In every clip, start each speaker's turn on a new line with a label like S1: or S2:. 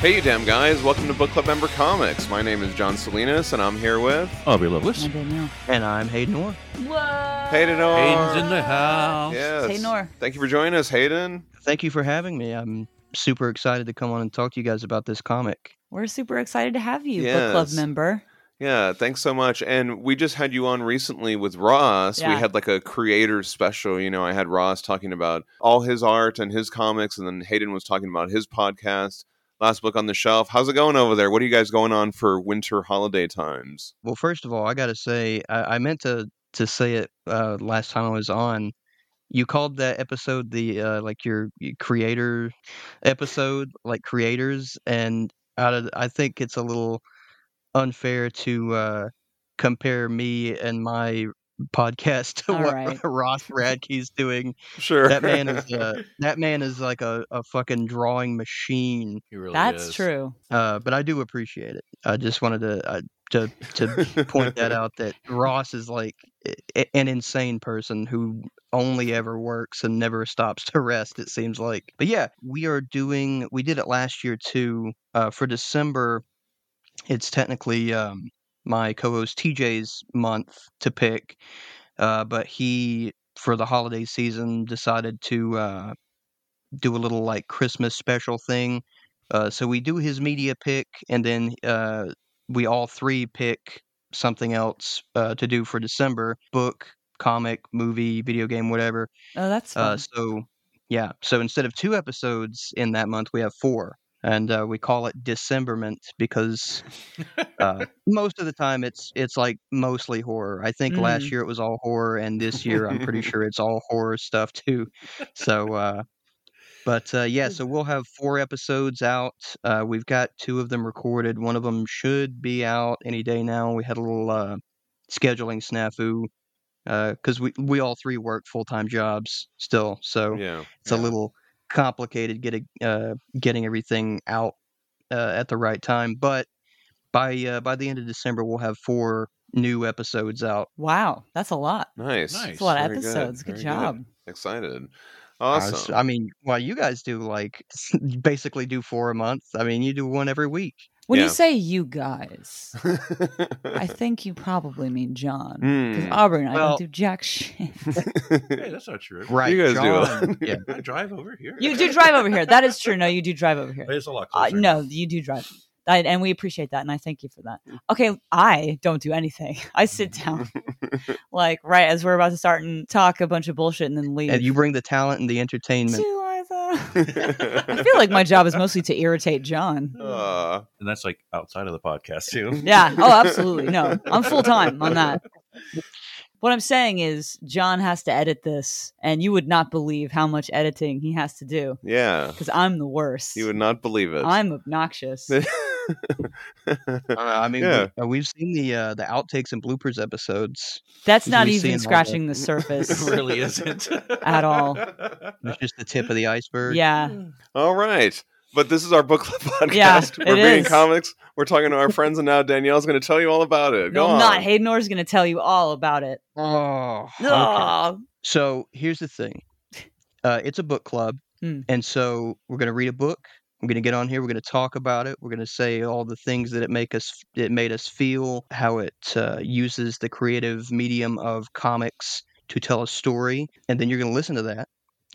S1: Hey, you damn guys. Welcome to Book Club Member Comics. My name is John Salinas, and I'm here with.
S2: Oh,
S3: Aubrey Lovelace.
S4: And I'm Hayden Orr.
S5: Whoa.
S1: Hayden Orr.
S2: Hayden's in the house.
S1: Yes.
S5: Hayden Orr.
S1: Thank you for joining us, Hayden.
S4: Thank you for having me. I'm super excited to come on and talk to you guys about this comic.
S5: We're super excited to have you, book club
S1: Yes.
S5: member.
S1: Yeah, thanks so much. And we just had you on recently with Ross. We
S5: Yeah.
S1: had like a creator special. You know, I had Ross talking about all his art and his comics, and then Hayden was talking about his podcast. Last book on the shelf. How's it going over there? What are you guys going on for winter holiday times?
S4: Well, first of all, I got to say, I, I meant to to say it uh, last time I was on. You called that episode the uh, like your, your creator episode, like creators, and out of, I think it's a little unfair to uh, compare me and my podcast to
S5: All
S4: what
S5: right.
S4: Ross Radke's doing.
S1: Sure.
S4: That man is uh, that man is like a, a fucking drawing machine.
S2: He really
S5: That's
S2: is.
S5: true.
S4: uh, but I do appreciate it. I just wanted to uh, to to point that out that Ross is like i- i- an insane person who only ever works and never stops to rest. It seems like, but yeah, we are doing. We did it last year too. Uh, for December, it's technically um, my co-host TJ's month to pick, uh, but he for the holiday season decided to uh, do a little like Christmas special thing. Uh, so we do his media pick, and then uh, we all three pick something else uh, to do for December: book, comic, movie, video game, whatever.
S5: Oh, that's
S4: Uh,
S5: fun.
S4: so yeah, so instead of two episodes in that month, we have four, and uh, we call it Decemberment because uh, most of the time it's it's like mostly horror. I think last
S5: Mm.
S4: year it was all horror, and this year I'm pretty sure it's all horror stuff too. So, uh, but uh, yeah, so we'll have four episodes out. Uh, we've got two of them recorded. One of them should be out any day now. We had a little uh, scheduling snafu because we we all three work full time jobs still, so
S1: yeah.
S4: it's a little complicated getting uh, getting everything out uh, at the right time. But by uh, by the end of December, we'll have four new episodes out.
S5: Wow. That's a lot.
S1: Nice.
S2: Nice.
S5: That's a lot of
S1: Very
S5: episodes. Good,
S1: Very
S5: job.
S1: Excited.
S4: Uh,
S1: Awesome.
S4: so- I mean, well, you guys do like you basically do four a month. I mean, you do one every week.
S5: When
S1: Yeah.
S5: you say you guys, I think you probably mean John. Because
S1: Hmm.
S5: Auburn and I
S4: Well-
S5: don't do jack shit.
S2: Hey, that's not true. Um,
S4: Right.
S1: guys do a
S4: John.
S1: lot.
S4: yeah.
S2: I drive over here.
S5: you do drive over here. That is true. No, you do drive over
S2: But
S5: here.
S2: It's a lot
S5: Uh,
S2: closer.
S5: no, you do drive. I, and we appreciate that. And I thank you for that. Okay. I don't do anything. I sit down like right as we're about to start and talk a bunch of bullshit and then leave.
S4: And you bring the talent and the entertainment.
S5: to Liza. I feel like my job is mostly to irritate John.
S1: Uh,
S2: And that's like outside of the podcast too.
S5: Yeah. Oh, absolutely. No, I'm full time on that. What I'm saying is, John has to edit this, and you would not believe how much editing he has to do
S1: yeah.
S5: because I'm the worst.
S1: You would not believe it.
S5: I'm obnoxious.
S4: Uh, I mean,
S1: Yeah.
S4: we, uh, we've seen the uh, the outtakes and bloopers episodes.
S5: That's not
S4: We've seen all
S5: even
S4: that.
S5: scratching the
S2: It
S5: surface.
S2: really isn't
S5: At all.
S4: That's
S1: Uh,
S4: just the tip of the iceberg.
S5: yeah.
S1: All right. But this is our book club podcast.
S5: Yeah,
S1: We're
S5: it
S1: reading
S5: is.
S1: comics. We're talking to our friends, and now Danielle's going to tell you all about it. Go
S5: No, I'm
S1: on.
S5: not. Hayden Orr's going to tell you all about it.
S4: Oh. okay.
S5: Oh,
S4: So here's the thing. Uh, it's a book club,
S5: Mm.
S4: and so we're gonna read a book. We're gonna get on here. We're gonna talk about it. We're gonna say all the things that it make us it made us feel, how it uh, uses the creative medium of comics to tell a story, and then you're gonna listen to that,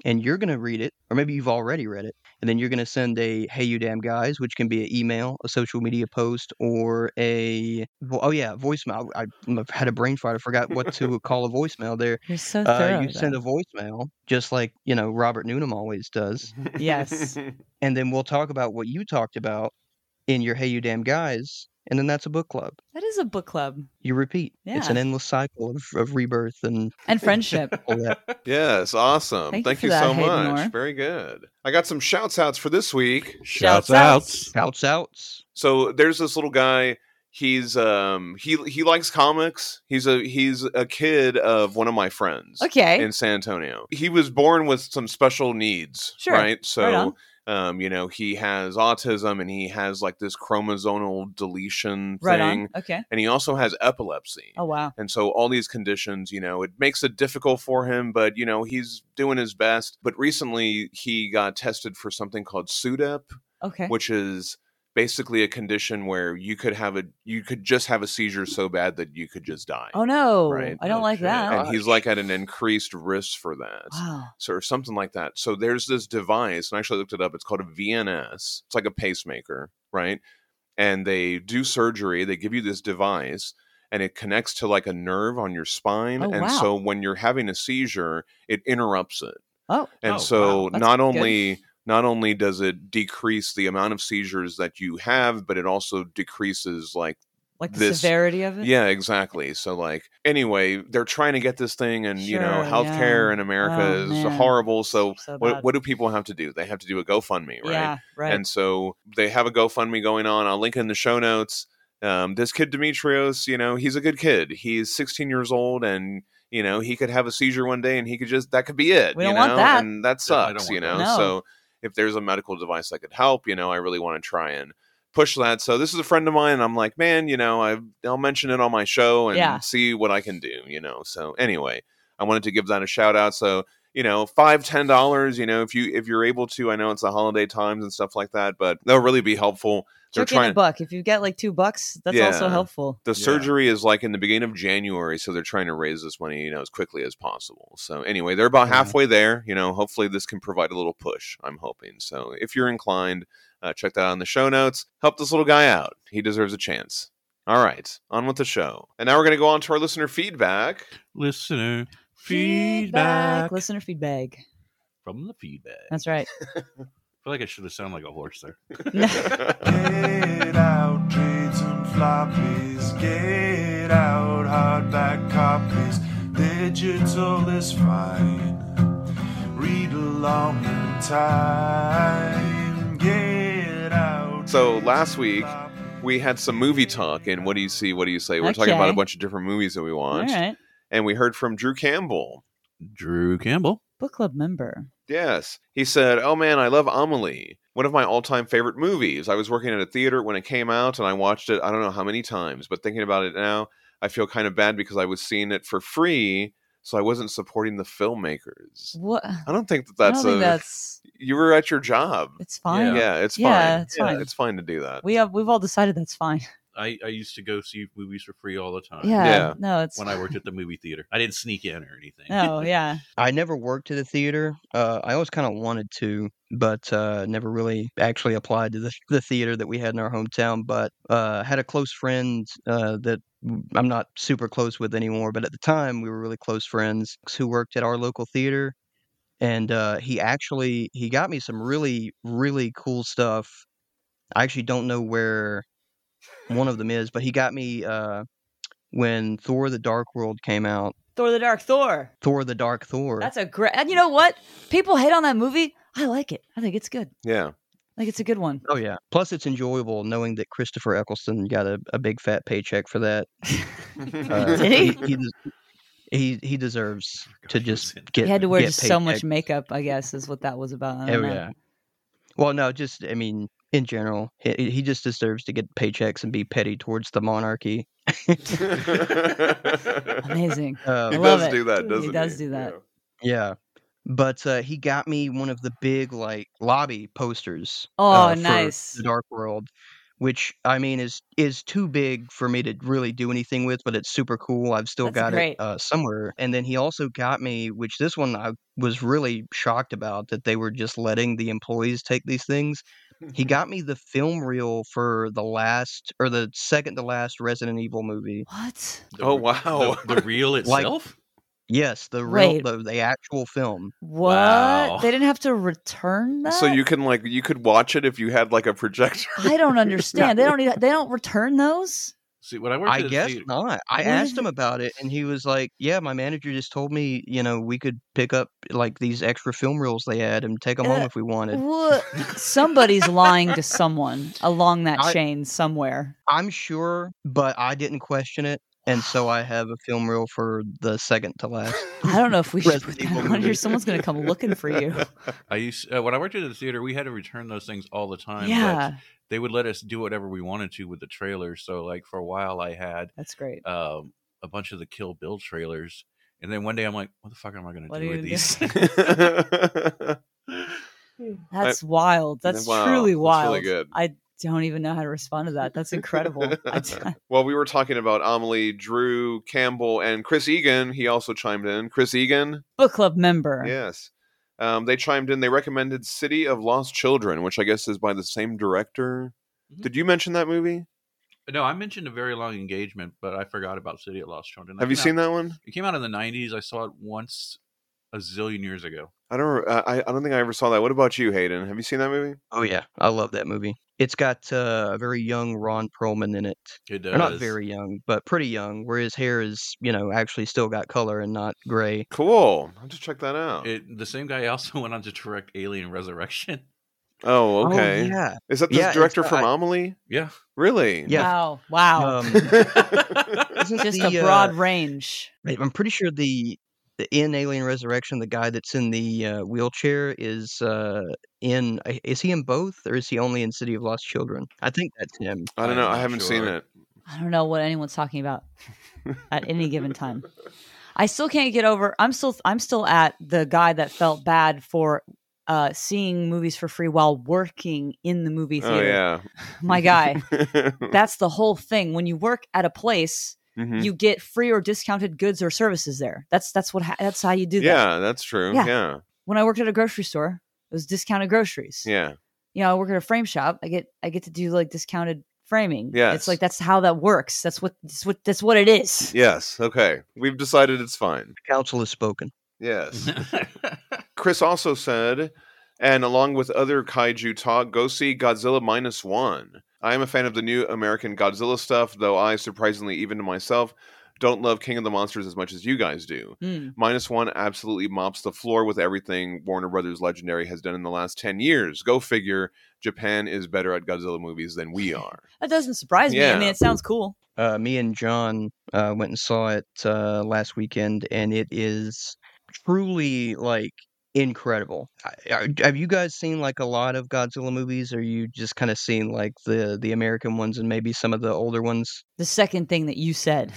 S4: and you're gonna read it, or maybe you've already read it, and then you're gonna send a "Hey, you damn guys," which can be an email, a social media post, or a vo- oh yeah, voicemail. I, I had a brain fart. I forgot what to call a voicemail there.
S5: you're so thorough.
S4: Uh, you send a voicemail, just like you know Robert Noonan always does,
S5: Yes.
S4: and then we'll talk about what you talked about in your "Hey You Damn Guys," and then that's a book club.
S5: that is a book club
S4: You repeat. It's an
S5: Yeah.
S4: endless cycle of, of rebirth and
S5: and friendship.
S4: all that.
S1: yes. Awesome.
S5: Thank you for
S1: you,
S5: that,
S1: so
S5: Hayden
S1: much.
S5: Orr.
S1: Very good. I got some shouts outs for this week.
S2: Shouts
S5: Shouts
S2: outs.
S4: Outs, outs.
S1: So there's this little guy. He's um he he likes comics. He's a he's a kid of one of my friends.
S5: Okay.
S1: in San Antonio. He was born with some special needs,
S5: Sure.
S1: right?
S5: Right
S1: So,
S5: on.
S1: um, you know, he has autism and he has like this chromosomal deletion
S5: Right
S1: thing,
S5: on. Okay.
S1: and he also has epilepsy.
S5: Oh, wow.
S1: And so all these conditions, you know, it makes it difficult for him, but you know, he's doing his best. But recently he got tested for something called SUDEP,
S5: Okay.
S1: which is basically a condition where you could have a you could just have a seizure so bad that you could just die.
S5: Oh no,
S1: Right.
S5: I don't
S2: Oh,
S5: like
S2: shit.
S5: that.
S1: and he's like at an increased risk for that.
S5: wow.
S1: So or something like that. So there's this device, and I actually looked it up. It's called a VNS. It's like a pacemaker, right? And they do surgery. They give you this device, and it connects to like a nerve on your spine.
S5: Oh,
S1: and
S5: wow.
S1: so when you're having a seizure, it interrupts it.
S5: Oh,
S1: And
S2: Oh,
S1: so
S2: wow.
S5: That's
S1: not
S5: good.
S1: only not only does it decrease the amount of seizures that you have, but it also decreases like
S5: like the
S1: this-
S5: severity of it.
S1: yeah, exactly. So like anyway, they're trying to get this thing and you know,
S5: Sure,
S1: healthcare
S5: yeah.
S1: in America
S5: Oh,
S1: is
S5: man.
S1: horrible. So
S5: So
S1: what
S5: bad.
S1: what do people have to do? They have to do a GoFundMe, right?
S5: Yeah, right.
S1: And so they have a GoFundMe going on. I'll link it in the show notes. Um, this kid Demetrios, you know, he's a good kid. He's 16 years old and you know, he could have a seizure one day and he could just that could be it.
S5: We
S1: you
S5: don't want
S1: know?
S5: that.
S1: And that
S2: Yeah, I don't
S1: sucks,
S2: want
S1: you know.
S5: that. No.
S1: So if there's a medical device that could help, you know, I really want to try and push that. So this is a friend of mine, and I'm like, man, you know, I I'll mention it on my show and
S5: Yeah.
S1: see what I can do, you know. So anyway, I wanted to give that a shout out. So you know, five ten dollars, you know, if you if you're able to, I know it's the holiday times and stuff like that, but that'll really be helpful. They're
S5: Check in a
S1: trying.
S5: buck. If you get like two bucks, that's also
S1: Yeah.
S5: helpful.
S1: The
S2: Yeah.
S1: surgery is like in the beginning of January, so they're trying to raise this money, you know, as quickly as possible. So anyway, they're about
S4: Yeah.
S1: halfway there. You know, hopefully this can provide a little push. I'm hoping. So if you're inclined, uh, check that out in the show notes. Help this little guy out. He deserves a chance. All right, on with the show. And now we're going to go on to our listener feedback.
S2: Listener feedback.
S5: listener feedback.
S2: From the feedback. I
S5: That's right.
S2: feel like I should have sounded like a horse there.
S3: Get out trades and floppies. Get out hardback copies. Digital is fine. Read along in time. Get out.
S1: So
S3: trades
S1: last
S3: and
S1: week,
S3: floppies.
S1: we had some movie talk and what do you see what do you say we're talking about a
S5: Okay.
S1: bunch of different movies that we
S5: All
S1: watched
S5: right.
S1: and we heard from drew campbell
S2: Drew Campbell.
S5: Book club member.
S1: yes he said oh man i love amelie one of my all-time favorite movies i was working at a theater when it came out and i watched it i don't know how many times but thinking about it now i feel kind of bad because i was seeing it for free so i wasn't supporting the filmmakers
S5: What?
S1: i don't think that
S5: I
S1: that's
S5: don't think
S1: a
S5: that's.
S1: you were at your job
S5: It's fine.
S1: yeah,
S2: Yeah.
S1: it's
S5: Yeah,
S1: fine
S5: it's fine.
S1: it's fine to do that
S5: We have. We've all decided that's fine.
S2: I, I used to go see movies for free all the time.
S5: Yeah.
S1: Yeah.
S5: No, it's.
S2: When I worked at the movie theater, I didn't sneak in or anything.
S5: No. Yeah.
S4: I never worked at a theater. Uh, I always kind of wanted to, but uh, never really actually applied to the, the theater that we had in our hometown. But uh, had a close friend uh, that w- I'm not super close with anymore, but at the time we were really close friends who worked at our local theater, and uh, he actually he got me some really really cool stuff. I actually don't know where one of them is, but he got me uh, when Thor: The Dark World came out.
S5: Thor the Dark Thor.
S4: Thor: The Dark Thor.
S5: That's a great. And you know what? People hate on that movie. I like it. I think it's good.
S1: yeah
S5: I think it's a good one.
S4: Oh yeah. Plus, it's enjoyable knowing that Christopher Eccleston got a, a big fat paycheck for that. Uh,
S5: Did he?
S4: He, des- he he deserves to
S2: Gosh,
S4: just
S2: listen.
S4: get.
S5: he had to wear
S4: get
S5: just so much
S4: paycheck.
S5: makeup. I guess is what that was about. I don't
S4: Oh
S5: know.
S4: yeah. Well, no, just I mean, in general, he, he just deserves to get paychecks and be petty towards the monarchy.
S5: Amazing.
S1: he
S4: Um,
S5: love
S1: does
S5: it.
S1: do that
S5: He
S1: doesn't he
S5: does do that.
S4: yeah. But uh, he got me one of the big like lobby posters.
S5: Oh,
S4: uh, for
S5: nice.
S4: The Dark World, which I mean is is too big for me to really do anything with, but it's super cool. I've still
S5: That's
S4: got
S5: great.
S4: it uh, somewhere. And then he also got me, which this one I was really shocked about that they were just letting the employees take these things. He got me the film reel for the last or the second to last Resident Evil movie.
S5: What?
S2: The-
S1: Oh, wow.
S2: The, the reel itself?
S4: Yes, the real
S5: Wait.
S4: the, the actual film.
S5: What?
S2: Wow.
S5: They didn't have to return that.
S1: So you can like you could watch it if you had like a projector.
S5: I don't understand. they don't. Need, they don't return those.
S2: See, when I worked
S4: I
S2: at a
S4: guess
S2: theater-
S4: not. I
S5: What is
S4: asked him about it, and he was like, "Yeah, my manager just told me, you know, we could pick up like these extra film reels they had and take them home
S5: Uh,
S4: if we wanted."
S5: What? Somebody's lying to someone along that
S4: I-
S5: chain somewhere.
S4: I'm sure, but I didn't question it, and so I have a film reel for the second to last.
S5: I don't know if we should put
S4: Resident
S5: that
S4: Evil
S5: on here.
S4: movie.
S5: Someone's gonna come looking for you.
S2: I used uh, when I worked at the theater, we had to return those things all the time. but
S5: yeah,
S2: they would let us do whatever we wanted to with the trailer. So, like for a while, I had
S5: that's great.
S2: um, a bunch of the Kill Bill trailers, and then one day I'm like, "What the fuck am I going
S5: What
S2: to
S5: are
S2: do with
S5: you
S2: these?"
S5: doing?
S1: That's
S5: That's wild. That's
S1: Wow,
S5: truly
S1: that's
S5: wild.
S1: really good.
S5: I don't even know how to respond to that. That's incredible. I d-
S1: Well, we were talking about Amelie, Drew, Campbell, and Chris Egan. He also chimed in. Chris Egan,
S5: Book club member.
S1: yes. Um, they chimed in. They recommended City of Lost Children, which I guess is by the same director.
S2: Mhm.
S5: Mm-hmm.
S1: Did you mention that movie?
S2: No, I mentioned a very long engagement, but I forgot about City at Lost Children.
S1: Have you seen that one?
S2: It came out in the '90s. I saw it once a zillion years ago.
S1: I don't. re- I, I don't think I ever saw that. What about you, Hayden? Have you seen that movie?
S4: Oh yeah, I love that movie. It's got uh, a very young Ron Perlman in it.
S2: It does.
S4: Or not very young, but pretty young, where his hair is, you know, actually still got color and not gray.
S1: Cool. I'll just check that out.
S2: It, the same guy also went on to direct Alien Resurrection.
S1: oh,
S4: Oh,
S1: okay.
S4: yeah.
S1: Is that this
S4: Yeah, it's
S1: director
S4: got-
S1: from
S4: I-
S1: Amelie?
S2: Yeah,
S1: Really?
S4: Yeah.
S5: Wow. Wow.
S4: Um, isn't
S5: Just
S4: the,
S5: a
S4: uh,
S5: broad range.
S4: I- I'm pretty sure the, the in Alien Resurrection, the guy that's in the uh, wheelchair is uh, in. i- Is he in both, or is he only in City of Lost Children? I think that's him.
S1: I don't
S2: I'm
S1: know. I
S2: not
S1: haven't seen
S2: sure.
S1: it.
S5: I don't know what anyone's talking about at any given time. I still can't get over. I'm still I'm still at the guy that felt bad for uh, seeing movies for free while working in the movie
S1: Oh
S5: theater.
S1: yeah.
S5: My guy, that's the whole thing. When you work at a place,
S1: Mhm.
S5: you get free or discounted goods or services there. That's that's what ha- that's how you do that.
S1: Yeah, that's true.
S5: Yeah.
S1: Yeah.
S5: When I worked at a grocery store, it was discounted groceries.
S1: Yeah.
S5: You know, I work at a frame shop. I get I get to do like discounted framing.
S1: Yes.
S5: it's like that's how that works. That's what that's what that's what it is.
S1: Yes. Okay. We've decided it's fine.
S4: The council has spoken.
S1: Yes.
S2: Mm-hmm.
S1: Chris also said, and along with other kaiju talk, go see Godzilla Minus One. I am a fan of the new American Godzilla stuff, though I, surprisingly, even to myself, don't love King of the Monsters as much as you guys do.
S5: Hmm.
S1: Minus One absolutely mops the floor with everything Warner Brothers Legendary has done in the last 10 years. Go figure, Japan is better at Godzilla movies than we are.
S5: That doesn't surprise me.
S1: Yeah.
S5: I mean, it sounds cool.
S4: Uh, me and John uh, went and saw it uh, last weekend, and it is truly like incredible. I- Are, have you guys seen like a lot of Godzilla movies? Or you just kind of seen like the the American ones and maybe some of the older ones?
S5: The second thing that you said,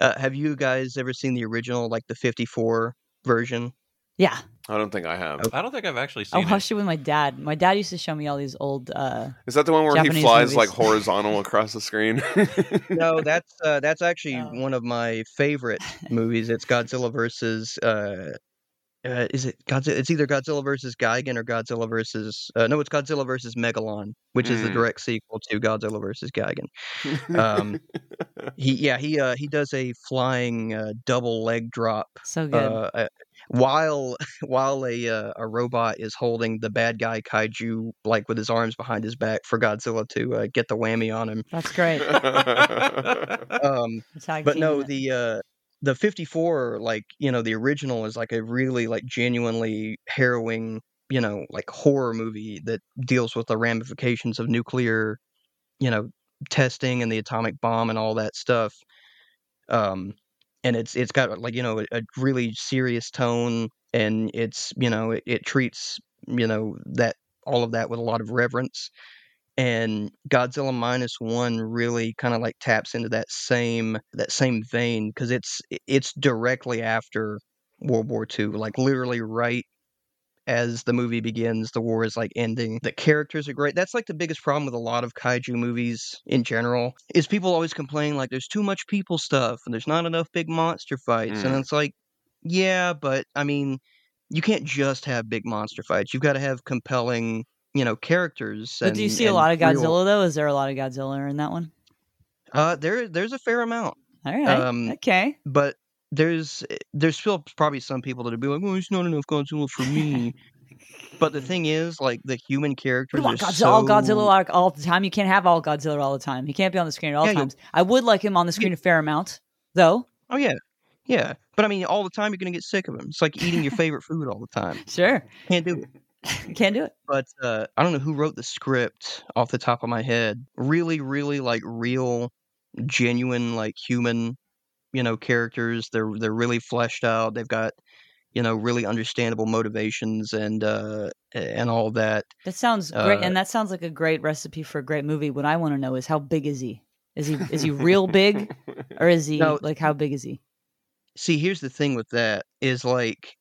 S4: Uh, have you guys ever seen the original, like the '54 version?
S5: yeah,
S1: I don't think I have.
S4: Oh.
S2: I don't think I've actually
S5: I
S2: seen it.
S5: watched it with my dad. My dad used to show me all these old. uh
S1: Is that the one where he
S5: Japanese
S1: flies
S5: movies.
S1: like horizontal across the screen?
S4: no, that's uh, that's actually
S5: Oh.
S4: one of my favorite movies. It's Godzilla versus. Uh, uh, is it Godzilla? It's either Godzilla versus Gigan or Godzilla versus. Uh, no, it's Godzilla versus Megalon, which is the Hmm.
S1: Mm.
S4: direct sequel to Godzilla versus Gigan. Um, he yeah he uh, he does a flying uh, double leg drop
S5: So good.
S4: uh, uh, while while a uh, a robot is holding the bad guy kaiju like with his arms behind his back for Godzilla to uh, get the whammy on him.
S5: That's great.
S4: Um,
S5: Tag
S4: but
S5: team
S4: no
S5: it.
S4: the uh the 54 like you know the original is like a really like genuinely harrowing you know like horror movie that deals with the ramifications of nuclear you know testing and the atomic bomb and all that stuff um and it's it's got like you know a, a really serious tone and it's you know it, it treats you know that all of that with a lot of reverence and Godzilla minus one really kind of like taps into that same that same vein because it's it's directly after World War II, like literally right as the movie begins, the war is like ending. The characters are great. That's like the biggest problem with a lot of kaiju movies in general is people always complain like there's too much people stuff and there's not enough big monster fights, and
S1: Mm.
S4: it's like yeah, but I mean you can't just have big monster fights. You've got to have compelling you know characters.
S5: But do you
S4: and-
S5: see a
S4: and
S5: lot of
S4: real-
S5: Godzilla though? Is there a lot of Godzilla in that one?
S4: uh, there, there's a fair amount,
S5: All right.
S4: Um,
S5: okay.
S4: but there's eh, there's still probably some people that'd be like, "Oh, it's not enough Godzilla for me." but the thing is, like the human
S5: What
S4: characters
S5: about
S4: are
S5: Godzilla? All Godzilla
S4: so-
S5: like, all the time. You can't have all Godzilla all the time. He can't be on the screen at all
S4: Yeah, you-
S5: times. I would like him on the screen a fair amount, though.
S4: Oh yeah, yeah. But I mean, all the time you're gonna get sick of them. It's like eating your favorite food all the time.
S5: Sure,
S4: Can't do it.
S5: can't do it.
S4: But uh, I don't know who wrote the script off the top of my head. Really, really like real, genuine, like human, you know, characters. They're they're really fleshed out. They've got you know really understandable motivations and uh and all that
S5: That sounds great,
S4: Uh,
S5: and that sounds like a great recipe for a great movie. What I want to know is how big is he? Is he is he real big, or is he
S4: No.
S5: like how big is he?
S4: see here's the thing with that is like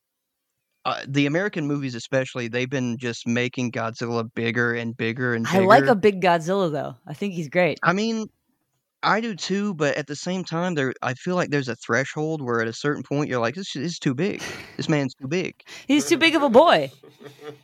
S4: uh, the American movies, especially, they've been just making Godzilla bigger and bigger and
S5: I
S4: bigger.
S5: like a big Godzilla though. I think he's great.
S4: I mean, I do too, but at the same time, there I feel like there's a threshold where at a certain point you're like, this is too big. This man's too big.
S5: He's too big of a boy.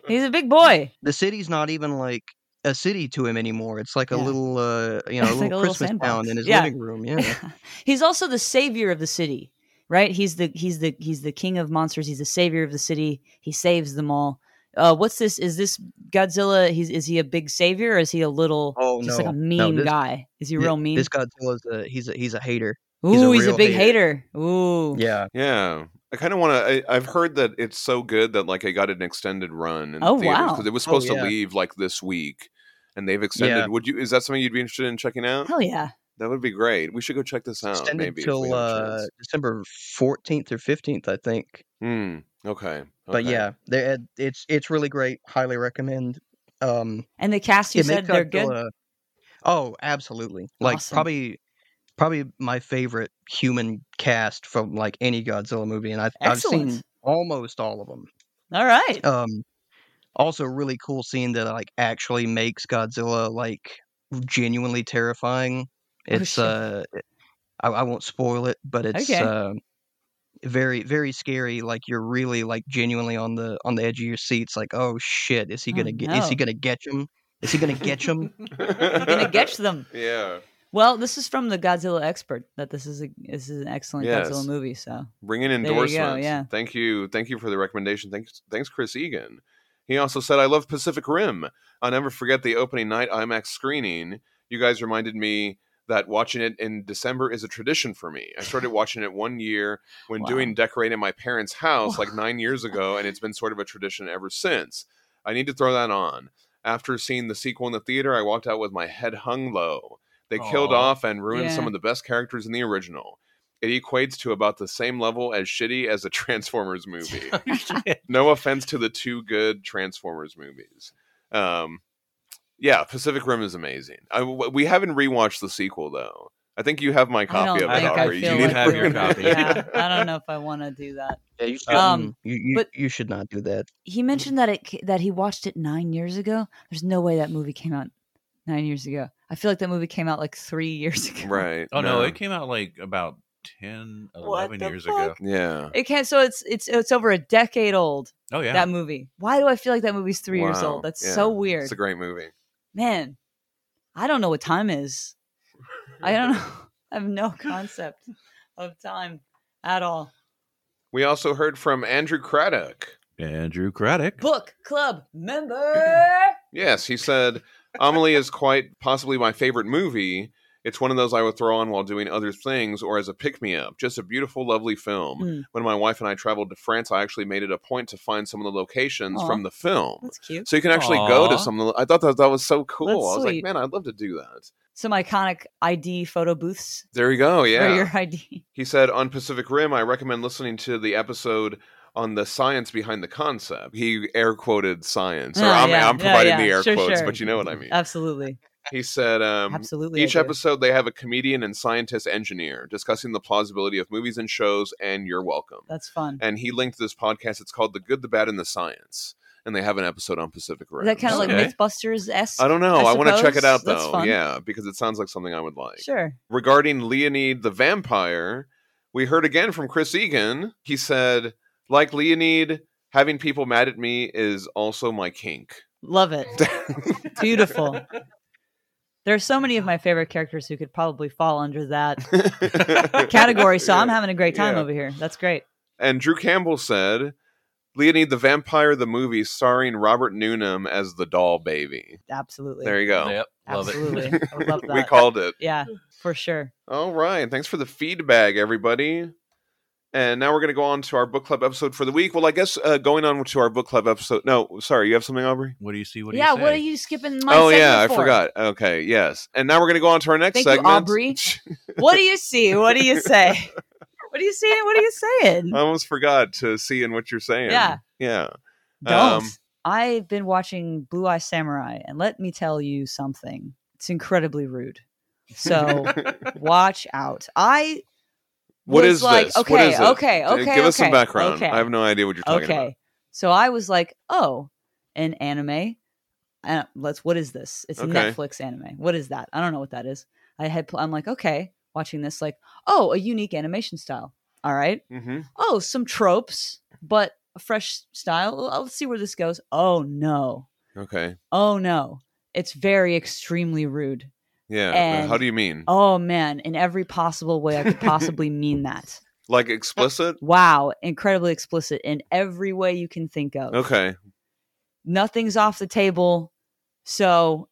S5: He's a big boy.
S4: The city's not even like a city to him anymore. It's like a
S5: Yeah.
S4: little, uh, you know, a
S5: It's
S4: little
S5: like a little
S4: Christmas town
S5: sandbox.
S4: in his
S5: Yeah.
S4: living room. Yeah,
S5: he's also the savior of the city, right? He's the he's the he's the king of monsters. He's the savior of the city. He saves them all. Uh, what's this? Is this Godzilla? He's is he a big savior? or Is he a little
S4: Oh,
S5: just like
S4: no.
S5: a
S4: No,
S5: mean
S4: this-
S5: guy? Is he real mean?
S4: This Godzilla's a he's a he's a hater. he's a
S5: Ooh, he's a
S4: real
S5: big hater. Ooh,
S4: Yeah,
S1: Yeah. I kind of want to. I've heard that it's so good that like I got an extended run. In
S5: Oh, wow.
S1: Because it was
S4: Oh,
S1: supposed
S4: yeah.
S1: to leave like this week, and they've extended.
S4: Yeah.
S1: Would you? Is that something you'd be interested in checking out?
S5: hell yeah.
S1: That would be great. We should go check this out.
S4: extended
S1: maybe if we
S4: till
S1: have a
S4: uh,
S1: chance.
S4: December fourteenth or fifteenth, I think.
S1: Hmm. okay.
S4: But
S1: okay.
S4: yeah, they it's it's really great. Highly recommend. Um,
S5: And the cast you
S4: it
S5: said
S4: makes
S5: they're good.
S4: Godzilla- Oh, absolutely! Like
S5: Awesome.
S4: probably probably my favorite human cast from like any Godzilla movie, and I've I've seen
S5: Excellent.
S4: almost all of them.
S5: All right.
S4: Um, also really cool scene that like actually makes Godzilla like genuinely terrifying.
S5: Oh,
S4: It's
S5: shit.
S4: uh, it- I, I won't spoil it, but it's
S5: Okay.
S4: uh, very very scary. Like you're really like genuinely on the on the edge of your seats. Like oh shit, is he
S5: Oh,
S4: gonna get? Is he
S5: no.
S4: gonna get him? Is he gonna get him?
S5: You're gonna get them.
S1: yeah.
S5: Well, this is from the Godzilla expert that this is a this is an excellent
S1: Yes.
S5: Godzilla movie. So
S1: Bring in
S5: you go,
S1: endorsements.
S5: yeah.
S1: Thank you. Thank you for the recommendation. Thanks thanks Chris Egan. He also said I love Pacific Rim. I'll never forget the opening night IMAX screening. You guys reminded me that watching it in December is a tradition for me. I started watching it one year when
S5: Wow.
S1: doing decorating my parents' house like 9 years ago and it's been sort of a tradition ever since. I need to throw that on. After seeing the sequel in the theater, I walked out with my head hung low. They killed
S2: Aw.
S1: off and ruined some
S5: Yeah.
S1: of the best characters in the original it equates to about the same level as shitty as a Transformers movie. no offense to the two good Transformers movies. Um, yeah, Pacific Rim is amazing. I, w- we haven't rewatched the sequel though. I think you have my copy
S5: I
S1: of
S5: don't
S1: it
S5: think I
S1: already.
S5: feel
S2: You
S5: like
S2: have
S5: we're
S2: your
S5: gonna-
S2: copy.
S5: Yeah, I don't know if I want to do that.
S4: Yeah, you should.
S5: Um,
S4: Mm, you, you,
S5: but-
S4: you should not do that.
S5: He mentioned that it ca- that he watched it nine years ago. There's no way that movie came out nine years ago. I feel like that movie came out like three years ago.
S1: Right?
S2: Oh no, it came out like about 10,
S5: What
S2: 11
S5: the
S2: years ago.
S5: fuck?
S1: yeah.
S5: It can't. So it's it's it's over a decade old.
S2: Oh yeah,
S5: That movie. Why do I feel like that movie's three years
S1: Wow.
S5: old? That's
S1: Yeah.
S5: so weird,
S1: It's a great movie.
S5: man. I don't know what time is. I don't know. I have no concept of time at all.
S1: We also heard from Andrew Craddock.
S2: Andrew Craddock.
S5: Book club member.
S1: Yes, he said Amelie is quite possibly my favorite movie. It's one of those I would throw on while doing other things or as a pick me up. Just a beautiful, lovely film.
S5: Mm.
S1: When my wife and I traveled to France, I actually made it a point to find some of the locations
S5: Aw.
S1: from the film.
S5: That's cute.
S1: So you can actually go to
S2: Aw.
S1: some of the. I thought that, that was so cool.
S5: That's
S1: I was like,
S5: sweet.
S1: man, I'd love to do that.
S5: Some iconic ID photo booths
S1: There you go. Yeah.
S5: for your ID.
S1: He said on Pacific Rim, I recommend listening to the episode on the science behind the concept. He air quoted science. Or
S5: Ah,
S1: I'm,
S5: yeah,
S1: I'm
S5: yeah,
S1: providing
S5: yeah,
S1: the air
S5: sure,
S1: quotes,
S5: sure. Uh,
S1: but you know what I mean.
S5: Absolutely.
S1: He said, um,
S5: Absolutely. I
S1: Each
S5: do.
S1: episode, they have a comedian and scientist engineer discussing the plausibility of movies and shows, and you're welcome.
S5: That's fun.
S1: And he linked this podcast. It's called The Good, the Bad, and the Science. And they have an episode on Pacific
S5: Is
S1: Rim.
S5: that kind of
S2: Okay.
S5: like Mythbusters esque?
S1: I don't know. I,
S5: I
S1: want to check it
S5: suppose?
S1: out,
S5: That's
S1: though.
S5: fun.
S1: Yeah, because it sounds like something I would like.
S5: Sure.
S1: Regarding Leonid the vampire, we heard again from Chris Egan. He said, like Leonid, having people mad at me is also my kink.
S5: Love it. Beautiful. There are so many of my favorite characters who could probably fall under that category. So I'm
S1: Yeah.
S5: having a great time
S1: Yeah.
S5: over here. That's great.
S1: And Drew Campbell said, Leonid the Vampire, the movie starring Robert Newnham as the doll baby.
S5: Absolutely.
S1: There you go.
S2: Yep, love
S5: Absolutely.
S2: it.
S5: I love that.
S1: we called it.
S5: yeah, for sure.
S1: All right. Thanks for the feedback, everybody. And now we're going to go on to our book club episode for the week. Well, I guess uh, going on to our book club episode. No, sorry. You have something, Aubrey?
S2: What do you see? What do
S5: yeah,
S2: you say?
S5: what are you skipping my
S1: oh, yeah. I
S5: segment for?
S1: forgot. Okay. Yes. And now we're going to go on to our next
S5: Thank you,
S1: segment.
S5: Aubrey. What do you see? What do you say? What do you see? What are you saying?
S1: I almost forgot to see in what you're saying.
S5: Yeah.
S1: Yeah.
S5: Don't.
S1: Um,
S5: I've been watching Blue Eye Samurai, and let me tell you something. It's incredibly rude. So watch out. I
S1: What
S5: was
S1: is
S5: like,
S1: this? What
S5: okay,
S1: is it?
S5: okay,
S1: Uh,
S5: okay.
S1: Give us some
S5: okay,
S1: background.
S5: Okay.
S1: I have no idea what you're talking
S5: okay.
S1: about.
S5: So I was like, oh, an anime. Uh, let's. What is this? It's a
S1: Okay.
S5: Netflix anime. What is that? I don't know what that is. I had. pl- I'm like, okay, watching this. Like, oh, a unique animation style. All right.
S1: Mm-hmm.
S5: Oh, some tropes, but a fresh style. Well, Let's see where this goes. Oh no.
S1: Okay.
S5: Oh no. It's very extremely rude.
S1: Yeah. uh,
S5: And-
S1: how do you mean?
S5: Oh man, in every possible way I could possibly mean that.
S1: Like
S5: uh,
S1: explicit?
S5: Wow, incredibly explicit in every way you can think of.
S1: Okay.
S5: Nothing's off the table. So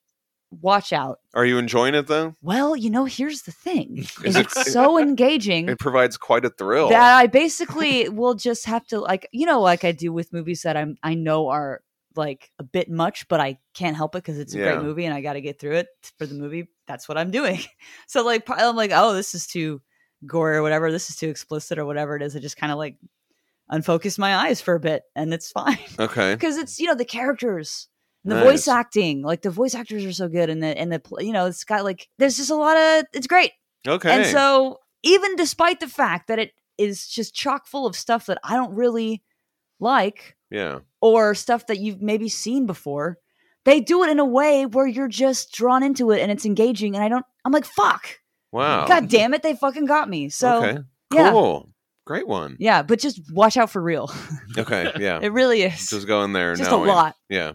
S5: watch out.
S1: Are you enjoying it though?
S5: Well, you know, here's the thing.
S1: Is
S5: Is
S1: it-
S5: it's so engaging
S1: It provides quite a thrill.
S5: that I basically will just have to like you know like I do with movies that I'm I know are like a bit much, but I can't help it because it's a
S1: Yeah.
S5: great movie and I got to get through it for the movie. That's what I'm doing. So like pro- I'm like oh this is too gory or whatever, this is too explicit or whatever it is. I just kind of like unfocus my eyes for a bit and it's fine
S1: okay.
S5: because it's you know the characters and the
S1: Nice.
S5: voice acting like the voice actors are so good and the and the pl- you know it's got like there's just a lot of it's great
S1: Okay.
S5: and so, even despite the fact that it is just chock full of stuff that I don't really like
S1: yeah.
S5: or stuff that you've maybe seen before, they do it in a way where you're just drawn into it and it's engaging. And I don't, I'm like, fuck,
S1: Wow.
S5: god damn it, they fucking got me. So,
S1: Oh. okay.
S5: yeah.
S1: Cool. Great one.
S5: yeah, but just watch out for real.
S1: Okay. Yeah.
S5: it really is
S1: Just go in there.
S5: just
S1: knowing.
S5: a lot,
S1: Yeah.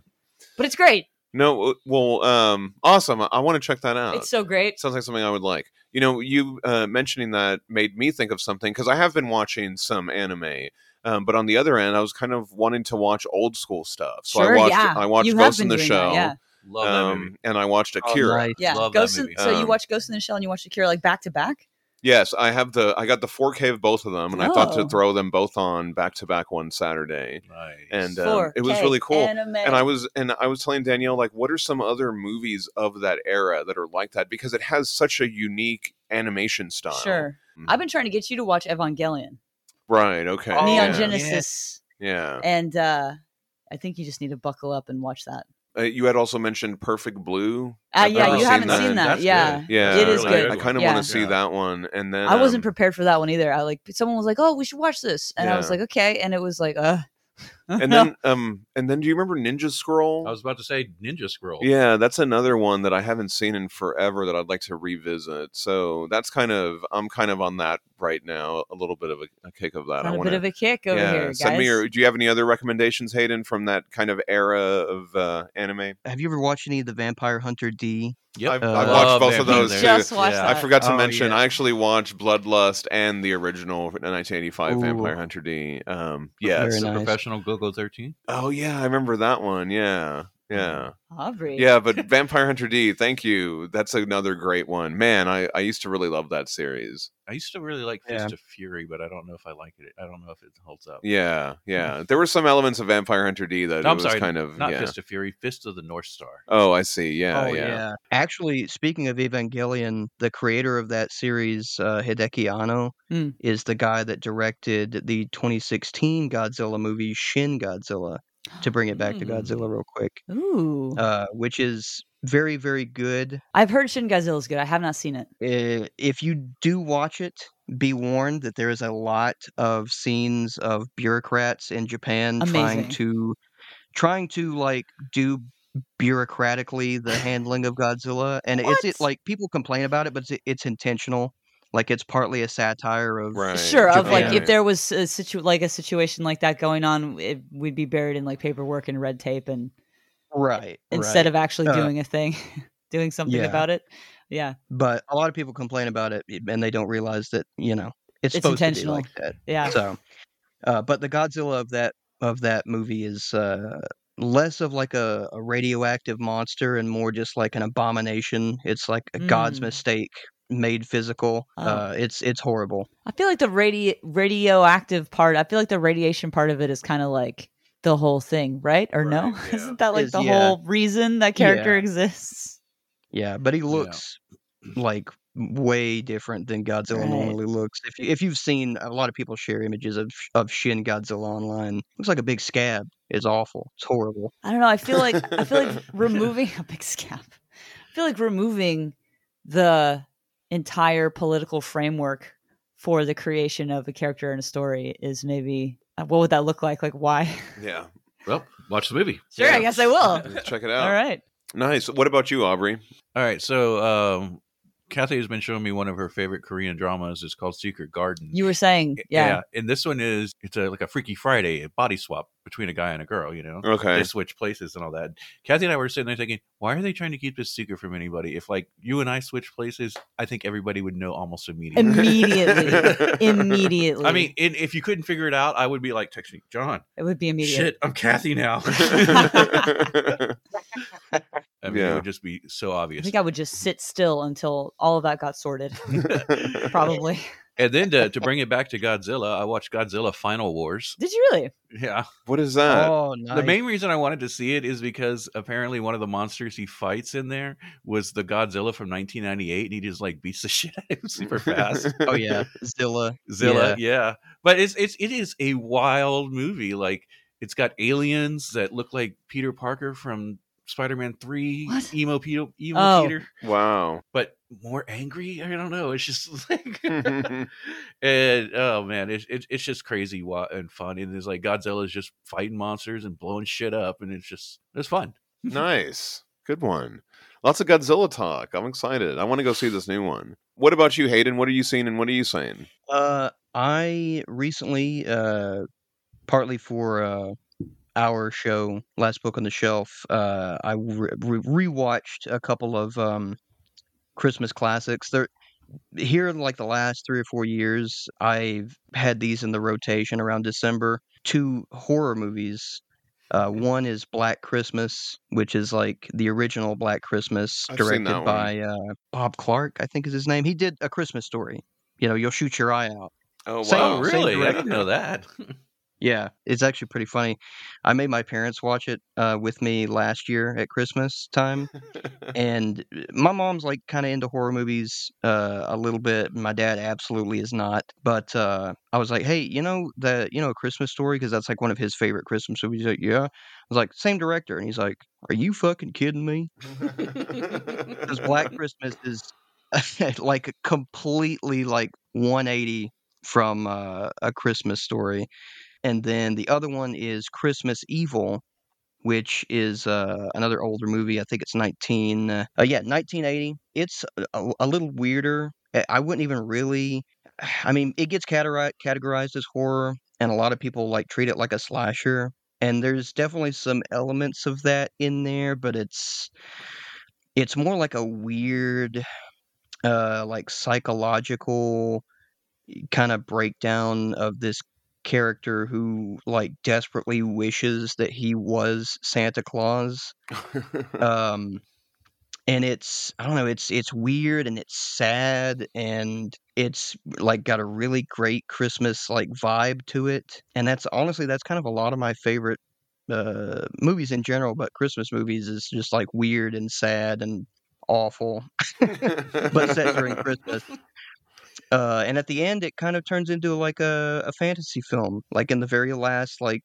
S5: but it's great.
S1: No. Well. Um. Awesome. I, want to check that out.
S5: It's so great.
S1: Sounds like something I would like. You know, you uh, mentioning that made me think of something because I have been watching some anime, um, but on the other end, I was kind of wanting to watch old school stuff. So
S5: sure,
S1: I watched
S5: yeah.
S1: I watched
S5: you
S1: Ghost
S5: have
S1: in the
S5: been doing
S1: Shell,
S5: That, Oh,
S2: Love that movie.
S1: um, and I watched Akira.
S4: nice.
S5: yeah, yeah.
S2: Love that
S5: Ghost in,
S2: movie.
S5: so you
S1: Um,
S5: watch Ghost in the Shell and you watch Akira like back to back.
S1: Yes, I have the I got the 4K of both of them, and I thought to
S5: Oh.
S1: throw them both on back to back one Saturday,
S2: Nice.
S1: and um,
S5: Four
S1: it was really cool.
S5: Anime.
S1: and I was and I was telling Danielle like what are some other movies of that era that are like that because it has such a unique animation style.
S5: Sure.
S1: Mm-hmm.
S5: I've been trying to get you to watch Evangelion,
S1: Right, okay.
S2: Oh,
S5: Neon
S1: yeah.
S5: Genesis,
S1: yeah.
S5: and uh, I think you just need to buckle up and watch that.
S1: Uh, you had also mentioned Perfect Blue.
S5: Uh,
S1: I've
S5: yeah,
S1: never
S5: you haven't seen that.
S2: That's
S5: yeah.
S2: good.
S1: Yeah.
S5: Mm-hmm. It is
S1: I-
S5: good.
S1: I, kind of
S5: Yeah.
S1: want to see that one and then
S5: I wasn't
S1: um,
S5: prepared for that one either. I like someone was like, "Oh, we should watch this," and I was
S1: Yeah.
S5: like, "Okay," and it was like, "Uh."
S1: And then um and then do you remember Ninja Scroll?
S5: Oh.
S2: I was about to say Ninja Scroll.
S1: Yeah, that's another one that I haven't seen in forever that I'd like to revisit. So that's kind of I'm kind of on that right now. A little bit of a, a kick of that.
S5: on a
S1: wanna-
S5: bit of a kick over
S1: yeah,
S5: here, guys.
S1: Send me your, do you have any other recommendations, Hayden, from that kind of era of uh, anime?
S4: Have you ever watched any of the Vampire Hunter D?
S2: Yep.
S1: I've,
S4: Uh,
S1: I've watched
S2: Love
S1: both of
S2: Vampire
S1: those
S2: Hunter.
S1: too.
S5: Just watched
S2: Yeah.
S1: I
S5: that.
S1: forgot to
S4: Oh,
S1: mention
S4: yeah.
S1: I actually watched Bloodlust and the original 1985
S4: Ooh.
S1: Vampire Hunter D. Um, yes.
S4: Very
S2: The
S4: nice.
S2: Professional Go-Go 13.
S1: Oh yeah, I remember that one. Yeah. Yeah.
S5: Aubrey.
S1: Yeah, but Vampire Hunter D, thank you. That's another great one. Man, I, I used to really love that series.
S2: I used to really like Fist
S4: Yeah.
S2: of Fury, but I don't know if I like it. I don't know if it holds up.
S1: Yeah, yeah. There were some elements of Vampire Hunter D that
S2: Mm. No, I'm
S1: was
S2: sorry,
S1: kind of
S2: Not
S1: yeah.
S2: Fist of Fury, Fist of the North Star.
S1: Oh, I see. Yeah, yeah.
S4: Actually, speaking of Evangelion, the creator of that series, uh, Hideki Anno,
S5: Mm.
S4: is the guy that directed the 2016 Godzilla movie Shin Godzilla. To bring it
S5: Mm.
S4: back to Godzilla real quick,
S5: Hmm. Ooh,
S4: uh, which is very very good.
S5: I've heard Shin Godzilla is good. I have not seen it.
S4: Uh, if you do watch it, be warned that there is a lot of scenes of bureaucrats in Japan trying
S5: Amazing.
S4: to trying to like do bureaucratically the handling of Godzilla, and it's it
S5: What?
S4: like people complain about it, but it's, it's intentional. Like it's partly a satire of
S1: Right.
S5: Sure, of like
S1: Japan.
S5: if there was a situ like a situation like that going on, it, we'd be buried in like paperwork and red tape and
S4: right
S5: instead
S4: right.
S5: of actually
S4: Uh,
S5: doing a thing, doing something
S4: yeah.
S5: about it. Yeah,
S4: But a lot of people complain about it, and they don't realize that you know it's,
S5: It's
S4: supposed
S5: intentional.
S4: to be like that.
S5: yeah.
S4: So, uh, but the Godzilla of that of that movie is uh, less of like a, a radioactive monster and more just like an abomination. It's like a God's
S5: Mm.
S4: mistake made physical.
S5: Oh.
S4: Uh, it's it's horrible.
S5: I feel like the radi- radioactive part. I feel like the radiation part of it is kind of like the whole thing, right? Or no?
S2: Right, yeah.
S5: Isn't that like
S4: Is-
S5: the
S4: yeah.
S5: whole reason that character exists?
S4: Yeah, but he
S2: Yeah.
S4: looks like way different than Godzilla
S5: Right.
S4: normally looks. If you, if you've seen a lot of people share images of of Shin Godzilla online, looks like a big scab. It's awful. It's horrible.
S5: I don't know. I feel like I feel like removing a big scab. I feel like removing the entire political framework for the creation of a character and a story is maybe Uh, What would that look like? Like why?
S1: Yeah.
S2: Well, watch the movie.
S5: Sure,
S1: Yeah.
S5: I guess I will.
S1: Check it out.
S5: All right.
S1: Nice. What about you, Aubrey?
S2: All right. So um, Kathy has been showing me one of her favorite Korean dramas. It's called Secret Garden.
S5: You were saying, yeah.
S2: And this one is it's a, like a Freaky Friday, a body swap between a guy and a girl. You know.
S1: Okay.
S2: They switch places and all that. Kathy and I were sitting there thinking, why are they trying to keep this secret from anybody? If like you and I switch places, I think everybody would know almost immediately.
S5: Immediately. Immediately.
S2: I mean, and if you couldn't figure it out, I would be like texting John.
S5: it would be immediate.
S2: Shit, I'm Kathy now. I mean,
S1: Yeah.
S2: it would just be so
S5: I
S2: obvious.
S5: think I would just sit still until all of that got sorted, probably.
S2: and then to, to bring it back to Godzilla, I watched Godzilla Final Wars.
S5: Did you really?
S2: Yeah.
S1: what is that?
S4: oh, nice.
S2: Uh, The main reason I wanted to see it is because apparently one of the monsters he fights in there was the Godzilla from 1998, and he just like beats the shit out of him super fast.
S4: oh yeah, Zilla.
S2: Zilla, yeah. But it's it's it is a wild movie. Like it's got aliens that look like Peter Parker from Spider-Man Three,
S5: What?
S2: emo Peter, emo
S5: Oh.
S2: Peter,
S1: Wow.
S2: but more angry. I don't know. It's just like, and oh man, it's it's it's just crazy wa- and fun. And it's like Godzilla's just fighting monsters and blowing shit up, and it's just it's fun.
S1: nice. Good one. Lots of Godzilla talk. I'm excited. I want to go see this new one. What about you, Hayden? What are you seeing and what are you saying?
S4: Uh, I recently, uh, partly for uh, our show, last book on the shelf, uh, I re- re- rewatched a couple of um, Christmas classics. There, here in like the last three or four years, I've had these in the rotation around December. Two horror movies. Uh,
S1: Mm-hmm.
S4: one is Black Christmas, which is like the original Black Christmas,
S1: I've seen that
S4: directed
S1: one.
S4: by uh, Bob Clark, I think is his name. He did A Christmas Story. You know, you'll shoot your eye out.
S1: Oh,
S4: Same-
S2: Oh,
S4: wow.
S2: really? I
S4: director.
S2: didn't know that.
S4: Yeah, it's actually pretty funny. I made my parents watch it uh, with me last year at Christmas time,
S1: Uh-huh.
S4: and uh, my mom's like kind of into horror movies uh, a little bit. My dad absolutely is not, but uh, I was like, hey, you know the you know Christmas Story because that's like one of his favorite Christmas movies. He's like, yeah. I was like, same director, and he's like, are you fucking kidding me? Because Black Christmas is like a completely like 180 from uh, a Christmas story, and then the other one is Christmas Evil, which is uh, another older movie. I think it's 19. Uh, uh, yeah, 1980. It's a- a, a little weirder. I- I wouldn't even really. I mean, it gets categori- categorized as horror, and a lot of people like treat it like a slasher. And there's definitely some elements of that in there, but it's it's more like a weird uh like psychological eh, kind of breakdown of this character who like desperately wishes that he was Santa Claus um and it's i don't know it's it's weird and it's sad and it's like got a really great christmas like vibe to it and that's honestly that's kind of a lot of my favorite uh movies in general but christmas movies is just like weird and sad and awful but set during Christmas. Uh, and at the end, it kind of turns into like a, a fantasy film, like in the very last like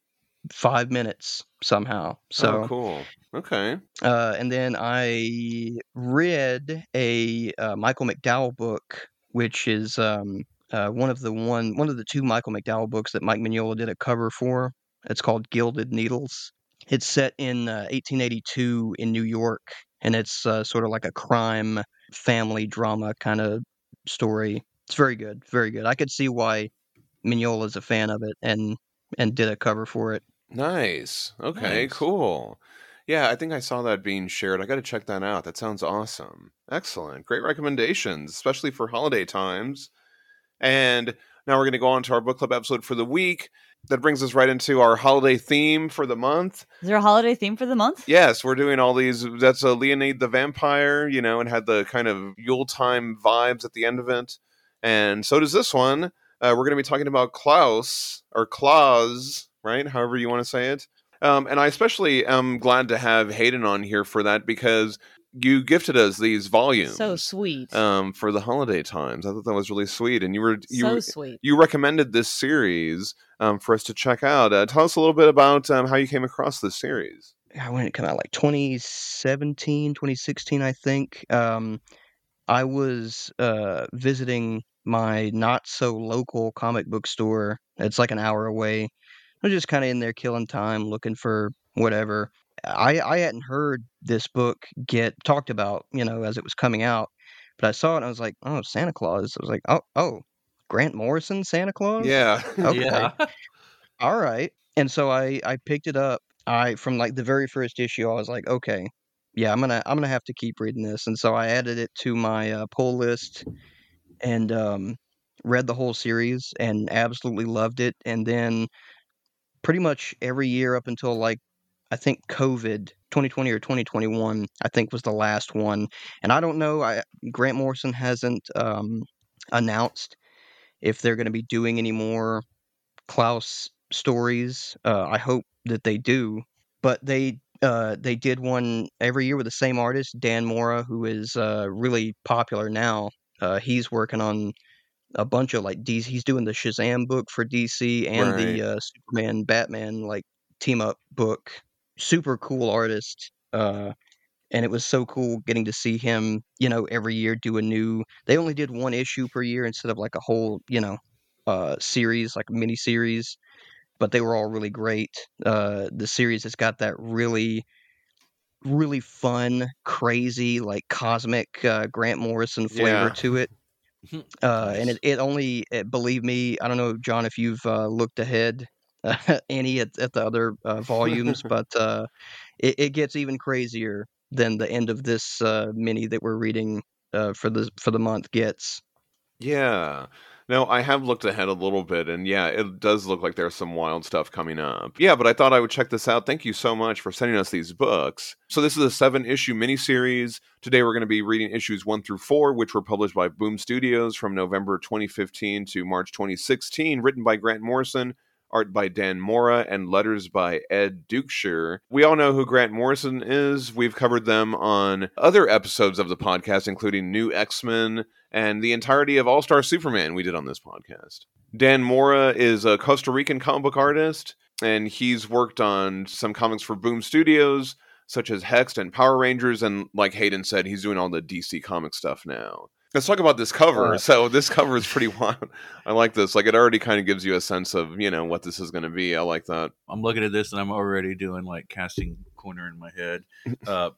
S4: five minutes somehow. So,
S1: oh, cool. Okay.
S4: uh, and then I read a uh, Michael McDowell book, which is um, uh, one of the one one of the two Michael McDowell books that Mike Mignola did a cover for. It's called Gilded Needles. It's set in uh, 1882 in New York, and it's uh, sort of like a crime family drama kind of story. It's very good, very good. I could see why Mignola's a fan of it and and did a cover for it.
S1: Nice. Okay,
S2: Nice.
S1: cool. Yeah, I think I saw that being shared. I got to check that out. That sounds awesome. Excellent. Great recommendations, especially for holiday times. And now we're going to go on to our book club episode for the week. That brings us right into our holiday theme for the month.
S5: Is there a holiday theme for the month?
S1: Yes, we're doing all these. That's a Leonid the Vampire, you know, and had the kind of Yule time vibes at the end of it. And so does this one. Uh, we're going to be talking about Klaus or Claus, right? However you want to say it. Um, and I especially am glad to have Hayden on here for that because you gifted us these volumes
S5: So sweet.
S1: um, for the holiday times. I thought that was really sweet, and you were you
S5: so
S1: were-
S5: sweet.
S1: you recommended this series um, for us to check out. Uh, tell us a little bit about um, how you came across this series.
S4: God, when did it come out like 2017 2016 i think um i was uh visiting my not so local comic book store it's like an hour away was just kind of in there killing time, looking for whatever. I I hadn't heard this book get talked about, you know, as it was coming out, but I saw it and I was like, oh, Santa Claus. I was like, oh oh, Grant Morrison Santa Claus.
S1: Yeah.
S4: Okay.
S2: Yeah.
S4: All right. And so I I picked it up. I from like the very first issue, I was like, okay, yeah, I'm gonna I'm gonna have to keep reading this. And so I added it to my uh, pull list, and um, read the whole series and absolutely loved it. And then pretty much every year up until like I think COVID 2020 or 2021, I think was the last one. And I don't know. I Grant Morrison hasn't um, announced if they're going to be doing any more Klaus stories. Uh, I hope that they do, but they uh, they did one every year with the same artist, Dan Mora, who is uh, really popular now. Uh, he's working on a bunch of like DC. He's doing the Shazam book for DC and
S1: Right.
S4: the uh, Superman Batman like team up book. Super cool artist. Uh, and it was so cool getting to see him, you know, every year do a new. They only did one issue per year instead of like a whole, you know, uh, series, like mini series, but they were all really great. Uh, the series has got that really, really fun, crazy, like cosmic uh, Grant Morrison flavor
S1: Yeah.
S4: to it.
S2: Mhm.
S4: Uh, and
S2: Nice.
S4: it, it only, it, believe me, I don't know, John, if you've uh, looked ahead any at, at the other uh, volumes, but uh, it, it gets even crazier than the end of this uh, mini that we're reading uh, for the for the month gets.
S1: Yeah. No, I have looked ahead a little bit, and yeah, it does look like there's some wild stuff coming up. Yeah, but I thought I would check this out. Thank you so much for sending us these books. So, this is a seven issue miniseries. Today, we're going to be reading issues one through four, which were published by Boom Studios from November 2015 to March 2016, written by Grant Morrison. Art by Dan Mora and letters by Ed Dukeshire. We all know who Grant Morrison is. We've covered them on other episodes of the podcast, including New X Men, and the entirety of All Star Superman we did on this podcast. Dan Mora is a Costa Rican comic book artist, and he's worked on some comics for Boom Studios, such as Hexed and Power Rangers. And like Hayden said, he's doing all the DC comic stuff now. Let's talk about this cover.
S4: Uh.
S1: So this cover is pretty wild. I like this. Like it already kind of gives you a sense of you know what this is going to be. I like that.
S2: I'm looking at this and I'm already doing like casting corner in my head. Uh,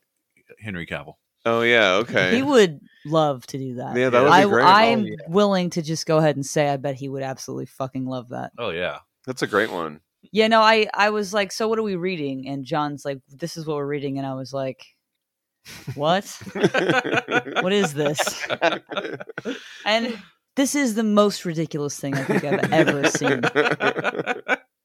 S2: Henry Cavill.
S1: Oh yeah.
S5: He
S1: Okay.
S5: would love to do that.
S1: Yeah, that would be
S5: I,
S1: great.
S5: I'm
S4: Oh, yeah.
S5: willing to just go ahead and say I bet he would absolutely fucking love that.
S2: Oh yeah.
S1: That's a great one.
S5: Yeah, no, I I was like, so what are we reading? And John's like, this is what we're reading, and I was like, what? what is this? And this is the most ridiculous thing I think I've ever seen.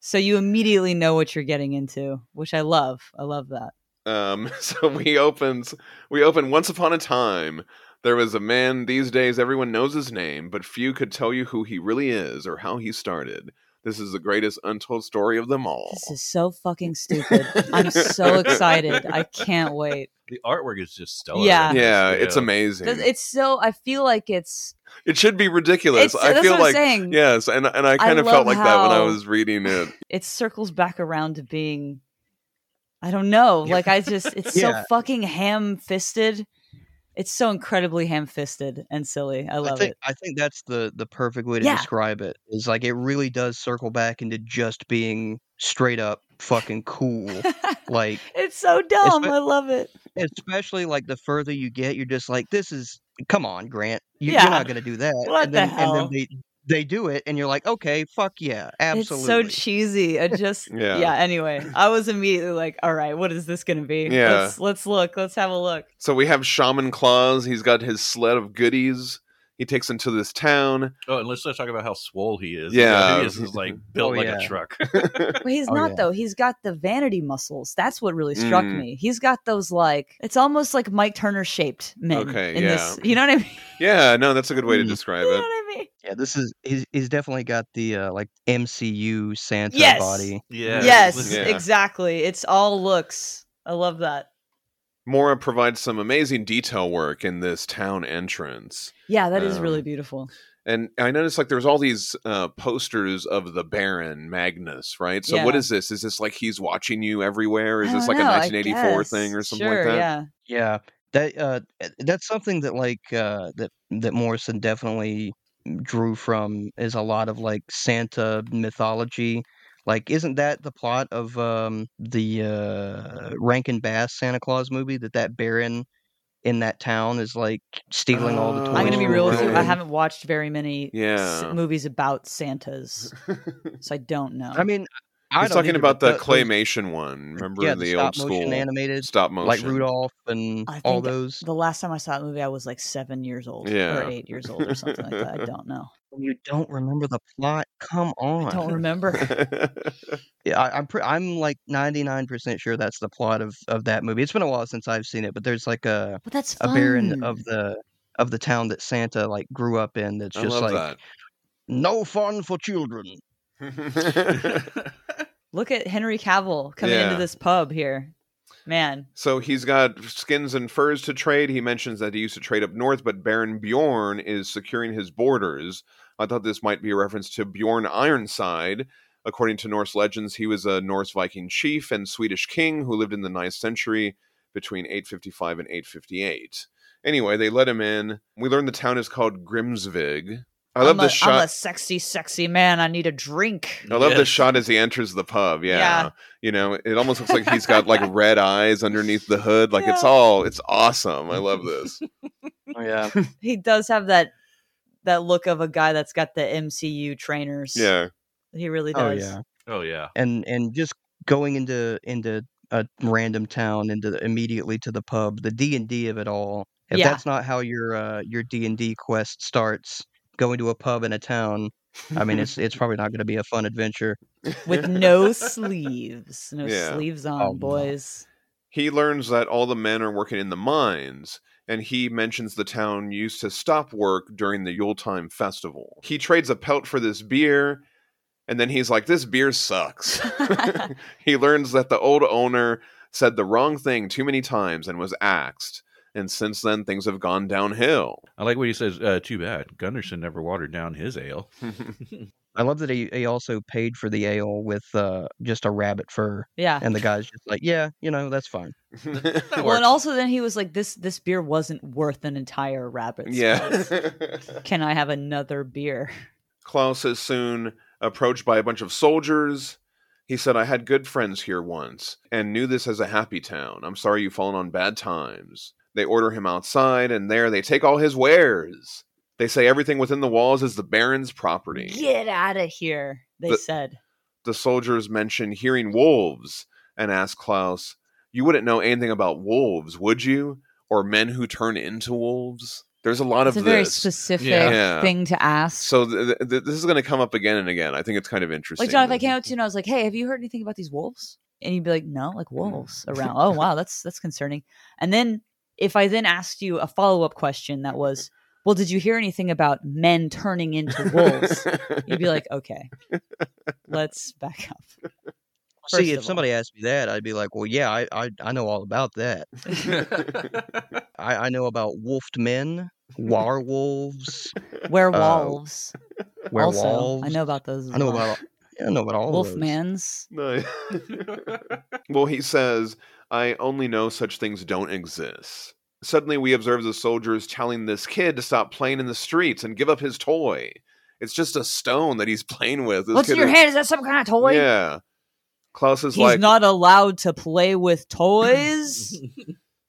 S5: So you immediately know what you're getting into, which I love. I love that.
S1: Um, so we opens we open once upon a time. There was a man these days everyone knows his name, but few could tell you who he really is or how he started. This is the greatest untold story of them all.
S5: This is so fucking stupid. I'm so excited. I can't wait.
S2: The artwork is just stellar.
S5: Yeah.
S2: in this.
S1: yeah, it's amazing.
S5: 'Cause It's so. I feel like it's.
S1: it should be ridiculous.
S5: it's
S1: I
S5: that's
S1: feel
S5: what
S1: like
S5: I'm saying.
S1: yes, and and I kind of
S5: love
S1: felt like that when I
S5: how-
S1: was reading it.
S5: It circles back around to being. I don't know. Like I just. It's so
S4: Yeah.
S5: fucking ham fisted. It's so incredibly ham fisted and silly. I
S4: I
S5: love
S4: think
S5: it.
S4: I think that's the the perfect way to
S5: Yeah.
S4: describe it. Is like it really does circle back into just being straight up fucking cool. like
S5: it's so dumb.
S4: been-
S5: I love it.
S4: especially like the further you get, you're just like, this is come on, Grant, you,
S5: Yeah.
S4: you're not gonna do that.
S5: What
S4: and
S5: the
S4: then,
S5: hell?
S4: And then they they do it, and you're like, okay, fuck yeah, absolutely.
S5: It's so cheesy. I just
S1: Yeah.
S5: yeah. Anyway, I was immediately like, "All right, what is this going to be?
S1: Yeah.
S5: Let's let's look. Let's have a look."
S1: So we have Shaman Claus. He's got his sled of goodies. He takes them to this town.
S2: Oh, and let's not talk about how swole he is.
S1: Yeah.
S2: he is is, like built
S4: Oh,
S2: like a
S4: yeah.
S2: truck.
S5: Well, he's
S4: Oh,
S5: not
S4: yeah.
S5: though. He's got the vanity muscles. That's what really struck
S1: Mm.
S5: me. He's got those like it's almost like Mike Turner shaped men.
S1: Okay,
S5: in
S1: yeah.
S5: This, you know what I mean?
S1: Yeah, no, that's a good way to
S4: Mm.
S1: describe
S5: You know
S1: it.
S5: what I mean?
S4: yeah, this is he's, he's definitely got the uh, like MCU Santa
S5: Yes!
S4: body.
S2: Yeah.
S5: Yes,
S1: Yeah.
S5: exactly. It's all looks. I love that.
S1: Mora provides some amazing detail work in this town entrance.
S5: Yeah, that is
S1: Um,
S5: really beautiful.
S1: And I noticed like there's all these uh, posters of the Baron Magnus, right? So what
S5: Yeah.
S1: is this? Is this like he's watching you everywhere? Is
S5: I
S1: this
S5: don't
S1: like
S5: know,
S1: a
S5: I
S1: 1984
S5: guess.
S1: thing or something
S5: Sure,
S1: like that?
S5: Yeah.
S4: Yeah, that uh, th- that's something that like uh, that that Morrison definitely drew from is a lot of like Santa mythology, Like, isn't that the plot of um, the uh, Rankin Bass Santa Claus movie? That that Baron in that town is like stealing all the
S1: Oh,
S4: toys.
S5: Uh, I'm gonna be
S4: from
S5: real with you. I
S4: children.
S5: haven't watched very many s-
S1: Yeah.
S5: movies about Santas, so I don't know.
S4: I mean, I
S1: He's
S4: don't
S1: talking
S4: either,
S1: about
S4: but
S1: the
S4: those-
S1: claymation one. Remember
S4: yeah,
S1: the,
S4: stop
S1: old
S4: motion
S1: school
S4: animated,
S1: stop motion,
S4: like Rudolph and
S5: I
S4: all
S5: think-
S4: those.
S5: the last time I saw that movie, I was like seven years old
S1: Yeah.
S5: or eight years old or something like that. I don't know.
S4: You don't remember the plot? Come on.
S5: I don't remember.
S4: Yeah, I, I'm pre- I'm like 99% sure that's the plot of of that movie. It's been a while since I've seen it, but there's like a
S5: But that's
S4: a
S5: fun.
S4: baron of the of the town that Santa like grew up in that's
S1: I
S4: just
S1: love
S4: like no fun for children.
S1: that.
S5: Look at Henry Cavill coming into
S1: Yeah.
S5: this pub here, man.
S1: so he's got skins and furs to trade. He mentions that he used to trade up north, but Baron Bjorn is securing his borders. I thought this might be a reference to Bjorn Ironside. According to Norse legends, he was a Norse Viking chief and Swedish king who lived in the 9th century between 855 and 858. Anyway, they let him in. We learn the town is called Grimsvig. I love
S5: am
S1: this
S5: a,
S1: shot.
S5: I'm a sexy, sexy man. I need a drink.
S1: I love this
S2: Yes.
S1: shot as he enters the pub. Yeah.
S5: Yeah.
S1: You know, it almost looks like he's got like red eyes underneath the hood. Like it's
S5: Yeah.
S1: all, it's awesome. I love this.
S4: Oh yeah.
S5: He does have that that look of a guy that's got the MCU trainers.
S1: Yeah.
S5: he really
S4: oh
S5: does.
S4: yeah.
S2: Oh yeah.
S4: And and just going into into a random town into the- immediately to the pub, the D&D of it all. If
S5: Yeah.
S4: that's not how your uh, your D&D quest starts, going to a pub in a town, I mean it's it's probably not going to be a fun adventure.
S5: With no sleeves, no
S1: Yeah.
S5: sleeves on,
S4: Oh, no.
S5: boys.
S1: he learns that all the men are working in the mines, and he mentions the town used to stop work during the Yuletime festival. He trades a pelt for this beer, and then he's like, This beer sucks. he learns that the old owner said the wrong thing too many times and was axed. And since then, things have gone downhill.
S2: I like what he says. Uh, too bad Gunderson never watered down his ale.
S4: I love that he, he also paid for the ale with uh, just a rabbit fur,
S5: Yeah.
S4: and the guy's just like, "Yeah, you know, that's fine."
S5: Well, and also then he was like, "This this beer wasn't worth an entire rabbit."
S1: Yeah.
S5: slice. Can I have another beer?
S1: Klaus is soon approached by a bunch of soldiers. He said, I had good friends here once and knew this as a happy town. I'm sorry you've fallen on bad times. They order him outside, and there they take all his wares. They say everything within the walls is the Baron's property.
S5: Get out of here, they
S1: But-
S5: said.
S1: The soldiers mention hearing wolves and ask Klaus, You wouldn't know anything about wolves, would you? Or men who turn into wolves? There's a lot
S5: It's a
S1: of
S5: very
S1: this.
S5: specific
S1: Yeah.
S5: thing to ask.
S1: So th- th- th- this is going to come up again and again. I think it's kind of interesting.
S5: like John, if I came up to you and I was like, "Hey, have you heard anything about these wolves?" and you'd be like, "No,
S1: Hmm.
S5: like wolves around." oh wow, that's that's concerning. And then if I then asked you a follow up question that was, "Well, did you hear anything about men turning into wolves?" you'd be like, "Okay, let's back up." First
S4: See,
S5: of
S4: if
S5: all.
S4: somebody asked me that, I'd be like, "Well, yeah, I I, I know all about that. I, I know about wolfed men, warwolves,
S1: Uh,
S5: werewolves.
S4: werewolves.
S5: Also, I know about those. As
S4: I know
S5: well.
S4: about. yeah, I know about all of those.
S5: wolfmans.
S1: No. well, he says, I only know such things don't exist. Suddenly, we observe the soldiers telling this kid to stop playing in the streets and give up his toy. It's just a stone that he's playing with. This
S5: What's in
S1: kid
S5: your
S1: is-
S5: hand? Is that some kind of toy?
S1: Yeah. Klaus is
S5: He's
S1: like,
S5: not allowed to play with toys.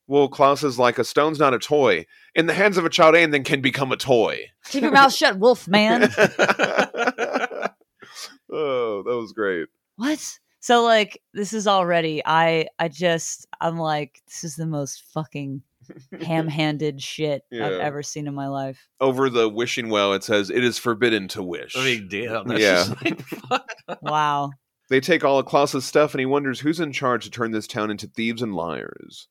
S1: well, Klaus is like, a stone's not a toy. In the hands of a child, anything can become a toy.
S5: Keep your mouth shut, wolf man.
S1: oh, that was great.
S5: what so like this is already i i just i'm like this is the most fucking ham-handed shit
S1: Yeah.
S5: i've ever seen in my life
S1: Over the wishing well, it says, it is forbidden to wish.
S2: I mean, damn. That's
S1: Yeah.
S2: Just like, fuck.
S5: wow
S1: They take all of Klaus's stuff and he wonders who's in charge to turn this town into thieves and liars.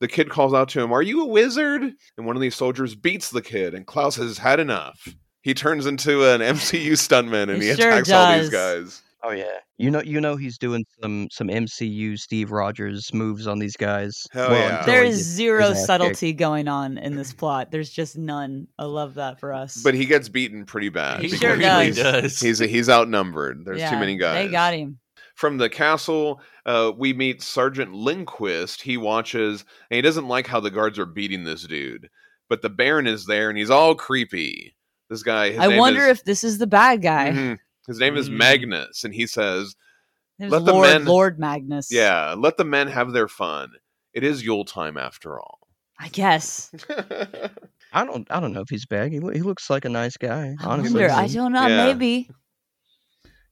S1: The kid calls out to him, Are you a wizard? And one of these soldiers beats the kid, and Klaus has had enough. He turns into an MCU stuntman and
S5: He
S1: he,
S5: sure
S1: attacks all these
S5: does.
S1: guys.
S4: Oh yeah. You know, you know, he's doing some some MCU Steve Rogers moves on these guys.
S1: Hell yeah.
S4: until
S5: there
S4: he
S5: is
S4: gets
S5: zero
S4: his ass kicked.
S5: subtlety going on in this plot there's just none i love that for us
S1: But he gets beaten pretty bad.
S5: He
S1: because
S5: sure
S2: really
S5: does.
S2: does.
S1: He's, he's outnumbered. There's
S5: Yeah,
S1: too many guys.
S5: they got him
S1: From the castle, uh, we meet Sergeant Lindquist. He watches and he doesn't like how the guards are beating this dude. But the Baron is there and he's all creepy. This guy, his
S5: i
S1: name
S5: wonder
S1: is-
S5: if this is the bad guy
S1: Mhm. His name is
S2: Mm.
S1: Magnus, and he says,
S5: There's
S1: Let the
S5: Lord,
S1: men-
S5: Lord Magnus.
S1: Yeah, let the men have their fun. It is Yule time after all.
S5: I guess.
S4: I don't. I don't know if he's back. He, loo- he looks like a nice guy.
S5: I
S4: Honestly,
S5: wonder. I don't know.
S1: Yeah.
S5: Maybe.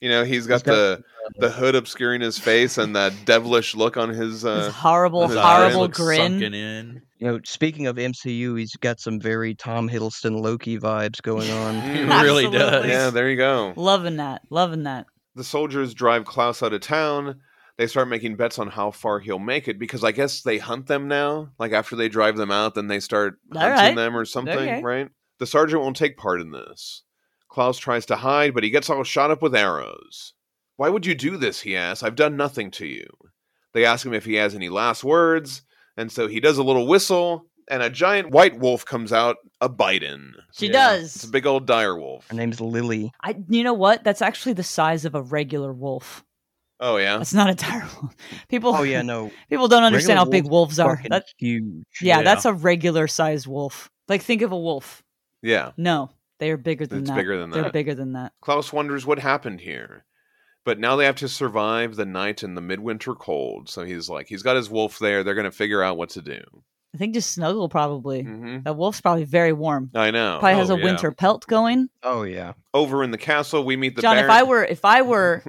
S1: you know, he's got
S4: got- uh,
S1: the the hood obscuring his face and that devilish look on his.
S5: This
S1: Uh,
S5: horrible,
S1: his eyes
S5: horrible
S1: look
S5: grin.
S2: Sunken in.
S4: you know. Speaking of MCU, he's got some very Tom Hiddleston Loki vibes going on.
S5: Mm-hmm.
S2: He
S1: mm,
S2: really
S5: Absolutely.
S2: does.
S1: yeah, there you go.
S5: Loving that. Loving that.
S1: the soldiers drive Klaus out of town. They start making bets on how far he'll make it because I guess they hunt them now. Like after they drive them out, then they start
S5: All
S1: hunting
S5: right.
S1: them or something,
S5: Okay.
S1: right? The sergeant won't take part in this. Klaus tries to hide, but he gets all shot up with arrows. Why would you do this? He asks. I've done nothing to you. They ask him if he has any last words, and so he does a little whistle, and a giant white wolf comes out a biting.
S5: She
S2: Yeah.
S1: It's a
S5: does.
S1: big old dire wolf.
S4: Her name's Lily.
S5: I, you know what? That's actually the size of a regular wolf.
S1: Oh yeah.
S5: That's not a dire wolf. People.
S4: Oh yeah, no,
S5: People don't understand
S4: Regular
S5: how big wolves are.
S4: fucking
S5: That,
S4: huge.
S5: yeah,
S2: Yeah.
S5: that's a regular sized wolf. Like think of a wolf.
S1: Yeah.
S5: No, they are bigger than
S1: It's
S5: that.
S1: bigger than that.
S5: They're bigger than that.
S1: Klaus wonders what happened here. But now they have to survive the night in the midwinter cold. So he's like, he's got his wolf there. They're going to figure out what to do.
S5: I think just snuggle probably.
S1: hmm
S5: That wolf's probably very warm.
S1: I know.
S5: Eh. Probably has
S2: oh,
S5: a
S2: yeah.
S5: winter pelt going.
S4: Oh yeah.
S1: Over in the castle, we meet the
S5: John,
S1: baron.
S5: if I were if I were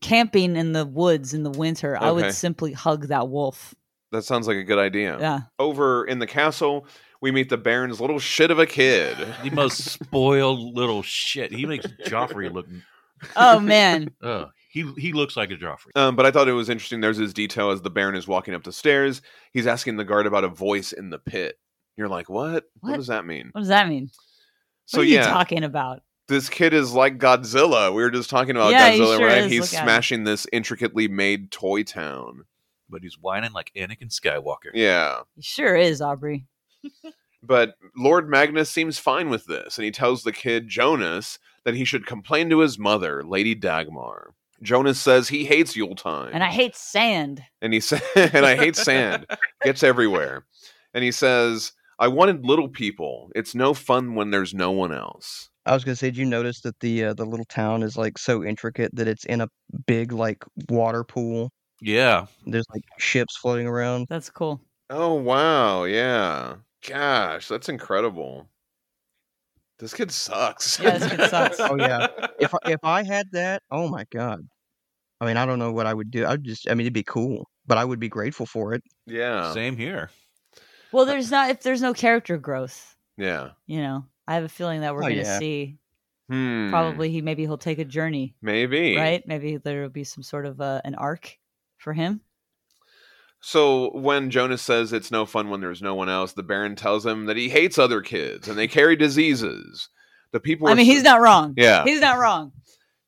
S5: camping in the woods in the winter, I
S1: Okay. Oh.
S5: would simply hug that wolf.
S1: that sounds like a good idea.
S5: Yeah.
S1: Over in the castle, we meet the baron's little shit of a kid.
S2: The most spoiled little shit. He makes Joffrey look.
S5: Oh man.
S2: Uh, he he looks like a Joffrey.
S1: Um, but I thought it was interesting. There's this detail as the baron is walking up the stairs. He's asking the guard about a voice in the pit. You're like, what? What,
S5: What?
S1: does that mean?
S5: what does that mean?
S1: so
S5: what are you
S1: yeah,
S5: talking about?
S1: this kid is like Godzilla. We were just talking about
S5: Yeah, he
S1: Godzilla,
S5: sure
S1: right?
S5: is.
S1: He's
S5: Look at him.
S1: smashing this intricately made toy town.
S2: but he's whining like Anakin Skywalker.
S1: Yeah.
S5: It sure is, Aubrey.
S1: But Lord Magnus seems fine with this, and he tells the kid, Jonas, that he should complain to his mother, Lady Dagmar. Jonas says he hates Yuletide.
S5: And I hate sand.
S1: and he said and I hate sand. Gets everywhere. And he says, I wanted little people. It's no fun when there's no one else.
S4: I was gonna say, did you notice that the uh, the little town is like so intricate that it's in a big like water pool?
S2: Yeah,
S4: There's like ships floating around.
S5: That's cool.
S1: Oh wow, yeah. Gosh, that's incredible. This kid sucks.
S5: Yeah, this kid sucks.
S4: Oh, yeah. If I, if I had that, oh my god. I mean, I don't know what I would do. I'd just, I mean, it'd be cool, but I would be grateful for it.
S1: yeah.
S2: Same here.
S5: Well, there's not if there's no character growth,
S1: Yeah.
S5: you know. I have a feeling that we're
S4: Oh,
S5: gonna
S4: yeah.
S5: see
S1: Hmm.
S5: probably he maybe he'll take a journey,
S1: Maybe.
S5: right? Maybe there will be some sort of uh, an arc for him.
S1: So when Jonas says it's no fun when there's no one else, the Baron tells him that he hates other kids and they carry diseases. The people
S5: I
S1: are
S5: mean, he's not wrong.
S1: Yeah.
S5: He's not wrong.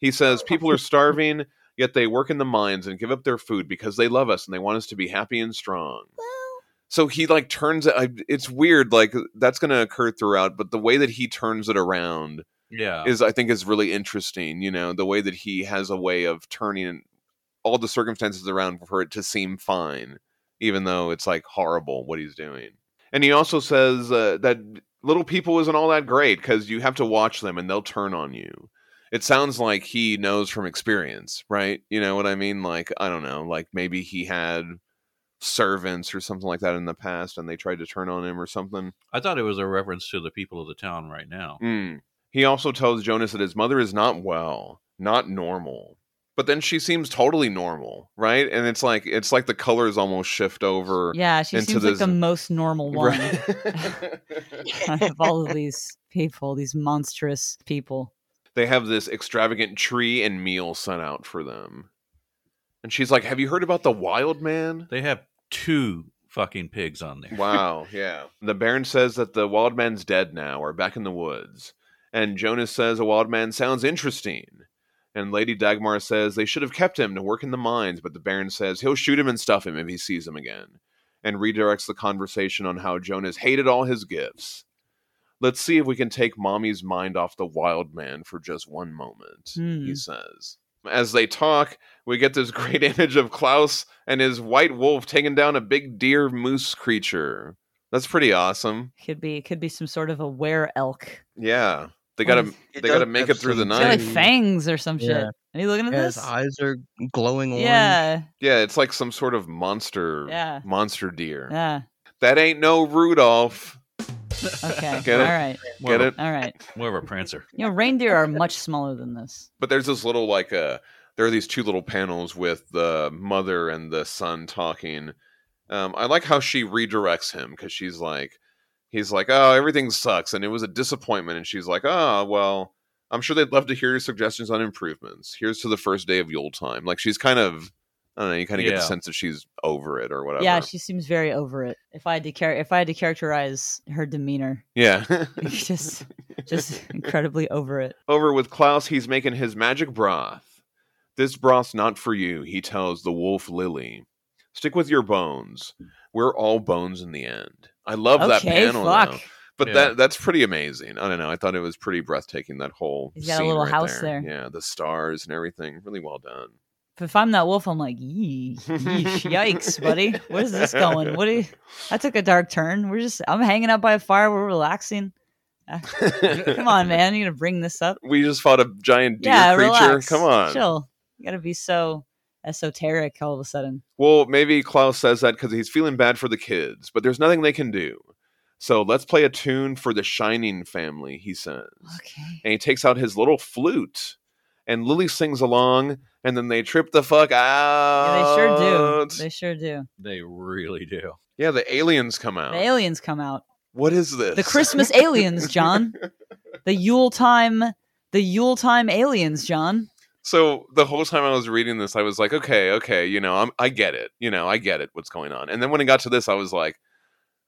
S1: He says people are starving, yet they work in the mines and give up their food because they love us and they want us to be happy and strong. So he like turns I- it's weird like that's going to occur throughout, but the way that he turns it around
S2: Yeah,
S1: is I think is really interesting. You know, the way that he has a way of turning all the circumstances around for it to seem fine, even though it's like horrible what he's doing. And he also says uh, that little people isn't all that great because you have to watch them and they'll turn on you. It sounds like he knows from experience, right? You know what I mean? Like I don't know, like maybe he had servants or something like that in the past and they tried to turn on him or something.
S2: I thought it was a reference to the people of the town right now.
S1: Mm. He also tells Jonas that his mother is not well, not normal. But then she seems totally normal, right? And it's like it's like the colors almost shift over.
S5: Yeah, she
S1: Into
S5: seems like the
S1: this-
S5: most normal one
S1: Right.
S5: out of all of these people, these monstrous people.
S1: they have this extravagant tree and meal sent out for them. And she's like, "Have you heard about the wild man?"
S2: They have two fucking pigs on there.
S1: Wow, yeah. The Baron says that the wild man's dead now or back in the woods. And Jonas says a wild man sounds interesting. And Lady Dagmar says they should have kept him to work in the mines, but the Baron says he'll shoot him and stuff him if he sees him again. And redirects the conversation on how Jonas hated all his gifts. Let's see if we can take mommy's mind off the wild man for just one moment,
S5: Hmm.
S1: he says. As they talk, we get this great image of Klaus and his white wolf taking down a big deer moose creature. That's pretty awesome.
S5: Could be could be some sort of a were elk.
S1: Yeah. They gotta
S5: Well,
S1: they gotta make it through the
S5: He's got like
S1: night.
S5: fangs or some shit.
S4: Yeah.
S5: Are you looking at
S4: Yeah, his
S5: this?
S4: eyes are glowing orange.
S5: Yeah,
S1: Yeah, it's like some sort of monster
S5: Yeah.
S1: monster deer.
S5: yeah.
S1: That ain't no Rudolph.
S5: Okay,
S1: Get it?
S5: all right,
S2: More
S1: Get
S2: of
S1: it?
S2: a-
S5: all right.
S2: More of a prancer.
S5: You know, reindeer are much smaller than this.
S1: But there's this little like uh there are these two little panels with the mother and the son talking. Um, I like how she redirects him because she's like, he's like, oh, everything sucks and it was a disappointment, and she's like, oh, well, I'm sure they'd love to hear your suggestions on improvements. Here's to the first day of Yule time. Like she's kind of, I don't know, you kind of get the
S2: Yeah.
S1: sense that she's over it or whatever.
S5: Yeah, she seems very over it. If I had to char- if I had to characterize her demeanor,
S1: yeah.
S5: just just incredibly over it.
S1: Over with Klaus, he's making his magic broth. This broth's not for you, he tells the wolf Lily. Stick with your bones. We're all bones in the end. I love that
S5: okay,
S1: panel.
S5: fuck.
S1: though. But
S2: Yeah.
S1: that that's pretty amazing. I don't know. I thought it was pretty breathtaking that whole
S5: He's got a
S1: scene
S5: little
S1: right
S5: house there.
S1: Yeah, the stars and everything. Really well done.
S5: If I'm that wolf, I'm like, yee, yeesh, yikes, buddy. What is this going? What do you? I took a dark turn. We're just, I'm hanging out by a fire. We're relaxing. Uh, Come on, man. You're going to bring this up.
S1: We just fought a giant deer
S5: yeah,
S1: creature.
S5: relax.
S1: Come on.
S5: Chill. You got to be so esoteric all of a sudden.
S1: Well, maybe Klaus says that because he's feeling bad for the kids, but there's nothing they can do. So let's play a tune for the Shining family, he says.
S5: Okay.
S1: And he takes out his little flute, and Lily sings along, and then they trip the fuck
S5: Yeah,
S1: out.
S5: they sure do. They sure do.
S2: They really do.
S1: yeah, the aliens come out.
S5: The aliens come out.
S1: what is this?
S5: The Christmas aliens, John. The Yule time. The Yule time aliens, John.
S1: so the whole time I was reading this, I was like, okay, okay, you know, I'm, I get it. You know, I get it, what's going on. And then when it got to this, I was like,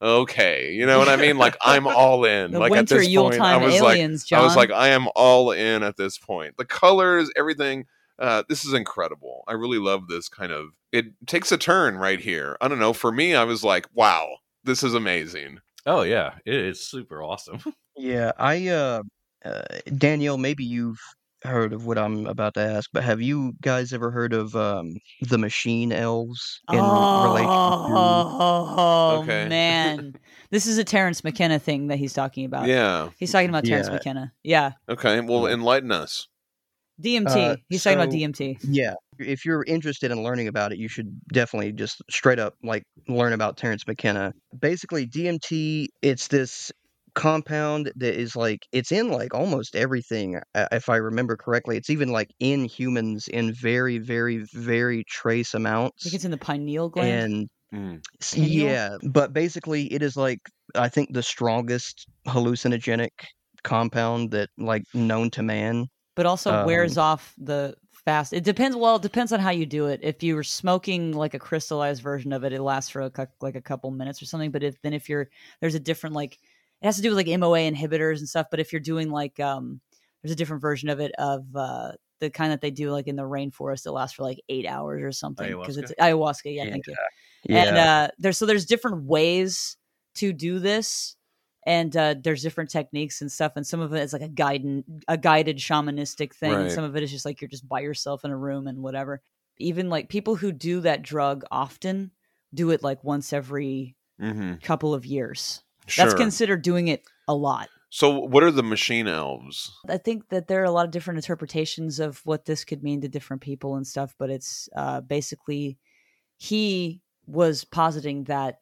S1: okay, you know what I mean? Like, I'm all in.
S5: The
S1: like, at
S5: winter
S1: this
S5: Yule
S1: point, I
S5: time
S1: was like,
S5: aliens, John.
S1: I was like, I am all in at this point. The colors, everything. Uh, this is incredible. I really love this kind of. It takes a turn right here. I don't know. For me, I was like, wow, this is amazing.
S2: Oh yeah, it is super awesome.
S4: Yeah, I uh, uh Danielle, maybe you've heard of what I'm about to ask, but have you guys ever heard of um the machine elves in relation to
S5: oh,
S1: Okay.
S5: man. This is a Terrence McKenna thing that he's talking about.
S1: Yeah.
S5: He's talking about Terrence
S4: Yeah.
S5: McKenna. Yeah.
S1: Okay. Well, enlighten us.
S5: DMT.
S4: Uh,
S5: he's talking about
S4: so-
S5: DMT.
S4: Yeah. If you're interested in learning about it, you should definitely just straight up like learn about Terrence McKenna. Basically, DMT, it's this compound that is like it's in like almost everything uh, if I remember correctly. It's even like in humans in very very very trace
S5: I
S4: amounts.
S5: think it's in the pineal gland.
S4: and
S1: Mm.
S4: s-
S5: Pineal?
S4: yeah, but basically it is like I think the strongest hallucinogenic compound that like known to man.
S5: but also wears
S4: um,
S5: off the fast. It depends. Well, it depends on how you do it. If you're smoking like a crystallized version of it, it lasts for a, cou- like a couple minutes or something. But if then if you're there's a different like it has to do with like MOA inhibitors and stuff. But if you're doing like um there's a different version of it of uh the kind that they do like in the rainforest that lasts for like eight hours or something because it's ayahuasca. Yeah, thank you. And uh, there's so there's different ways to do this, and uh, there's different techniques and stuff. And some of it is like a guided, a guided shamanistic thing.
S1: Right.
S5: And some of it is just like you're just by yourself in a room and whatever. Even like people who do that drug often do it like once every
S1: hmm
S5: couple of years.
S1: Sure.
S5: That's considered doing it a lot.
S1: so, what are the machine elves?
S5: I think that there are a lot of different interpretations of what this could mean to different people and stuff, but it's uh, basically he was positing that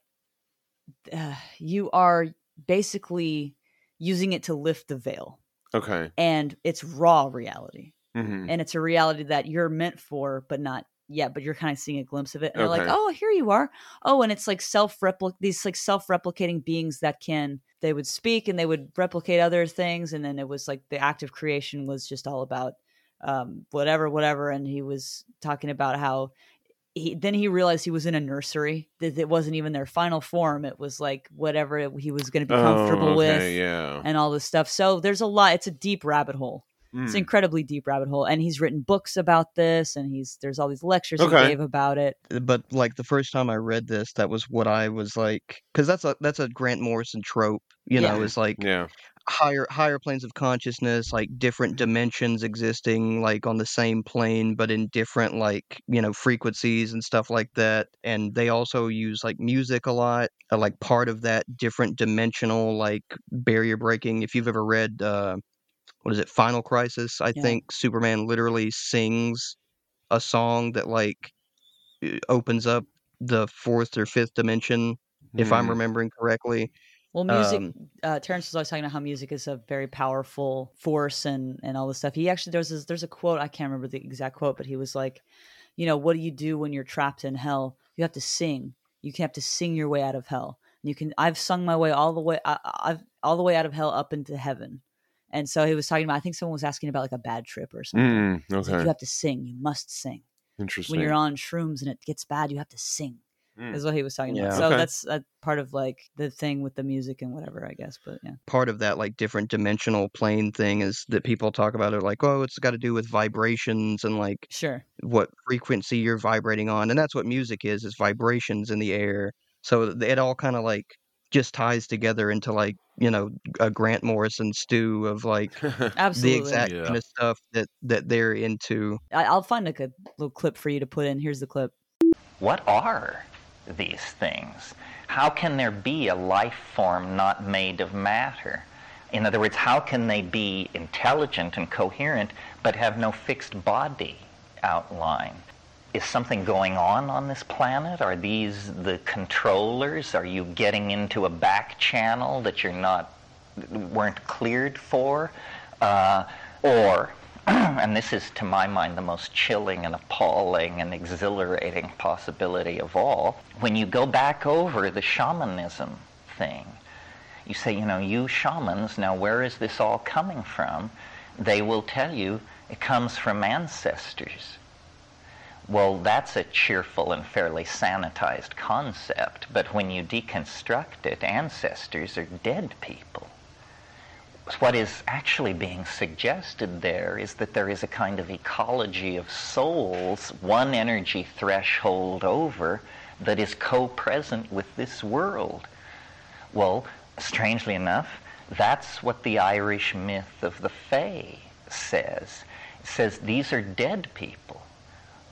S5: uh, you are basically using it to lift the veil
S1: Okay.
S5: and it's raw reality
S1: hmm
S5: and it's a reality that you're meant for but not yet but you're kind of seeing a glimpse of it and you're like
S1: Okay.
S5: oh here you are oh and it's like self-replic these like self-replicating beings that can they would speak and they would replicate other things and then it was like the act of creation was just all about um whatever whatever and he was talking about how he then he realized he was in a nursery that it wasn't even their final form it was like whatever he was going to be comfortable
S1: oh, okay,
S5: with
S1: Yeah.
S5: and all this stuff so there's a lot it's a deep rabbit hole it's an
S1: Mm.
S5: incredibly deep rabbit hole, and he's written books about this, and he's there's all these lectures
S1: Okay.
S5: he gave about it.
S4: but like the first time I read this, that was what I was like, because that's a that's a Grant Morrison trope, you
S5: Yeah.
S4: know, is like
S1: Yeah.
S4: higher higher planes of consciousness, like different dimensions existing, like on the same plane but in different like you know frequencies and stuff like that. And they also use like music a lot, uh, like part of that different dimensional like barrier breaking. If you've ever read. uh what is it final crisis i
S5: Yeah.
S4: think superman literally sings a song that like uh, opens up the fourth or fifth dimension if i'm
S1: Mm.
S4: remembering correctly
S5: Well, Mm. music.
S4: Um,
S5: uh, Terrence was always talking about how music is a very powerful force and and all this stuff. He actually there's this, there's a quote I can't remember the exact quote, but he was like, you know, what do you do when you're trapped in hell? You have to sing. You can have to sing your way out of hell. And you can. I've sung my way all the way. I, I've all the way out of hell up into heaven. And so he was talking about. I think someone was asking about like a bad trip or something.
S1: Mm,
S5: It's like,
S1: okay.
S5: you have to sing. You must sing.
S1: Interesting.
S5: When you're on shrooms and it gets bad, you have to sing.
S1: Mm.
S5: Is what he was talking
S4: Yeah.
S5: about. So
S1: Okay.
S5: that's uh part of like the thing with the music and whatever, I guess. But yeah.
S4: part of that like different dimensional plane thing is that people talk about it like oh it's got to do with vibrations and like
S5: Sure.
S4: what frequency you're vibrating on and that's what music is is vibrations in the air so th- it all kind of like just ties together into like you know a grant morrison stew of like
S5: Absolutely.
S4: the exact
S2: Yeah.
S4: kind of stuff that that they're into
S5: I, I'll find like a little clip for you to put in. Here's the clip.
S6: What are these things? How can there be a life form not made of matter? In other words, how can they be intelligent and coherent but have no fixed body outline? Is something going on on this planet? Are these the controllers? Are you getting into a back channel that you're not weren't cleared for, uh, or, and this is to my mind the most chilling and appalling and exhilarating possibility of all, when you go back over the shamanism thing, you say, you know, you shamans, now where is this all coming from? They will tell you it comes from ancestors. Well, that's a cheerful and fairly sanitized concept, but when you deconstruct it, ancestors are dead people. What is actually being suggested there is that there is a kind of ecology of souls, one energy threshold over, that is co present with this world. Well, strangely enough, that's what the Irish myth of the Fae says. It says these are dead people.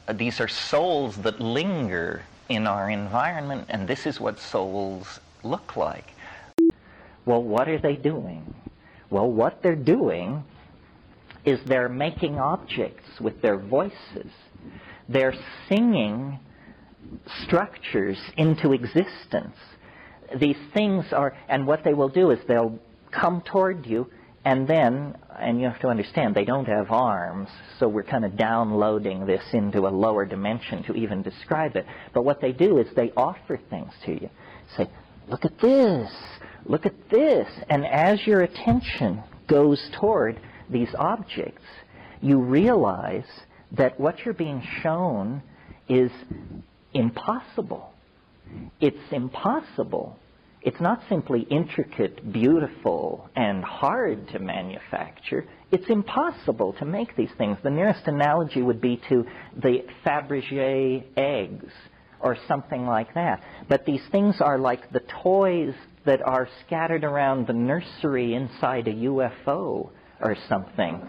S6: Uh, These are souls that linger in our environment, and this is what souls look like. Well, what are they doing? Well, what they're doing is they're making objects with their voices. They're singing structures into existence. These things are, and what they will do is they'll come toward you, and then, and you have to understand, they don't have arms, so we're kind of downloading this into a lower dimension to even describe it. But what they do is they offer things to you. Say, look at this, look at this. And as your attention goes toward these objects, you realize that what you're being shown is impossible. It's impossible. It's not simply intricate, beautiful, and hard to manufacture. It's impossible to make these things. The nearest analogy would be to the Fabergé eggs or something like that. But these things are like the toys that are scattered around the nursery inside a UFO or something.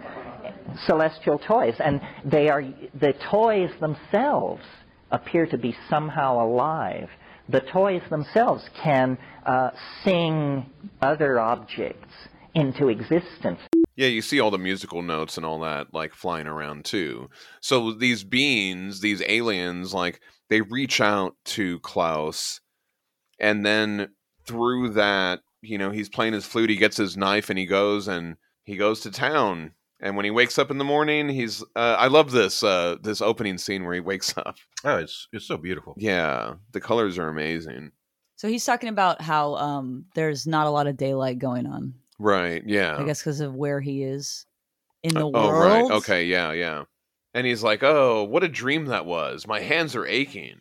S6: Celestial toys. And they are, the toys themselves appear to be somehow alive. The toys themselves can uh, sing other objects into existence.
S1: Yeah, you see all the musical notes and all that like flying around too. So these beings, these aliens, like they reach out to Klaus, and then through that, you know, he's playing his flute. He gets his knife and he goes and he goes to town. And when he wakes up in the morning, he's uh, I love this uh, this opening scene where he wakes up.
S2: Oh, it's it's so beautiful.
S1: Yeah, the colors are amazing.
S5: So he's talking about how um, there's not a lot of daylight going on.
S1: Right? Yeah.
S5: I guess because of where he is in the
S1: Oh. Uh,
S5: world.
S1: right. Okay. Yeah. Yeah. And he's like, "Oh, what a dream that was! My hands are aching."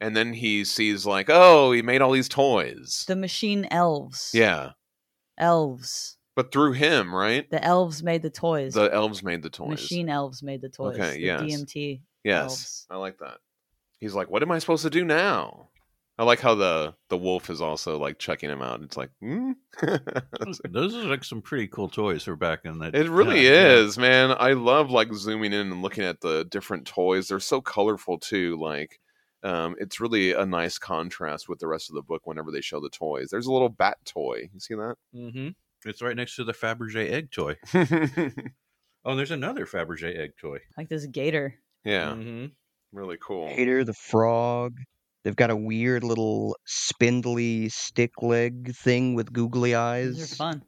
S1: And then he sees like, "Oh, he made all these toys."
S5: The machine elves.
S1: yeah,
S5: Elves.
S1: but through him, right?
S5: The elves made the toys.
S1: The elves made the toys.
S5: machine elves made the toys.
S1: Okay,
S5: The
S1: yes.
S5: DMT.
S1: yes,
S5: elves.
S1: I like that. He's like, "What am I supposed to do now?" I like how the the wolf is also like checking him out. It's like, hmm?
S5: Mm.
S2: Those- Those are like some pretty cool toys for back in that.
S1: It really
S2: time, yeah.
S1: is, man. I love like zooming in and looking at the different toys. They're so colorful too. Like, um, it's really a nice contrast with the rest of the book whenever they show the toys. There's a little bat toy. You see that?
S2: Mhm. It's right next to the Fabergé egg toy. Oh, and there's another Fabergé egg toy.
S5: Like this gator.
S1: yeah,
S2: Mm-hmm.
S1: really cool.
S4: Hater the frog. They've got a weird little spindly stick leg thing with googly
S5: These are
S4: eyes.
S5: fun.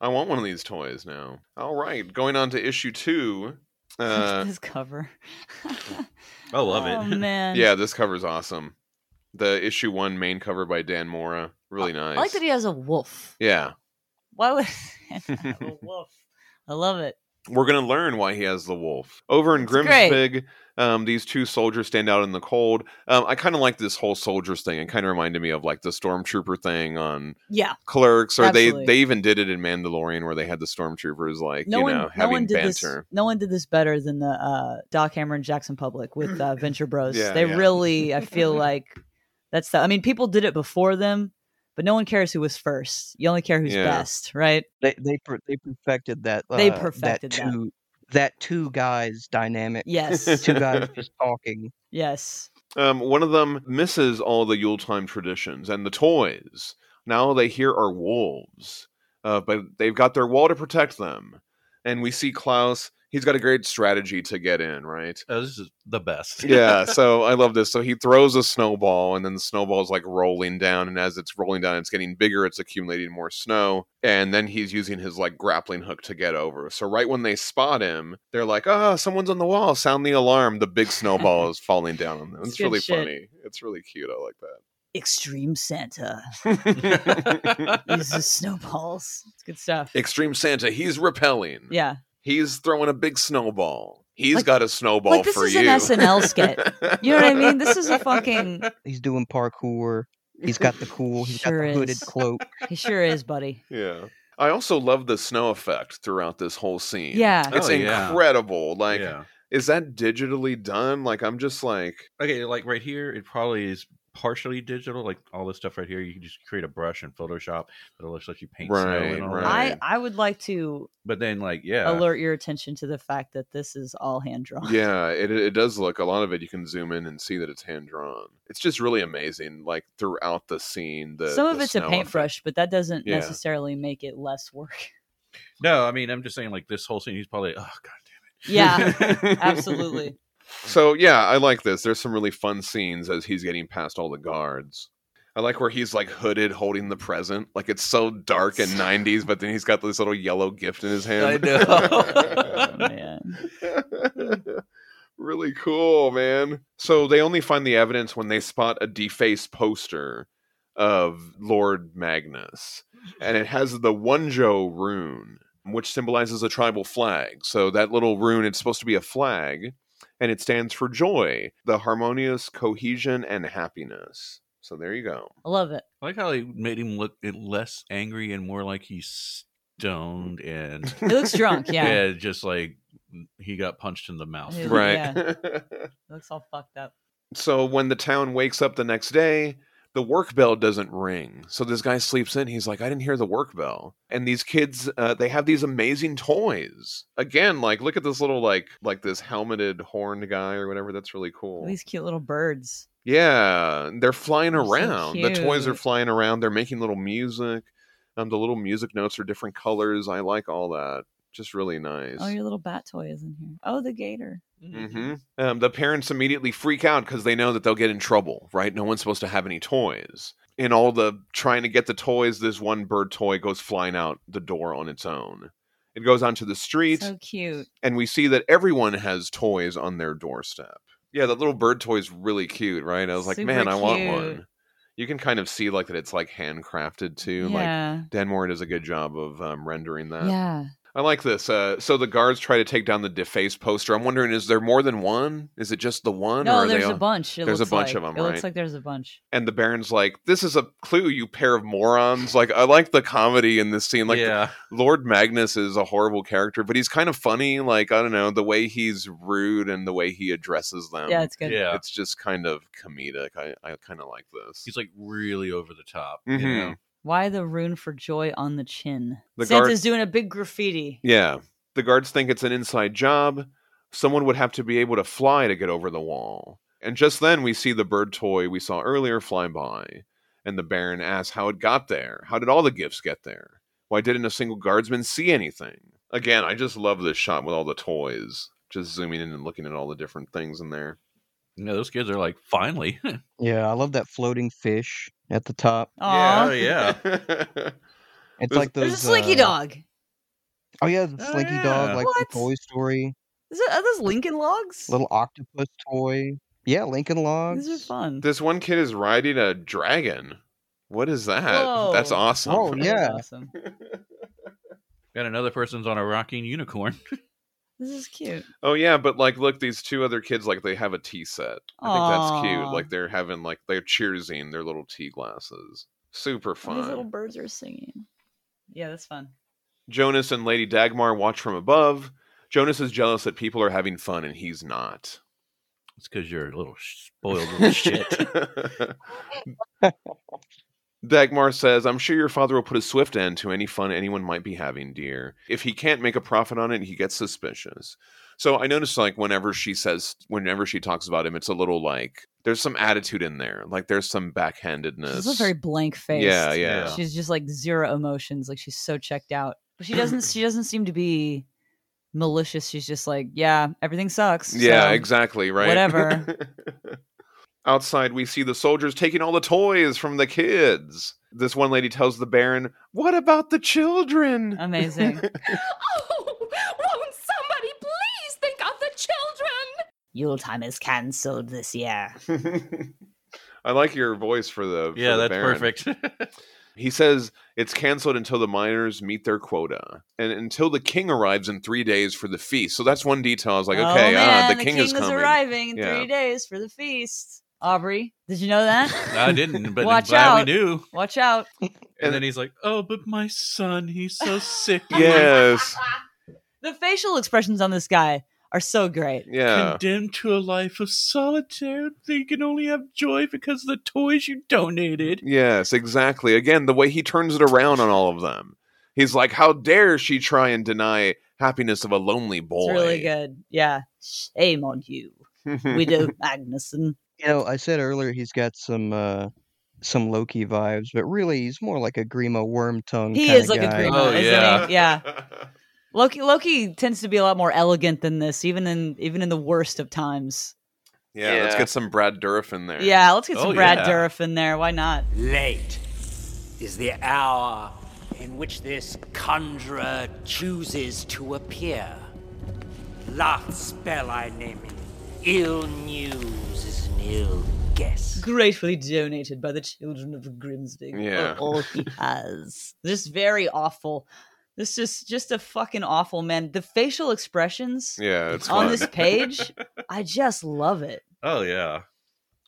S1: I want one of these toys now. All right, going on to issue two. Uh,
S5: this cover.
S2: I love
S5: Oh
S2: it.
S5: man.
S1: yeah, this cover's awesome. The issue one main cover by Dan Mora, really nice.
S5: I like that he has a wolf.
S1: yeah,
S5: Why would have a wolf? I love it.
S1: we're gonna learn why he has the wolf over in
S5: It's great.
S1: Grimsbig. Um, these two soldiers stand out in the cold. Um, I kind of like this whole soldiers thing. It kind of reminded me of like the stormtrooper thing on
S5: Yeah.
S1: Clerks, or
S5: Absolutely.
S1: they they even did it in Mandalorian where they had the stormtroopers like
S5: No
S1: you
S5: one
S1: know
S5: no
S1: having
S5: one did
S1: banter.
S5: this no one did this better than the uh Doc Hammer and Jackson Public with uh, Venture Bros.
S1: Yeah,
S5: they
S1: yeah.
S5: really I feel like that's the I mean people did it before them, but no one cares who was first. You only care who's
S1: Yeah.
S5: best, right?
S4: They they per- they perfected that.
S5: They
S4: uh,
S5: perfected that.
S4: that two that. two guys dynamic.
S5: Yes.
S4: Two guys just talking.
S5: yes.
S1: Um, one of them misses all the Yuletime traditions and the toys. Now all they hear are wolves, uh, but they've got their wall to protect them. And we see Klaus; he's got a great strategy to get in, right?
S2: Oh, this is the best.
S1: yeah, so I love this. So he throws a snowball, and then the snowball's like rolling down, and as it's rolling down, it's getting bigger, it's accumulating more snow, and then he's using his like grappling hook to get over. So right when they spot him, they're like, "Ah, someone's on the wall! Sound the alarm! The big snowball is falling down on them."
S5: It's
S1: It's really
S5: good shit.
S1: funny. It's really cute. I like
S5: Extreme Santa
S1: that.
S5: uses snowballs. It's good stuff.
S1: Extreme Santa, he's repelling.
S5: Yeah.
S1: He's throwing a big snowball. He's
S5: Like-
S1: got a snowball
S5: like this
S1: for
S5: is
S1: you.
S5: an SNL skit. You know what I mean? This is a fucking
S4: He's doing parkour. He's got the cool. He's
S5: Sure
S4: got the hooded
S5: is.
S4: cloak.
S5: He sure is, buddy.
S1: Yeah. I also love the snow effect throughout this whole scene.
S5: Yeah.
S1: It's
S2: Oh, yeah.
S1: incredible. Like
S2: yeah.
S1: is that digitally done? Like I'm just like
S2: Okay, like right here, it probably is partially digital. Like all this stuff right here, you can just create a brush in Photoshop that looks like you paint snow
S1: Right,
S2: and all
S1: right.
S2: that.
S5: I, I would like to
S2: But then, like, yeah,
S5: alert your attention to the fact that this is all hand drawn.
S1: yeah, it it does look a lot of it you can zoom in and see that it's hand drawn. It's just really amazing like throughout the scene the
S5: Some of
S1: the
S5: it's a
S1: snow
S5: paintbrush, but that doesn't
S1: Yeah.
S5: necessarily make it less work.
S2: no, I mean, I'm just saying, like, this whole scene, he's probably, oh god
S5: Yeah,
S1: effect.
S5: absolutely.
S1: So yeah, I like this. There's some really fun scenes as he's getting past all the guards. I like where he's like hooded, holding the present. Like it's so dark and '90s, but then he's got this little yellow gift in his hand.
S2: I know.
S5: Oh, man.
S1: really cool, man. So they only find the evidence when they spot a defaced poster of Lord Magnus, and it has the Wonjo rune, which symbolizes a tribal flag. So that little rune, it's supposed to be a flag, and it stands for joy, the harmonious cohesion and happiness. So there you go.
S5: I love it.
S2: I like how they made him look eh, less angry and more like he's stoned and
S5: He looks drunk.
S2: yeah,
S5: Yeah.
S2: just like he got punched in the mouth.
S5: Yeah.
S1: Right.
S5: He looks all fucked up.
S1: So when the town wakes up the next day, the work bell doesn't ring. So this guy sleeps in. He's like, I didn't hear the work bell. And these kids, uh, they have these amazing toys. Again, like look at this little like like this helmeted horned guy or whatever. That's really cool.
S5: These cute little birds.
S1: Yeah, they're flying
S5: They're so
S1: around. the toys are
S5: cute.
S1: flying around. They're making little music. Um, the little music notes are different colors. I like all that. Just really nice.
S5: Oh, your little bat toy is in here. Oh, the gator. Mm-hmm.
S1: hmm Um, the parents immediately freak out because they know that they'll get in trouble, right? No one's supposed to have any toys. In all the trying to get the toys, this one bird toy goes flying out the door on its own. It goes onto the street,
S5: So cute.
S1: and we see that everyone has toys on their doorstep. Yeah, that little bird toy is really cute, right? I was like,
S5: Super
S1: man, I want
S5: cute.
S1: one. You can kind of see like that it's like handcrafted too. Like
S5: yeah.
S1: Dan Moore does a good job of um, rendering that.
S5: yeah.
S1: I like this. Uh, so the guards try to take down the defaced poster. I'm wondering, is there more than one? Is it just the one?
S5: No,
S1: are
S5: there's a
S1: all-
S5: bunch. It
S1: there's a
S5: looks
S1: bunch
S5: like.
S1: of 'em,
S5: It
S1: right?
S5: looks like there's a bunch.
S1: And the Baron's like, "This is a clue, you pair of morons." Like, I like the comedy in this scene. Like,
S2: yeah,
S1: Lord Magnus is a horrible character, but he's kind of funny. Like, I don't know, the way he's rude and the way he addresses them.
S5: yeah, it's good.
S2: yeah.
S1: it's just kind of comedic. I, I kind of like this.
S2: He's like really over the top. You
S1: Mhm.
S2: know?
S5: Why the rune for joy on the chin?
S1: The
S5: Santa's
S1: guard-
S5: doing a big graffiti.
S1: Yeah. The guards think it's an inside job. Someone would have to be able to fly to get over the wall. And just then we see the bird toy we saw earlier fly by. And the Baron asks how it got there. How did all the gifts get there? Why didn't a single guardsman see anything? Again, I just love this shot with all the toys. Just zooming in and looking at all the different things in there.
S2: You know, those kids are like, finally.
S4: Yeah, I love that floating fish at the top.
S5: Aw.
S2: yeah.
S4: It's
S1: There's-
S4: like
S5: There's
S4: those
S5: a slinky
S4: uh,
S5: dog.
S4: Oh yeah, the
S2: Oh,
S4: slinky
S2: yeah.
S4: dog, like
S5: What?
S4: the Toy Story,
S5: Is it, are those Lincoln logs?
S4: little octopus toy. Yeah, Lincoln Logs.
S5: These are fun.
S1: this one kid is riding a dragon. What is that?
S5: Whoa.
S1: That's awesome.
S4: Oh,
S5: That is
S4: yeah.
S5: awesome.
S2: Got another person's on a rocking unicorn.
S5: This is cute.
S1: Oh yeah, but like, look, these two other kids like they have a tea set. I think that's cute.
S5: Aw.
S1: Like they're having like they're cheersing their little tea glasses. Super
S5: And These
S1: fun.
S5: little birds are singing. Yeah, that's fun.
S1: Jonas and Lady Dagmar watch from above. Jonas is jealous that people are having fun and he's not.
S2: It's because you're a little spoiled little shit.
S1: Dagmar says, I'm sure your father will put a swift end to any fun anyone might be having, dear. If he can't make a profit on it, he gets suspicious. So I notice, like, whenever she says, whenever she talks about him, it's a little like, there's some attitude in there. Like, there's some backhandedness.
S5: She's a very blank face.
S1: yeah, yeah.
S2: Yeah.
S5: She's just like zero emotions. Like she's so checked out. But she doesn't. she doesn't seem to be malicious. She's just like, yeah, everything sucks.
S1: Yeah,
S5: so
S1: exactly, right?
S5: whatever.
S1: Outside, we see the soldiers taking all the toys from the kids. This one lady tells the Baron, What about the children?
S5: Amazing.
S7: Oh, won't somebody please think of the children?
S5: Yule time is cancelled this year.
S1: I like your voice for the. for
S2: yeah,
S1: the
S2: that's
S1: Baron.
S2: perfect.
S1: He says it's canceled until the miners meet their quota and until the king arrives in three days for the feast. So that's one detail. I was like,
S5: oh,
S1: okay,
S5: man,
S1: ah, the,
S5: the,
S1: king, is coming.
S5: arriving in
S1: Yeah.
S5: three days for the feast. Aubrey, did you know that?
S2: I didn't, but
S5: Watch
S2: I'm glad
S5: out.
S2: we knew. And,
S5: Watch out.
S1: And-
S2: then he's like, oh, but my son, he's so sick.
S1: yes.
S5: The facial expressions on this guy are so great.
S1: Yeah.
S2: Condemned to a life of solitaire, they can only have joy because of the toys you donated.
S1: Yes, exactly. Again, the way he turns it around on all of them. He's like, how dare she try and deny happiness of a lonely boy?
S5: It's really good. Yeah. Shame on you, Widow Magnuson.
S4: You know, I said earlier he's got some uh some Loki vibes, but really he's more like a Grima worm tongue.
S5: He
S4: kinda
S5: is like a
S4: guy.
S5: Grima,
S2: Oh,
S5: isn't
S2: yeah.
S5: he? Yeah. Loki Loki tends to be a lot more elegant than this, even in even in the worst of times.
S1: yeah, let's
S8: Yeah.
S1: get some Brad Dourif in there.
S5: Yeah, let's get some
S2: Oh,
S5: Brad
S2: yeah.
S5: Dourif in there. Why not?
S9: Late is the hour in which this conjurer chooses to appear. Last spell I name it. Ill news is an ill guess.
S5: Gratefully donated by the children of Grimsby.
S1: Yeah.
S5: For all he has. Just very awful. This is just a fucking awful man. The facial expressions
S1: Yeah, it's
S5: on
S1: fun.
S5: this page, I just love it.
S2: Oh, yeah.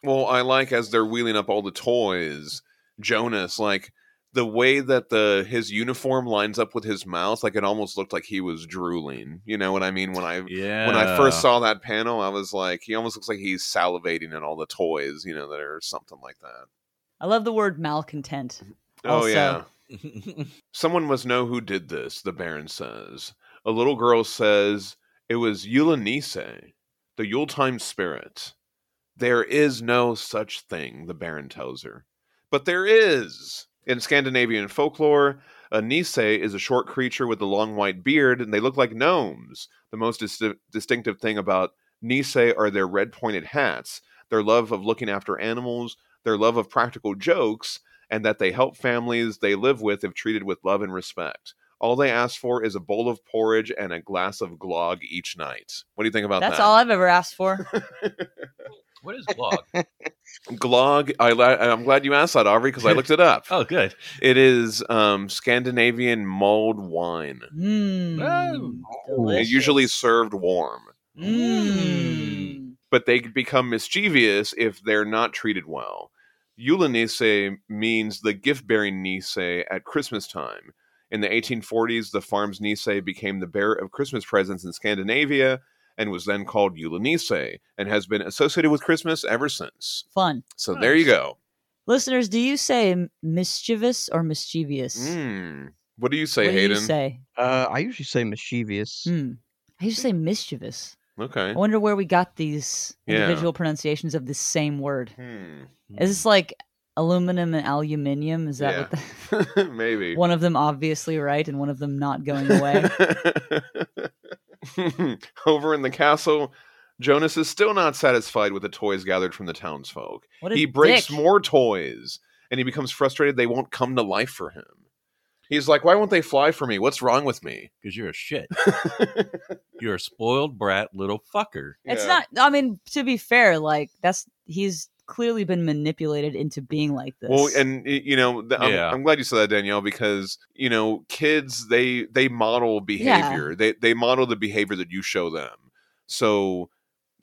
S1: Well, I like as they're wheeling up all the toys, Jonas, like the way that the his uniform lines up with his mouth, like it almost looked like he was drooling. You know what I mean? When I
S2: Yeah.
S1: when I first saw that panel, I was like, he almost looks like he's salivating at all the toys, you know, that are something like that.
S5: I love the word malcontent.
S1: oh
S5: Also-
S1: yeah. Someone must know who did this, the Baron says. A little girl says, It was Eulanice, the Yuletime spirit. There is no such thing, the Baron tells her. But there is! In Scandinavian folklore, a Nise is a short creature with a long white beard, and they look like gnomes. The most dis- distinctive thing about Nise are their red pointed hats, their love of looking after animals, their love of practical jokes, and that they help families they live with if treated with love and respect. All they ask for is a bowl of porridge and a glass of glog each night. What do you think about
S5: That's
S1: that?
S5: all I've ever asked for.
S2: What is vlog?
S1: glog. I la- I'm glad you asked that, Aubrey, because I looked it up.
S2: oh, good.
S1: It is um, Scandinavian mulled wine.
S5: Mmm.
S1: It's usually Mm. served warm,
S5: Mmm.
S1: but they become mischievous if they're not treated well. Eulanice means the gift bearing Nice at Christmas time. In the 1840s, the farm's Nice became the bearer of Christmas presents in Scandinavia and was then called Eulanice and has been associated with Christmas ever since.
S5: Fun.
S1: So there you go.
S5: Listeners, do you say m- mischievous or mischievous?
S1: Mm. What do you
S5: what
S1: say,
S5: do
S1: Hayden?
S5: you say?
S4: Uh, I usually say mischievous.
S5: Hmm. I usually say mischievous.
S1: Okay.
S5: I wonder where we got these
S1: Yeah.
S5: individual pronunciations of the same word.
S1: Hmm.
S5: Is this like aluminum and aluminium. Is that
S1: Yeah.
S5: what the,
S1: Maybe.
S5: one of them obviously right and one of them not going away?
S1: Over in the castle, Jonas is still not satisfied with the toys gathered from the townsfolk.
S5: What a
S1: He breaks
S5: dick.
S1: more toys and he becomes frustrated they won't come to life for him. He's like, Why won't they fly for me? What's wrong with me?
S2: because you're a shit. you're a spoiled brat, little fucker.
S5: It's
S1: Yeah.
S5: not. I mean, to be fair, like that's he's clearly been manipulated into being like this.
S1: Well, and y- you know, th- I'm,
S2: Yeah.
S1: I'm glad you said that, Danielle, because you know, kids they they model behavior. They they model the behavior that you show them. So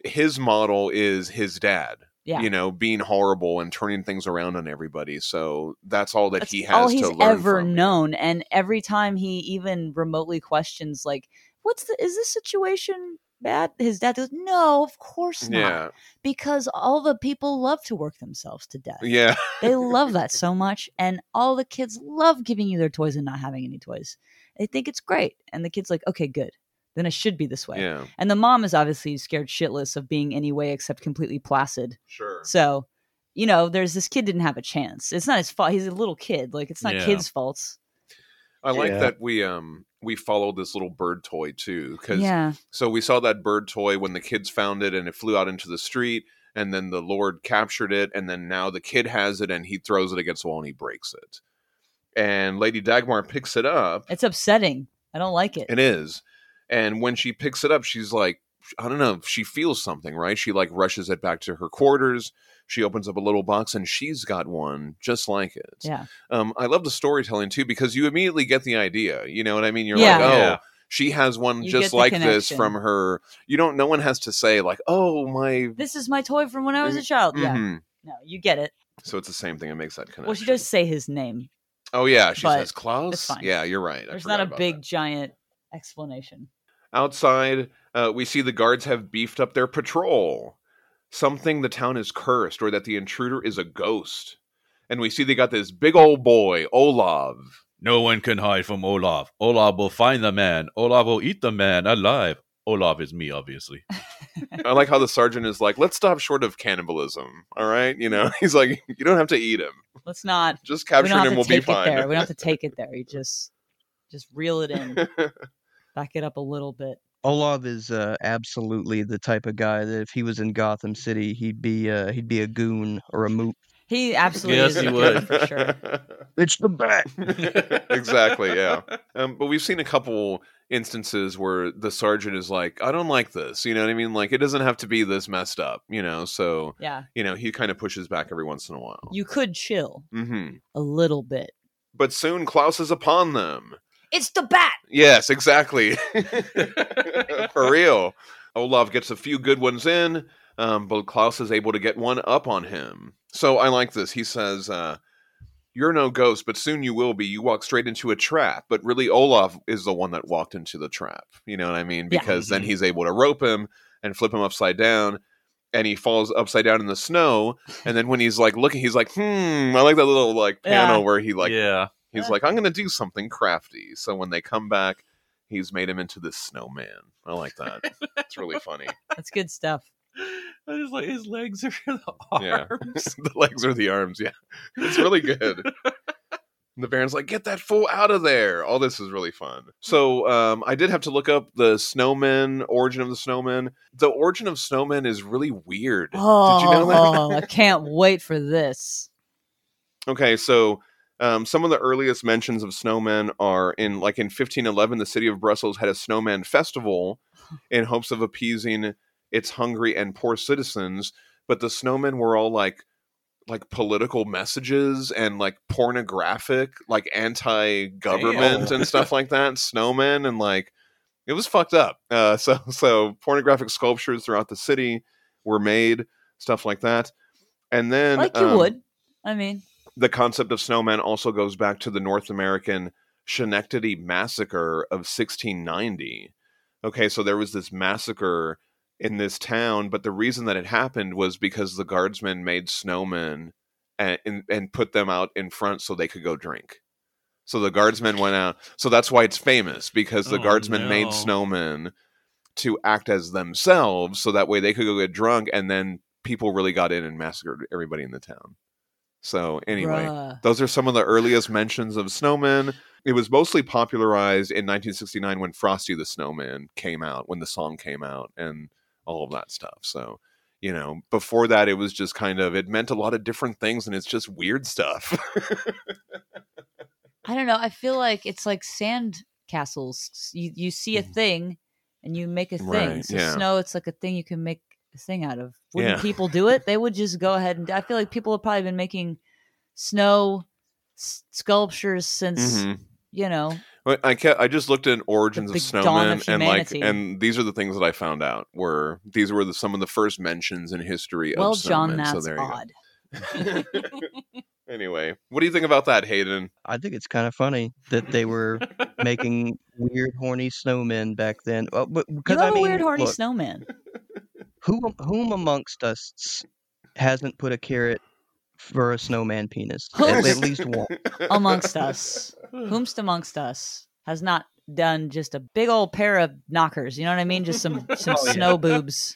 S1: his model is his dad.
S5: Yeah.
S1: You know, being horrible and turning things around on everybody. So that's all that
S5: that's
S1: he has.
S5: all he's
S1: to learn
S5: ever
S1: from.
S5: known. And every time he even remotely questions, like, "What's the is this situation bad?" His dad goes, "No, of course not,
S1: Yeah,
S5: because all the people love to work themselves to death.
S1: yeah,
S5: they love that so much, and all the kids love giving you their toys and not having any toys. They think it's great, and the kid's like, "Okay, good." Then it should be this way.
S1: yeah.
S5: And the mom is obviously scared shitless of being any way except completely placid.
S1: Sure.
S5: So, you know, there's this kid didn't have a chance. It's not his fault. He's a little kid. Like it's not
S2: Yeah.
S5: kid's fault.
S1: I like
S2: Yeah.
S1: that we um we followed this little bird toy too because
S5: Yeah.
S1: So we saw that bird toy when the kids found it and it flew out into the street and then the Lord captured it and then now the kid has it and he throws it against the wall and he breaks it. And Lady Dagmar picks it up.
S5: It's upsetting. I don't like it.
S1: It is. And when she picks it up, she's like, I don't know, she feels something, right? She like rushes it back to her quarters. She opens up a little box and she's got one just like it.
S5: Yeah.
S1: Um, I love the storytelling too because you immediately get the idea. You know what I mean? You're
S5: Yeah.
S1: like, oh,
S2: Yeah.
S1: she has one
S5: You get
S1: just
S5: the
S1: like this
S5: connection.
S1: from her. You don't. No one has to say like, oh my.
S5: This is my toy from when I was a child. Yeah.
S1: mhm.
S5: No, you get it.
S1: So it's the same thing. It makes that connection.
S5: Well, she does say his name.
S1: Oh yeah, she
S5: but
S1: says Klaus.
S5: fine.
S1: Yeah, you're right. I
S5: There's
S1: forgot
S5: not a
S1: about
S5: big
S1: that.
S5: giant explanation.
S1: Outside, uh, we see the guards have beefed up their patrol. Something the town is cursed, or that the intruder is a ghost. And we see they got this big old boy, Olav.
S2: No one can hide from Olaf. Olaf will find the man. Olaf will eat the man alive. Olaf is me, obviously.
S1: I like how the sergeant is like, let's stop short of cannibalism. All right. You know, he's like, you don't have to eat him.
S5: Let's not
S1: Just
S5: we don't
S1: capturing
S5: have
S1: him
S5: to
S1: will be
S5: take it
S1: fine.
S5: there. We don't have to take it there. You just just reel it in. Back it up a little bit.
S4: Olav is uh, absolutely the type of guy that if he was in Gotham City, he'd be uh, he'd be a goon or a moot.
S5: He absolutely
S2: Yes,
S5: is a
S2: he
S5: goon
S2: would.
S5: for sure.
S4: It's the bat.
S1: exactly, yeah. Um, but we've seen a couple instances where the sergeant is like, I don't like this. You know what I mean? Like, it doesn't have to be this messed up, you know? So,
S5: Yeah.
S1: you know, he kind of pushes back every once in a while.
S5: You could chill
S1: hmm
S5: a little bit.
S1: But soon Klaus is upon them.
S5: It's the bat.
S1: Yes, exactly. For real. Olaf gets a few good ones in, um, but Klaus is able to get one up on him. So I like this. He says, uh, You're no ghost, but soon you will be. You walk straight into a trap. But really, Olaf is the one that walked into the trap. You know what I mean?
S5: Yeah. Mm-hmm.
S1: Because then
S2: Mhm.
S1: he's able to rope him and flip him upside down. And he falls upside down in the snow. And then when he's like looking, he's like, hmm, I like that little like
S5: Yeah.
S1: panel where he like
S2: yeah.
S1: He's
S5: Yeah.
S1: like, I'm going to do something crafty. So when they come back, he's made him into this snowman. I like that. it's really funny.
S5: That's good stuff.
S2: I just like his legs are the
S1: Yeah.
S2: arms.
S1: the legs are the arms. Yeah. It's really good. The Baron's like, get that fool out of there. All this is really fun. So um, I did have to look up the snowman, origin of the snowman. The origin of snowman is really weird.
S5: Oh,
S1: Did you know that?
S5: oh, I can't wait for this.
S1: Okay, so um, some of the earliest mentions of snowmen are in like in 1511, the city of Brussels had a snowman festival in hopes of appeasing its hungry and poor citizens. But the snowmen were all like like political messages and like pornographic, like anti-government
S2: Damn.
S1: and stuff like that. Snowmen and like it was fucked up. Uh, so so pornographic sculptures throughout the city were made, stuff like that. And then
S5: like you
S1: um,
S5: would. I mean,
S1: the concept of snowmen also goes back to the North American Schenectady massacre of 1690. Okay, so there was this massacre in this town, but the reason that it happened was because the guardsmen made snowmen and and, and put them out in front so they could go drink. So the guardsmen went out. So that's why it's famous because the
S2: Oh,
S1: guardsmen made
S2: no.
S1: snowmen to act as themselves so that way they could go get drunk and then people really got in and massacred everybody in the town. So anyway,
S5: Bruh.
S1: those are some of the earliest mentions of snowmen. It was mostly popularized in 1969 when Frosty the Snowman came out, when the song came out, and all of that stuff. So, you know, before that, it was just kind of, it meant a lot of different things and it's just weird stuff.
S5: I don't know. I feel like it's like sand castles. You you see a
S1: Mhm.
S5: thing and you make a thing.
S1: Right,
S5: so
S1: yeah.
S5: snow, it's like a thing you can make a thing out of. Wouldn't
S1: Yeah.
S5: people do it? They would just go ahead and. I feel like people have probably been making snow s- sculptures since
S1: Mhm.
S5: you know.
S1: Well, I kept, I just looked at origins of
S5: big dawn
S1: snowmen
S5: of
S1: and like
S5: humanity.
S1: and these are the things that I found out were these were the, some of the first mentions in history
S5: well,
S1: of
S5: John,
S1: snowmen.
S5: that's
S1: so there you
S5: odd.
S1: go. anyway, what do you think about that, Hayden?
S4: I think it's kind of funny that they were making weird, horny snowmen back then. Uh, but
S5: You
S4: because
S5: have
S4: I mean,
S5: a weird horny
S4: look,
S5: snowman.
S4: who am- whom amongst us hasn't put a carrot for a snowman penis? At, at
S5: Who's-
S4: least one.
S5: amongst us, whomst amongst us has not done just a big old pair of knockers. You know what I mean? Just some some
S4: Oh, yeah.
S5: snow boobs,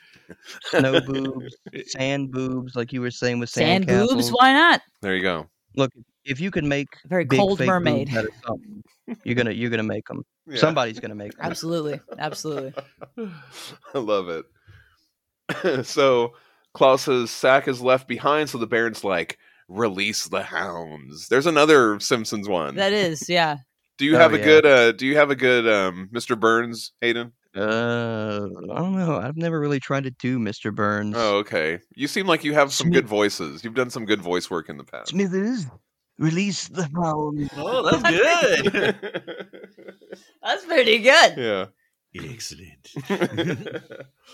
S4: Snow boobs, sand boobs, like you were saying with
S5: sand,
S4: sand,
S5: boobs. Why not?
S1: There you go.
S4: Look, if you can make
S5: Very
S4: big
S5: cold
S4: fake
S5: mermaid.
S4: boobs out of something, you're gonna you're gonna make them.
S1: Yeah.
S4: Somebody's gonna make them.
S5: Absolutely, absolutely.
S1: I love it. so Klaus's sack is left behind, so the Baron's like, release the hounds. There's another Simpsons one.
S5: That is, yeah.
S1: do you
S4: Oh,
S1: have a
S4: yeah.
S1: good uh do you have a good um Mr. Burns, Hayden?
S4: Uh, I don't know. I've never really tried to do Mr. Burns.
S1: Oh, okay. You seem like you have some good voices. You've done some good voice work in the past.
S4: Smithers, release the hound.
S2: Oh, that's good.
S5: That's pretty good.
S1: yeah.
S2: Excellent.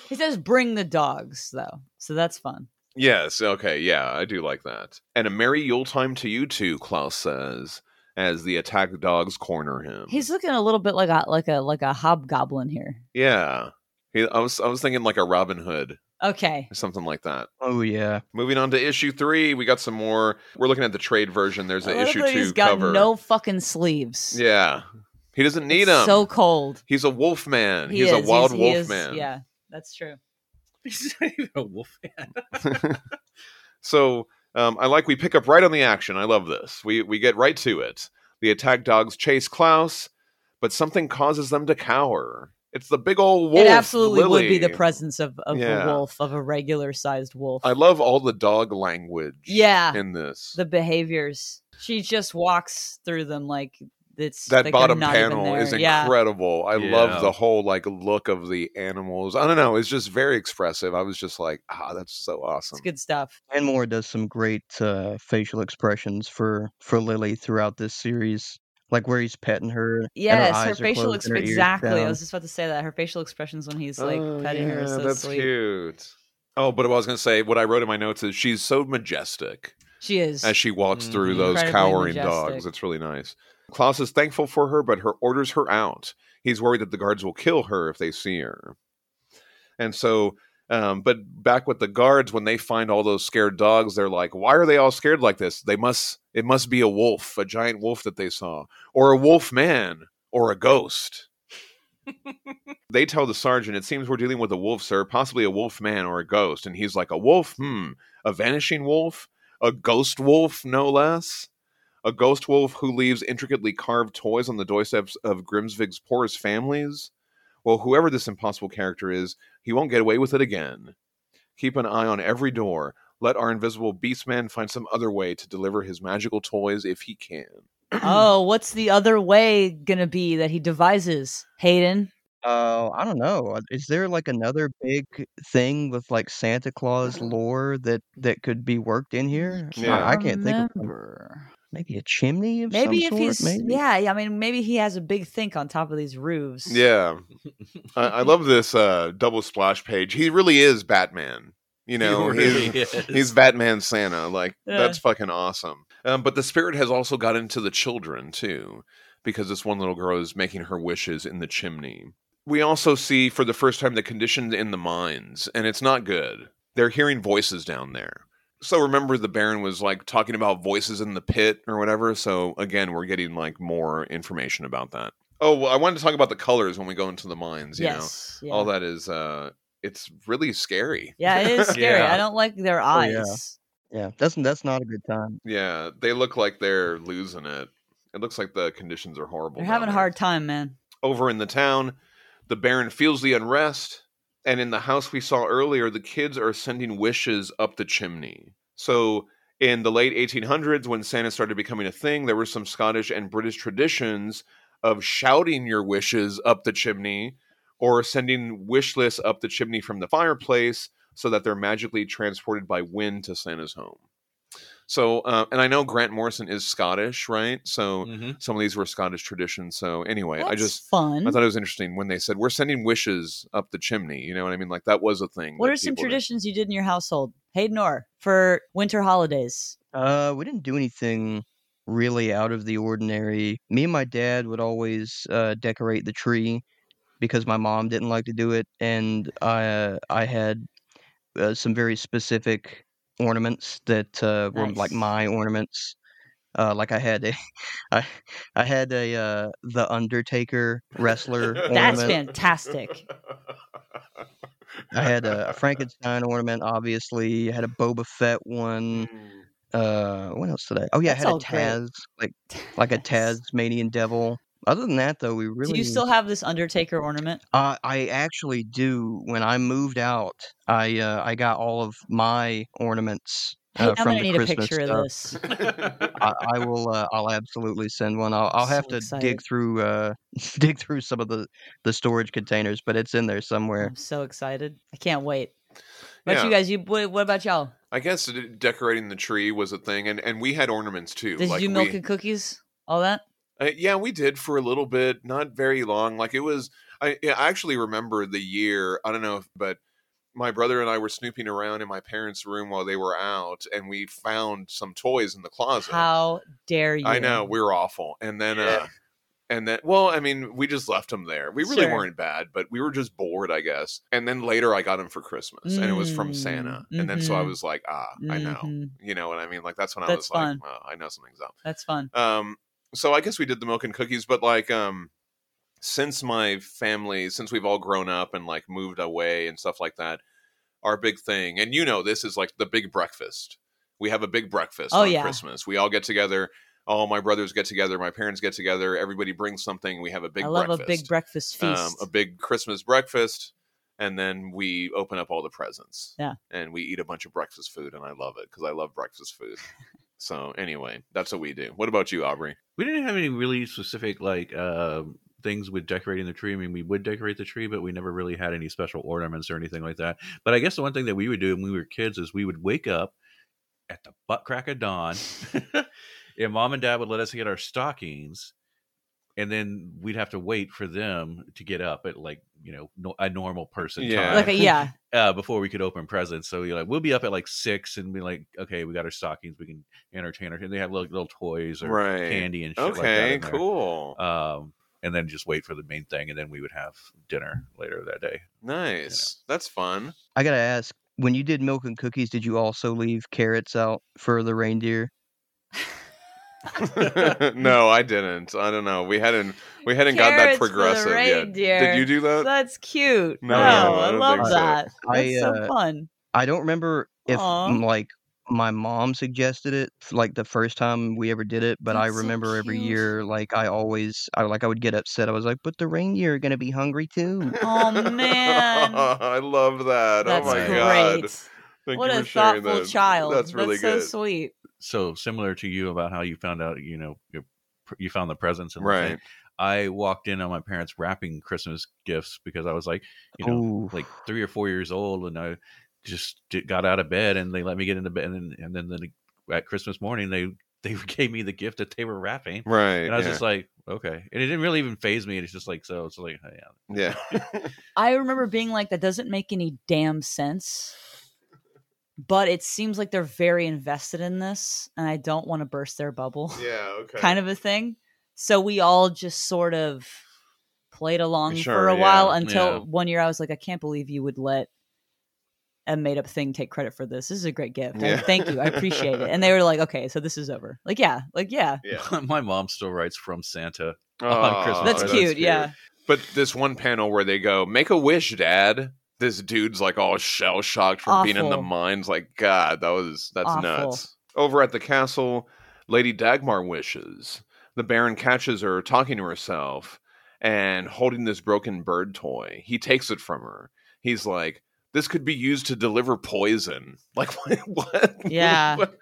S5: He says, "Bring the dogs," though, so that's fun.
S1: yes, okay, yeah, I do like that. And a merry Yule time to you too, Klaus says, as the attack dogs corner him.
S5: He's looking a little bit like a like a like a hobgoblin here.
S1: yeah. He, I was I was thinking like a Robin Hood
S5: Okay,
S1: or something like that.
S4: Oh yeah.
S1: Moving on to issue three, we got some more. We're looking at the trade version. There's
S5: I
S1: an
S5: love
S1: issue
S5: that
S1: two
S5: he's got
S1: cover.
S5: no fucking sleeves.
S1: yeah, he doesn't need
S5: It's
S1: them.
S5: So cold.
S1: he's a wolf man.
S5: He
S1: he's
S5: is.
S1: a wild
S5: he's, he
S1: wolf
S5: is-
S1: man.
S5: Yeah, that's true.
S2: He's not even a wolf man.
S1: So um, I like we pick up right on the action. I love this. We we get right to it. The attack dogs chase Klaus, but something causes them to cower. It's the big old wolf.
S5: it absolutely would be the
S1: Lily.
S5: presence of, of
S1: Yeah.
S5: a wolf, of a regular sized wolf.
S1: I love all the dog language.
S5: Yeah.
S1: in this.
S5: the behaviors. She just walks through them like it's
S1: that
S5: like they're
S1: bottom
S5: not even
S1: panel
S5: there.
S1: is
S5: Yeah.
S1: incredible. I
S2: Yeah.
S1: love the whole like look of the animals. I don't know, it's just very expressive. I was just like, ah, that's so awesome.
S5: It's good stuff.
S4: And Moore does some great uh, facial expressions for for Lily throughout this series, like where he's petting her.
S5: Yes, her,
S4: eyes are
S5: facial
S4: closed and her
S5: expressions.
S4: ears
S5: Exactly. I
S4: down.
S5: was just about to say that. Her facial expressions when he's like
S1: Oh,
S5: petting her
S1: yeah,
S5: is so
S1: that's
S5: sweet.
S1: cute. Oh, but what I was gonna say, what I wrote in my notes is she's so majestic
S5: She is. mm,
S1: as she walks through
S2: Mhm.
S1: those
S5: Incredibly
S1: cowering
S5: majestic.
S1: dogs. It's really nice. Klaus is thankful for her, but her orders her out. He's worried that the guards will kill her if they see her. And so, um, but back with the guards, when they find all those scared dogs, they're like, "Why are they all scared like this? They must. It must be a wolf, a giant wolf that they saw, or a wolf man, or a ghost." they tell the sergeant, "It seems we're dealing with a wolf, sir. Possibly a wolf man or a ghost." And he's like, "A wolf? Hmm. A vanishing wolf? A ghost wolf, no less." A ghost wolf who leaves intricately carved toys on the doorsteps of Grimsvig's poorest families? Well, whoever this impossible character is, he won't get away with it again. Keep an eye on every door. Let our invisible beastman find some other way to deliver his magical toys if he can.
S5: oh, what's the other way gonna be that he devises, Hayden?
S4: Uh, I don't know. Is there like another big thing with like Santa Claus
S5: Uh.
S4: lore that that could be worked in here? I-
S1: Yeah.
S4: I, can't think of one.
S5: remember.
S4: maybe a chimney of
S5: Maybe
S4: some
S5: if
S4: sort,
S5: he's
S4: maybe?
S5: yeah, yeah, I mean maybe he has a big think on top of these roofs.
S1: Yeah. I, I love this uh, double splash page. He really is Batman. You know,
S2: He really
S1: he's-
S2: is.
S1: He's Batman Santa. Like
S5: Yeah.
S1: that's fucking awesome. Um, but the spirit has also got into the children too, because this one little girl is making her wishes in the chimney. We also see for the first time the conditions in the mines, and it's not good. They're hearing voices down there. So remember, the Baron was like talking about voices in the pit or whatever. So again, we're getting like more information about that. Oh, well, I wanted to talk about the colors when we go into the mines. You
S5: Yes.
S1: know,
S5: yeah.
S1: all that is. uh It's really scary.
S5: Yeah, it is scary.
S2: Yeah.
S5: I don't like their
S4: Oh, yeah.
S5: eyes.
S4: Yeah, that's that's not a good time.
S1: Yeah, they look like they're losing it. It looks like the conditions are horrible.
S5: They're
S1: down
S5: having a
S1: there.
S5: hard time, man.
S1: Over in the town, the Baron feels the unrest, and in the house we saw earlier, the kids are sending wishes up the chimney. So, in the late 1800s, when Santa started becoming a thing, there were some Scottish and British traditions of shouting your wishes up the chimney or sending wish lists up the chimney from the fireplace so that they're magically transported by wind to Santa's home. So, uh, and I know Grant Morrison is Scottish, right? So,
S2: Mhm.
S1: some of these were Scottish traditions. So anyway,
S5: That's
S1: I just
S5: fun.
S1: I thought it was interesting when they said we're sending wishes up the chimney. You know what I mean? Like that was a thing.
S5: what
S1: that
S5: are some
S1: people did.
S5: traditions you did in your household, Hayden or for winter holidays?
S4: Uh, we didn't do anything really out of the ordinary. Me and my dad would always uh, decorate the tree because my mom didn't like to do it, and I uh, I had uh, some very specific ornaments that uh, were like
S5: Nice.
S4: my ornaments. Uh, like I had a, I, I had a uh, the Undertaker wrestler
S5: That's
S4: ornament.
S5: fantastic.
S4: I had uh, a, a Frankenstein ornament, obviously. I had a Boba Fett one. Uh, what else did I? Oh
S5: Mm.
S4: yeah,
S5: That's
S4: I had
S5: all
S4: a
S5: great.
S4: Taz, like like a Tasmanian devil. Other than that, though, we really.
S5: Do you still have this Undertaker ornament?
S4: Uh, I actually do. When I moved out, I uh, I got all of my ornaments
S5: Hey,
S4: uh,
S5: I'm
S4: from
S5: gonna
S4: the
S5: need
S4: Christmas
S5: a picture
S4: stuff.
S5: of this.
S4: I, I will. Uh, I'll absolutely send one. I'll, I'll
S5: so
S4: have to
S5: excited.
S4: dig through uh, dig through some of the the storage containers, but it's in there somewhere.
S5: I'm so excited. I can't wait. What about
S1: Yeah.
S5: you guys? You what, what about y'all?
S1: I guess d- decorating the tree was a thing, and and we had ornaments too.
S5: Did
S1: Like,
S5: you do milk
S1: we-
S5: and cookies? All that?
S1: Uh, yeah, we did for a little bit, not very long. Like it was, I, yeah, I actually remember the year. I don't know, if, but my brother and I were snooping around in my parents' room while they were out, and we found some toys in the closet.
S5: How dare you?
S1: I know we were awful, and then, uh, and then, well, I mean, we just left them there. We really
S5: Sure.
S1: weren't bad, but we were just bored, I guess. And then later, I got them for Christmas, and it was from
S5: Mm,
S1: Santa. And then so I
S5: mhm.
S1: was like, ah, I know,
S5: Mhm.
S1: you know what I mean? Like that's when I was
S5: That's
S1: like,
S5: fun.
S1: oh, I know something's up.
S5: That's fun.
S1: Um, so I guess we did the milk and cookies, but like, um, since my family, since we've all grown up and like moved away and stuff like that, our big thing, and you know, this is like the big breakfast. We have a big breakfast
S5: Oh,
S1: on
S5: yeah.
S1: Christmas. We all get together. All my brothers get together. My parents get together. Everybody brings something. We have a big
S5: I love
S1: breakfast.
S5: a big breakfast feast.
S1: Um, a big Christmas breakfast. And then we open up all the presents.
S5: Yeah.
S1: And we eat a bunch of breakfast food. And I love it because I love breakfast food. so, anyway, that's what we do. What about you, Aubrey?
S2: We didn't have any really specific like uh, things with decorating the tree. I mean, we would decorate the tree, but we never really had any special ornaments or anything like that. But I guess the one thing that we would do when we were kids is we would wake up at the butt crack of dawn, and mom and dad would let us get our stockings, and then we'd have to wait for them to get up at like you know no, a normal person
S1: Yeah.
S2: time
S5: like a, yeah,
S2: uh, before we could open presents. So you're like, we'll be up at like six and be like, okay, we got our stockings, we can entertain her. And they have like little toys or
S1: Right.
S2: candy and shit like that.
S1: Okay,
S2: in there.
S1: cool.
S2: Um, and then just wait for the main thing, and then we would have dinner later that day.
S1: nice. That's fun.
S4: I gotta ask, when you did milk and cookies, did you also leave carrots out for the reindeer?
S1: no, I didn't. I don't know. We hadn't we hadn't got
S5: Carrots
S1: that
S5: for the
S1: progressive yet.
S5: reindeer.
S1: Did you do that?
S5: that's cute.
S1: No,
S5: No,
S1: I
S5: I,
S1: don't
S5: love
S1: think so.
S5: that.
S4: I,
S5: That's so
S4: uh,
S5: fun.
S4: I don't remember if
S5: Aw.
S4: m- like my mom suggested it f- like the first time we ever did it, but I
S5: That's so
S4: remember every
S5: cute.
S4: year like I always I like I would get upset. I was like, "But the reindeer are gonna be hungry too."
S5: Oh, man.
S1: I love that.
S5: That's
S1: oh my
S5: great.
S1: god. Thank
S5: what
S1: you
S5: a
S1: for sharing
S5: thoughtful
S1: that.
S5: child.
S1: That's really
S5: so
S1: good.
S5: sweet.
S2: So similar to you about how you found out, you know, your, you found the presents and the thing.
S1: Right.
S2: I walked in on my parents wrapping Christmas gifts because I was like, you know,
S4: Ooh.
S2: like three or four years old, and I just di- got out of bed, and they let me get into bed, and then and then, the, at Christmas morning they they gave me the gift that they were wrapping,
S1: Right.
S2: and I was just like, okay, and it didn't really even phase me. It's just like so, it's like yeah,
S1: yeah. yeah.
S5: I remember being like, that doesn't make any damn sense. But it seems like they're very invested in this, and I don't want to burst their bubble.
S1: yeah, okay.
S5: kind of a thing. So we all just sort of played along
S1: Sure,
S5: for a
S1: yeah,
S5: while until
S2: yeah.
S5: one year I was like, I can't believe you would let a made up thing take credit for this. This is a great gift. I-
S1: Yeah.
S5: thank you. I appreciate it. And they were like, okay, so this is over. Like, yeah, like, yeah.
S1: yeah.
S2: my mom still writes from Santa.
S1: Aw, Oh,
S2: Christmas.
S5: That's
S2: that's
S5: cute. Yeah.
S1: But this one panel where they go, "Make a wish, Dad." this dude's like all shell shocked from being in the
S5: Awful.
S1: mines. Like, God, that was that's
S5: Awful.
S1: nuts. Over at the castle, Lady Dagmar wishes. The Baron catches her talking to herself and holding this broken bird toy. He takes it from her. He's like, This could be used to deliver poison. Like, what? what?
S5: Yeah.
S1: What?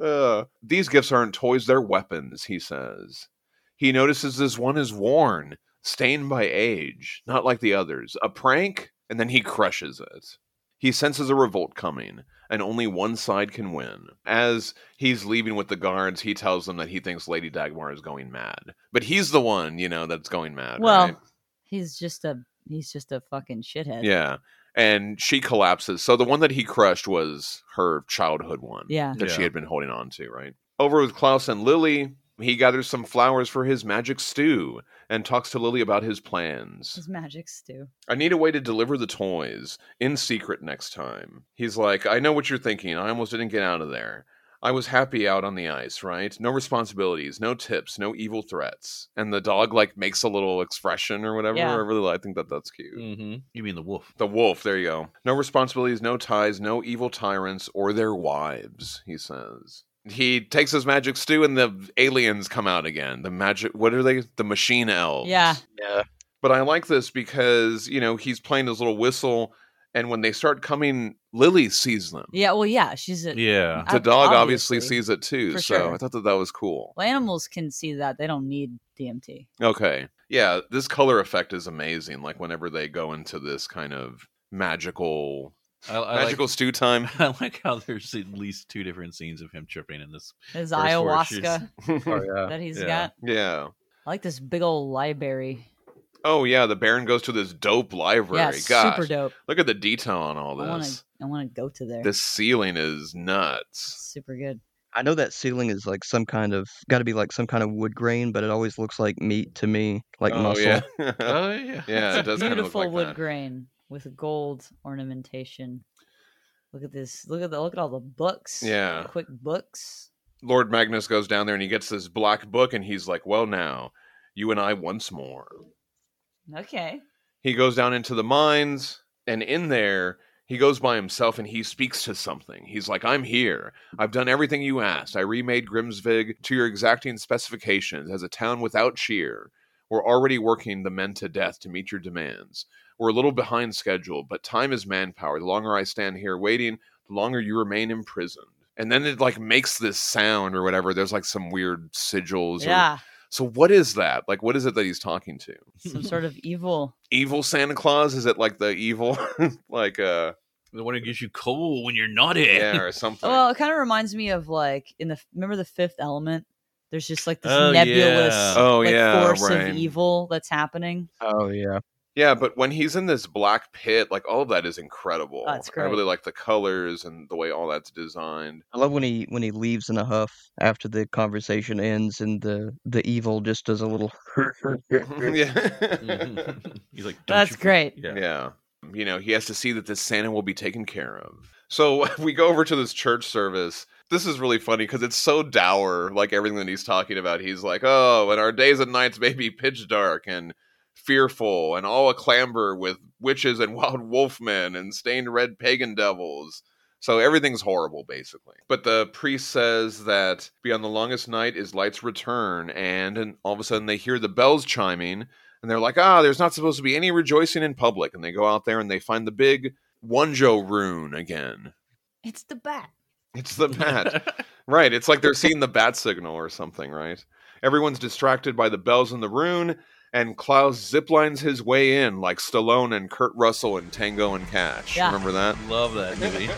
S1: Uh, these gifts aren't toys, they're weapons, he says. He notices this one is worn, stained by age, not like the others. A prank, and then he crushes it. He senses a revolt coming, and only one side can win. As he's leaving with the guards, he tells them that he thinks Lady Dagmar is going mad. But he's the one, you know, that's going mad.
S5: Well,
S1: right?
S5: he's just a he's just a fucking shithead.
S1: yeah. And she collapses. So the one that he crushed was her childhood one
S5: Yeah.
S1: that she
S2: Yeah.
S1: had been holding on to, right? Over with Klaus and Lily, he gathers some flowers for his magic stew and talks to Lily about his plans.
S5: His magic stew.
S1: I need a way to deliver the toys in secret next time. He's like, I know what you're thinking. I almost didn't get out of there. I was happy out on the ice, right? No responsibilities, no tips, no evil threats. And the dog like makes a little expression or whatever.
S5: Yeah.
S1: I really I think that that's cute.
S2: Mm-hmm. You mean the wolf?
S1: The wolf, there you go. No responsibilities, no ties, no evil tyrants or their wives, he says. He takes his magic stew and the aliens come out again. The magic, what are they? The machine elves.
S5: Yeah.
S8: Yeah.
S1: But I like this because, you know, he's playing his little whistle and when they start coming, Lily sees them.
S5: Yeah. Well, yeah. She's a.
S2: Yeah.
S1: The
S5: Ob-
S1: dog obviously,
S5: obviously.
S1: sees it too.
S5: For
S1: so
S5: sure.
S1: I thought that that was cool.
S5: Well, animals can see that. They don't need DMT.
S1: Okay. Yeah, this color effect is amazing. Like whenever they go into this kind of magical
S2: I, I
S1: magical stew time.
S2: Like, I like how there's at least two different scenes of him tripping in this.
S5: His
S2: First horse, she's-
S5: ayahuasca
S1: Oh,
S2: yeah.
S5: that he's
S2: yeah.
S5: got.
S1: yeah.
S5: I like this big old library.
S1: Oh yeah, the Baron goes to this dope library.
S5: Yeah, it's
S1: Gosh,
S5: super dope.
S1: look at the detail on all
S5: I want to.
S1: this.
S5: I want to go to there.
S1: This ceiling is
S5: It's
S1: nuts.
S5: super good.
S4: I know that ceiling is like some kind of got to be like some kind of wood grain, but it always looks like meat to me, like
S1: oh
S4: muscle.
S1: yeah,
S2: Oh yeah.
S1: yeah, it does kind of look
S5: Beautiful
S1: like
S5: wood
S1: that.
S5: grain with gold ornamentation. Look at this. Look at the. Look at all the books.
S1: Yeah.
S5: Quick books.
S1: Lord Magnus goes down there and he gets this black book and he's like, "Well, now, you and I once more."
S5: Okay.
S1: He goes down into the mines and in there he goes by himself and he speaks to something. He's like, "I'm here. I've done everything you asked. I remade Grimsvig to your exacting specifications as a town without cheer. We're already working the men to death to meet your demands. We're a little behind schedule, but time is manpower. The longer I stand here waiting, the longer you remain imprisoned. And then it like makes this sound or whatever. There's like some weird sigils. or-
S5: Yeah.
S1: so what is that? Like what is it that he's talking to?
S5: Some sort of evil.
S1: Evil Santa Claus? Is it like the evil like uh
S2: The one who gives you cold when you're not in.
S1: yeah or something?
S5: Well, it kind of reminds me of like in the remember the Fifth Element. There's just like this
S2: Oh,
S5: nebulous
S2: yeah.
S1: oh
S5: like,
S1: yeah,
S5: force
S1: right.
S5: of evil that's happening.
S4: Oh yeah.
S1: Yeah, but when he's in this black pit, like all of that is incredible.
S5: That's
S1: I really
S5: great.
S1: like the colors and the way all that's designed.
S4: I love when he when he leaves in a huff after the conversation ends and the the evil just does a little
S1: yeah.
S2: Mhm. He's like, "Don't
S5: That's
S2: you for-"
S5: great.
S2: Yeah.
S1: yeah. You know, he has to see that this Santa will be taken care of. So we go over to this church service. This is really funny because it's so dour, like everything that he's talking about. He's like, oh, and our days and nights may be pitch dark and fearful and all a clamber with witches and wild wolfmen and stained red pagan devils. So everything's horrible, basically. But the priest says that beyond the longest night is light's return, and, and all of a sudden they hear the bells chiming, and they're like, ah, there's not supposed to be any rejoicing in public. And they go out there and they find the big Wonjo rune again.
S5: It's the bat.
S1: It's the bat. right. It's like they're seeing the bat signal or something, right? Everyone's distracted by the bells in the rune, and Klaus ziplines his way in like Stallone and Kurt Russell and Tango and Cash.
S5: Yeah.
S1: Remember that?
S2: Love that movie.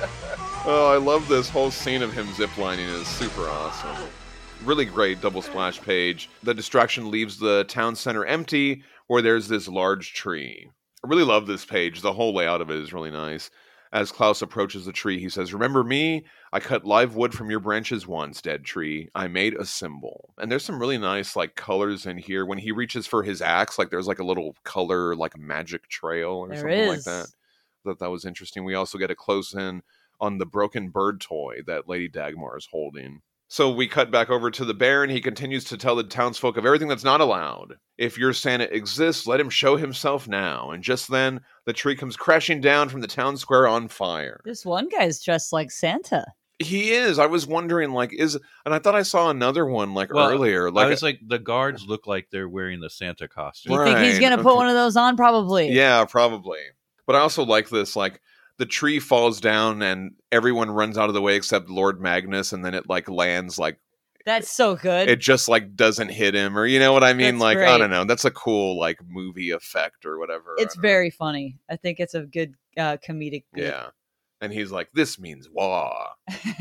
S1: Oh, I love this whole scene of him ziplining is super awesome. Really great double splash page. The distraction leaves the town center empty where there's this large tree. I really love this page. The whole layout of it is really nice. As Klaus approaches the tree, he says, Remember me? I cut live wood from your branches once, dead tree. I made a symbol. And there's some really nice like colors in here. When he reaches for his axe, like there's like a little color, like magic trail or
S5: There
S1: something like
S5: is.
S1: that. That that was interesting. We also get a close in on the broken bird toy that Lady Dagmar is holding. So we cut back over to the bear, and he continues to tell the townsfolk of everything that's not allowed. If your Santa exists, let him show himself now. And just then, the tree comes crashing down from the town square on fire.
S5: This one guy's dressed like Santa.
S1: He is. I was wondering, like, is and I thought I saw another one like
S2: Well,
S1: earlier.
S2: Like
S1: Like,
S2: I was like, the guards look like they're wearing the Santa costume.
S5: You think he's
S1: Right,
S5: gonna put
S1: okay.
S5: one of those on? Probably.
S1: Yeah, probably. But I also like this, like the tree falls down and everyone runs out of the way except Lord Magnus, and then it like lands like
S5: That's so good.
S1: it just like doesn't hit him, or you know what I mean?
S5: That's
S1: like I
S5: great.
S1: don't know. That's a cool like movie effect or whatever. I
S5: it's
S1: don't know.
S5: very funny. I think it's a good uh, comedic. bit.
S1: yeah. And he's like, "This means wah."
S5: he's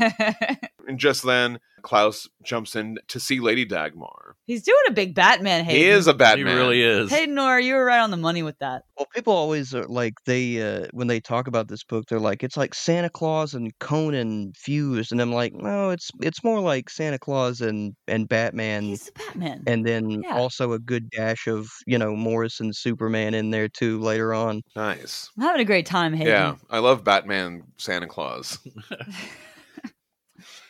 S1: And just then, Klaus jumps in to see Lady Dagmar.
S5: doing a big Batman. Hayden.
S1: He is a
S2: he
S1: Batman.
S2: really is.
S5: Hayden, or you were right on the money with that.
S4: Well, people always are like they uh, when they talk about this book, they're like it's like Santa Claus and Conan fused, and I'm like, no, it's it's more like Santa Claus and and Batman,
S5: He's a Batman.
S4: and then
S5: yeah.
S4: also a good dash of you know Morrison Superman in there too later on.
S1: nice.
S5: I'm having a great time, Hayden.
S1: Yeah, I love Batman Santa Claus.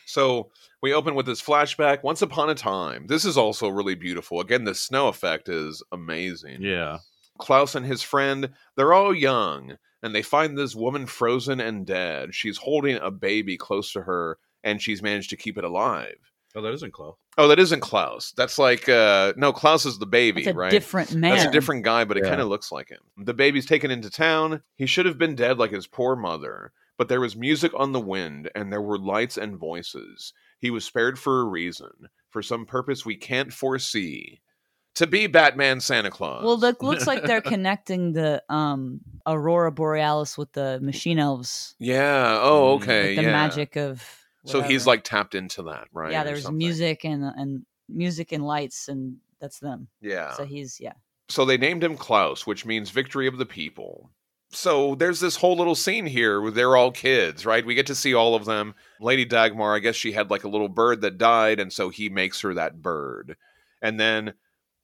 S1: so we open with this flashback. Once upon a time, this is also really beautiful. Again, the snow effect is amazing.
S2: Yeah.
S1: Klaus and his friend, they're all young, and they find this woman frozen and dead. She's holding a baby close to her, and she's managed to keep it alive.
S2: Oh, that isn't Chloe.
S1: Oh, that isn't Klaus. That's like uh no, Klaus is the baby,
S5: That's a
S1: right?
S5: different man.
S1: That's a different guy, but it
S2: Yeah.
S1: kind of looks like him. The baby's taken into town. He should have been dead like his poor mother, but there was music on the wind and there were lights and voices. He was spared for a reason, for some purpose we can't foresee. To be Batman Santa Claus.
S5: Well, look, looks like they're connecting the um Aurora Borealis with the machine elves.
S1: yeah. Oh,
S2: Mm.
S1: okay.
S5: with the
S1: yeah.
S5: magic of.
S1: So he's
S5: whatever.
S1: like tapped into that, right?
S5: yeah,
S1: or
S5: there's
S1: something.
S5: music and and music and lights, and that's them.
S1: Yeah.
S5: So he's yeah.
S1: so they named him Klaus, which means victory of the people. So there's this whole little scene here where they're all kids, right? We get to see all of them. Lady Dagmar, I guess she had like a little bird that died, and so he makes her that bird. And then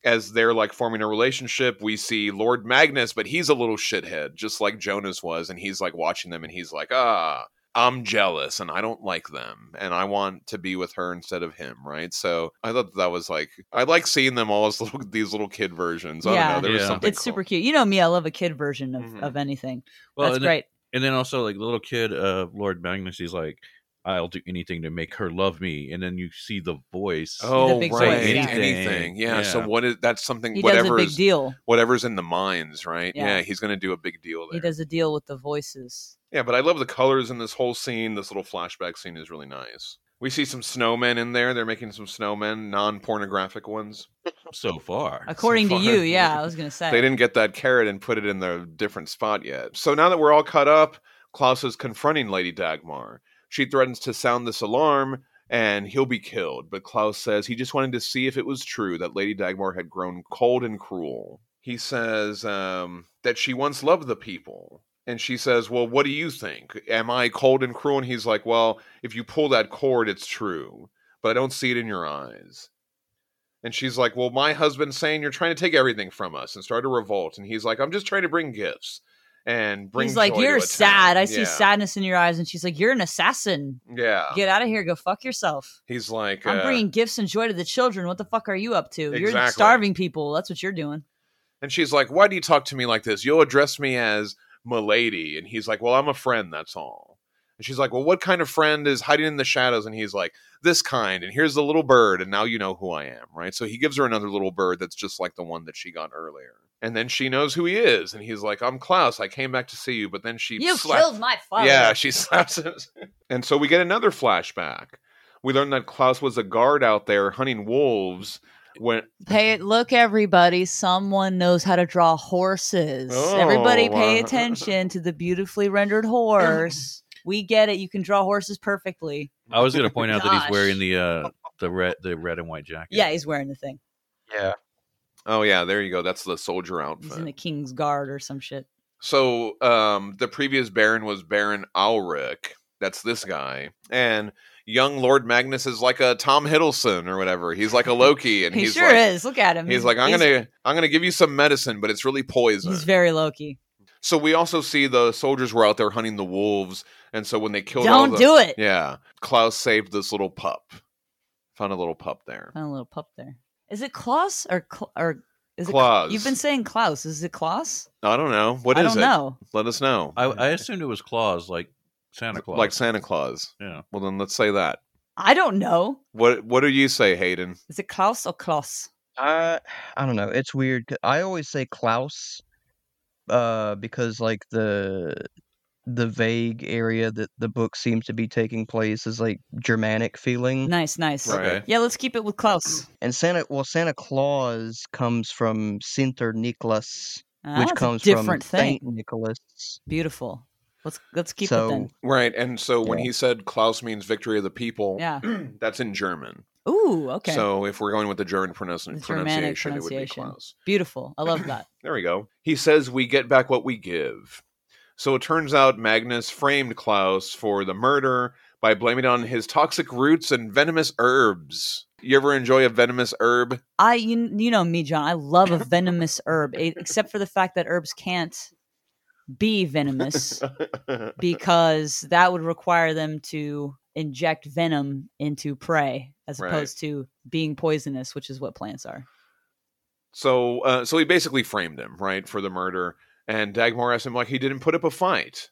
S1: as they're like forming a relationship, we see Lord Magnus, but he's a little shithead, just like Jonas was, and he's like watching them and he's like, ah, I'm jealous and I don't like them and I want to be with her instead of him, right? So I thought that was like I like seeing them all as little these little kid versions. I
S5: Yeah.
S1: don't know. There was
S2: Yeah.
S1: something
S5: It's
S1: cool.
S5: super cute. You know me, I love a kid version of,
S1: Mhm.
S5: of anything.
S2: Well,
S5: that's
S2: and
S5: great.
S2: Then, and then also like the little kid, uh, Lord Magnus, he's like, I'll do anything to make her love me. And then you see the voice.
S1: Oh,
S5: big
S1: right.
S5: voice, yeah.
S1: Anything. Yeah. So
S2: Yeah.
S1: what is that's something
S5: He does a
S1: whatever
S5: big
S1: is
S5: deal.
S1: whatever's in the minds, right? Yeah,
S5: Yeah.
S1: he's gonna do a big deal there.
S5: He does a deal with the voices.
S1: Yeah, but I love the colors in this whole scene. This little flashback scene is really nice. We see some snowmen in there. They're making some snowmen, non pornographic ones.
S2: So far.
S5: According to you,
S1: far.
S5: yeah, I was gonna say
S1: They didn't get that carrot and put it in their different spot yet. So now that we're all caught up, Klaus is confronting Lady Dagmar. She threatens to sound this alarm and he'll be killed. But Klaus says he just wanted to see if it was true that Lady Dagmar had grown cold and cruel. He says um, that she once loved the people. And she says, Well, what do you think? Am I cold and cruel? And he's like, Well, if you pull that cord, it's true. But I don't see it in your eyes. And she's like, Well, my husband's saying you're trying to take everything from us and start a revolt. And he's like, I'm just trying to bring gifts and bring
S5: he's like,
S1: joy to
S5: You're
S1: a town."
S5: sad. I see
S1: Yeah. Oh.
S5: sadness in your eyes, and she's like, You're an assassin.
S1: Yeah.
S5: Get out of here, go fuck yourself.
S1: He's like,
S5: I'm
S1: uh,
S5: bringing gifts and joy to the children. What the fuck are you up to? You're
S1: Exactly.
S5: starving people. That's what you're doing.
S1: and she's like, why do you talk to me like this? You'll address me as milady. And he's like, well, I'm a friend. That's all. And she's like, well, what kind of friend is hiding in the shadows? And he's like, this kind. And here's the little bird. And now you know who I am, right? So he gives her another little bird that's just like the one that she got earlier. And then she knows who he is. And he's like, I'm Klaus. I came back to see you. But then she
S5: You
S1: slapped-
S5: killed my father.
S1: Yeah, she slaps him. And so we get another flashback. We learn that Klaus was a guard out there hunting wolves when
S5: Pay look, everybody. Someone knows how to draw horses. everybody,
S1: Oh,
S5: pay
S1: wow.
S5: attention to the beautifully rendered horse. we get it. You can draw horses perfectly.
S2: I was going to point out that
S5: Gosh.
S2: he's wearing the, uh, the red, the red and white jacket.
S5: Yeah, he's wearing the thing.
S4: Yeah,
S1: Oh yeah, there you go. That's the soldier outfit.
S5: He's in the king's guard or some shit.
S1: So um the previous baron was Baron Alric. That's this guy. And young Lord Magnus is like a Tom Hiddleston or whatever. He's like a Loki and
S5: he
S1: he's
S5: sure
S1: like
S5: is. Look at him.
S1: he's like I'm going to I'm going to give you some medicine, but it's really poison.
S5: He's very Loki.
S1: so we also see the soldiers were out there hunting the wolves and so when they killed all
S5: Don't
S1: the-
S5: do it.
S1: Yeah. Klaus saved this little pup. Found a little pup there.
S5: Found a little pup there. Is it Klaus or Cl- or is
S1: Claus.
S5: it? You've been saying Klaus. Is it Klaus?
S1: I don't know. What
S5: I
S1: is
S5: don't
S1: it?
S5: know.
S1: Let us know.
S2: I, I assumed it was claws like Santa Claus.
S1: Like Santa Claus.
S2: yeah.
S1: Well, then let's say that.
S5: I don't know.
S1: What What do you say, Hayden?
S5: Is it Klaus or Klaus?
S4: I I don't know. It's weird. 'cause I always say Klaus, uh, because like the the vague area that the book seems to be taking place is like Germanic feeling,
S5: Nice, nice.
S1: Right.
S2: Okay.
S5: Yeah, let's keep it with Klaus.
S4: and Santa well Santa Claus comes from Sinterklaas,
S5: Ah,
S4: which
S5: that's a
S4: comes
S5: different
S4: from
S5: thing.
S4: Saint Nicholas.
S5: Beautiful. Let's let's keep it
S4: so
S5: then.
S1: Right. And so when
S4: Yeah.
S1: he said Klaus means victory of the people,
S5: Yeah.
S1: that's in German.
S5: Ooh, okay.
S1: So if we're going with the German pronunci-
S5: The Germanic
S1: pronunciation, it would be
S5: pronunciation.
S1: Klaus.
S5: Beautiful. I love that.
S1: There we go. He says we get back what we give. So it turns out Magnus framed Klaus for the murder by blaming it on his toxic roots and venomous herbs. You ever enjoy a venomous herb?
S5: I you, you know me, John. I love a venomous herb, e- except for the fact that herbs can't be venomous because that would require them to inject venom into prey as
S1: Right.
S5: opposed to being poisonous, which is what plants are.
S1: so uh, so he basically framed him, right, for the murder. And Dagmar asked him like he didn't put up a fight.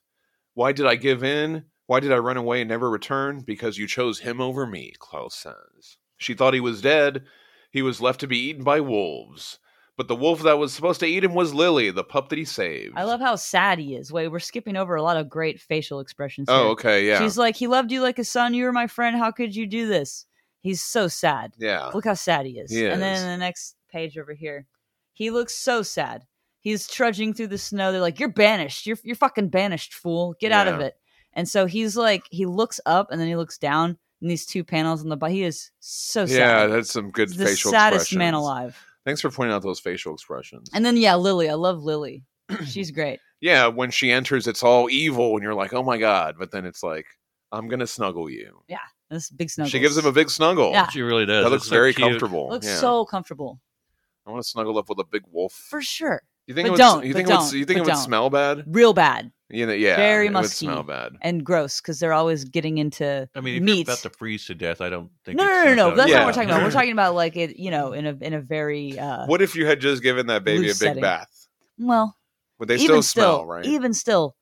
S1: Why did I give in? Why did I run away and never return? Because you chose him over me, Klaus says. She thought he was dead. He was left to be eaten by wolves. But the wolf that was supposed to eat him was Lily, the pup that he saved.
S5: I love how sad he is. Wait, we're skipping over a lot of great facial expressions.
S1: Oh,
S5: here.
S1: okay, yeah,
S5: She's like, he loved you like a son. You were my friend. How could you do this? He's so sad.
S1: yeah.
S5: Look how sad he is.
S1: Uh, He
S5: And
S1: is.
S5: then the next page over here, he looks so sad. He's trudging through the snow. They're like, "You're banished. You're you're fucking banished, fool. Get out of
S1: Yeah.
S5: it." And so he's like, he looks up and then he looks down. And these two panels on the bottom, he is so
S1: Yeah,
S5: sad.
S1: that's some good
S5: He's the
S1: facial
S5: saddest
S1: expressions.
S5: man alive.
S1: Thanks for pointing out those facial expressions.
S5: And then yeah, Lily. I love Lily. She's great.
S1: yeah, when she enters, it's all evil, and you're like, oh my god. But then it's like, I'm gonna snuggle you.
S5: This big snuggles.
S1: She gives him a big snuggle.
S5: Yeah.
S2: She really does.
S1: That
S2: It's
S1: looks
S2: so
S1: very
S2: cute.
S1: comfortable.
S5: looks
S1: yeah.
S5: so comfortable
S1: I want to snuggle up with a big wolf.
S5: for sure.
S1: you think
S5: but
S1: it would?
S5: don't,
S1: you
S5: but
S1: think it would?
S5: don't,
S1: You think it
S5: but
S1: would
S5: don't.
S1: smell bad?
S5: Real bad
S1: You know, yeah,
S5: Very
S1: it
S5: musky.
S1: would smell bad.
S5: and gross because they're always getting into
S2: I mean, if
S5: meat.
S2: you're about to freeze to death, I don't think.
S5: no,
S2: it's
S5: no, no, no.
S2: something-
S5: That's not
S1: Yeah.
S5: what we're talking about. We're talking about like it, you know, in a in a very uh,
S1: What if you had just given that baby a big
S5: loose setting.
S1: bath?
S5: well,
S1: Would they still
S5: even
S1: smell?
S5: still,
S1: right?
S5: even still.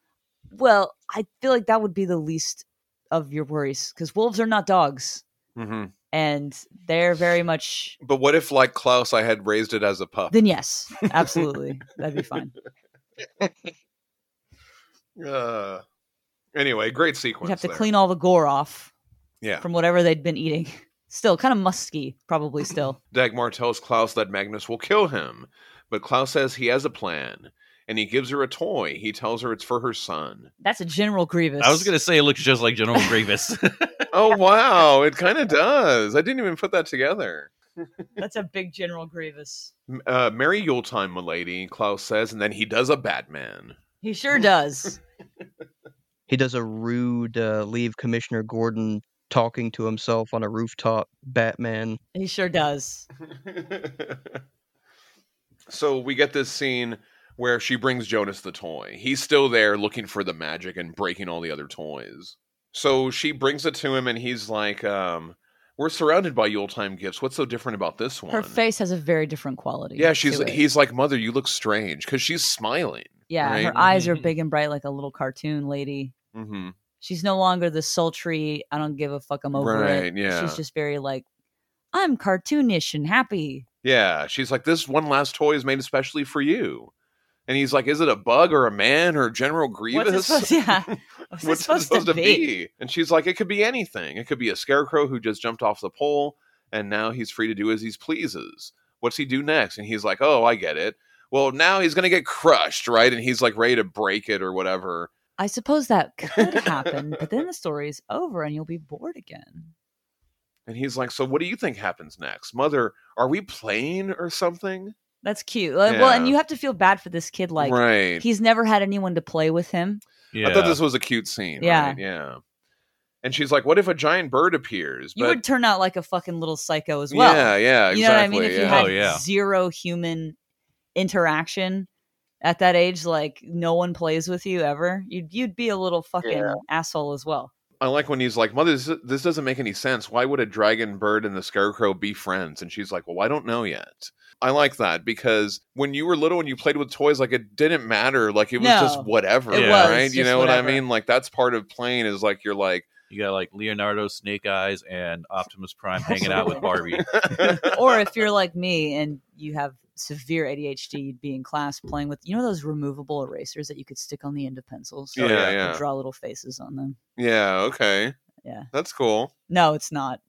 S5: Well, I feel like that would be the least of your worries because wolves are not dogs,
S1: hmm
S5: and they're very much.
S1: But what if, like Klaus, I had raised it as a pup?
S5: Then yes, absolutely, that'd be fine.
S1: Uh, anyway, great sequence.
S5: You'd have to
S1: there.
S5: clean all the gore off
S1: Yeah.
S5: from whatever they'd been eating. Still, kind of musky, probably still.
S1: Dagmar tells Klaus that Magnus will kill him, but Klaus says he has a plan, and he gives her a toy. He tells her it's for her son.
S5: That's a General Grievous.
S2: I was gonna say it looks just like General Grievous.
S1: oh wow, it kind of does. I didn't even put that together.
S5: That's a big General Grievous.
S1: M- Uh, Merry Yuletime, milady, Klaus says, and then he does a Batman.
S5: He sure does.
S4: he does a rude uh, leave Commissioner Gordon talking to himself on a rooftop. Batman.
S5: he sure does.
S1: so we get this scene where she brings Jonas the toy. He's still there looking for the magic and breaking all the other toys. So she brings it to him and he's like, um, we're surrounded by Yuletime gifts. What's so different about this one?
S5: Her face has a very different quality.
S1: Yeah, she's
S5: to it.
S1: he's like, Mother, you look strange because she's smiling.
S5: yeah.
S1: right?
S5: Her eyes are big and bright like a little cartoon lady.
S1: hmm
S5: She's no longer the sultry. I don't give a fuck. I'm over
S1: Right,
S5: it.
S1: yeah.
S5: She's just very like, I'm cartoonish and happy.
S1: Yeah, she's like, This one last toy is made especially for you. And he's like, Is it a bug or a man or General
S5: What's it
S1: Grievous?
S5: supposed? Yeah. What's, it supposed, to, be?
S1: And she's like, it could be anything. It could be a scarecrow who just jumped off the pole and now he's free to do as he pleases. What's he do next? And he's like, oh, I get it. Well, now he's going to get crushed, right? And he's like ready to break it or whatever.
S5: I suppose that could happen, but then the story is over and you'll be bored again.
S1: And he's like, so what do you think happens next? Mother, are we playing or something?
S5: That's cute. Like, Well, and
S1: Yeah.
S5: you have to feel bad for this kid. Like,
S1: right.
S5: he's never had anyone to play with him.
S2: yeah.
S1: I thought this was a cute scene.
S5: Yeah.
S1: right? Yeah. And she's like, what if a giant bird appears?
S5: You would turn out like a fucking little psycho as well.
S1: yeah, yeah, exactly.
S5: you know what I mean? If you
S1: yeah.
S5: had
S2: Oh, yeah.
S5: zero human interaction at that age, like no one plays with you ever, you'd you'd be a little fucking
S4: Yeah.
S5: asshole as well.
S1: I like when he's like, "Mother, this, this doesn't make any sense. Why would a dragon bird and the scarecrow be friends?" And she's like, "Well, I don't know yet." I like that because when you were little and you played with toys, like it didn't matter. Like it was
S5: No.
S1: just whatever,
S5: It
S2: was
S1: right? you
S5: just
S1: know what I
S5: whatever.
S1: mean? Like that's part of playing is like you're like,
S2: You got like Leonardo, Snake Eyes, and Optimus Prime hanging out with Barbie.
S5: or if you're like me and you have severe ADHD, you'd be in class playing with you know those removable erasers that you could stick on the end of pencils.
S1: Oh, Yeah,
S5: And
S1: yeah.
S5: Draw little faces on them.
S1: yeah, okay,
S5: Yeah.
S1: that's cool.
S5: No, it's not.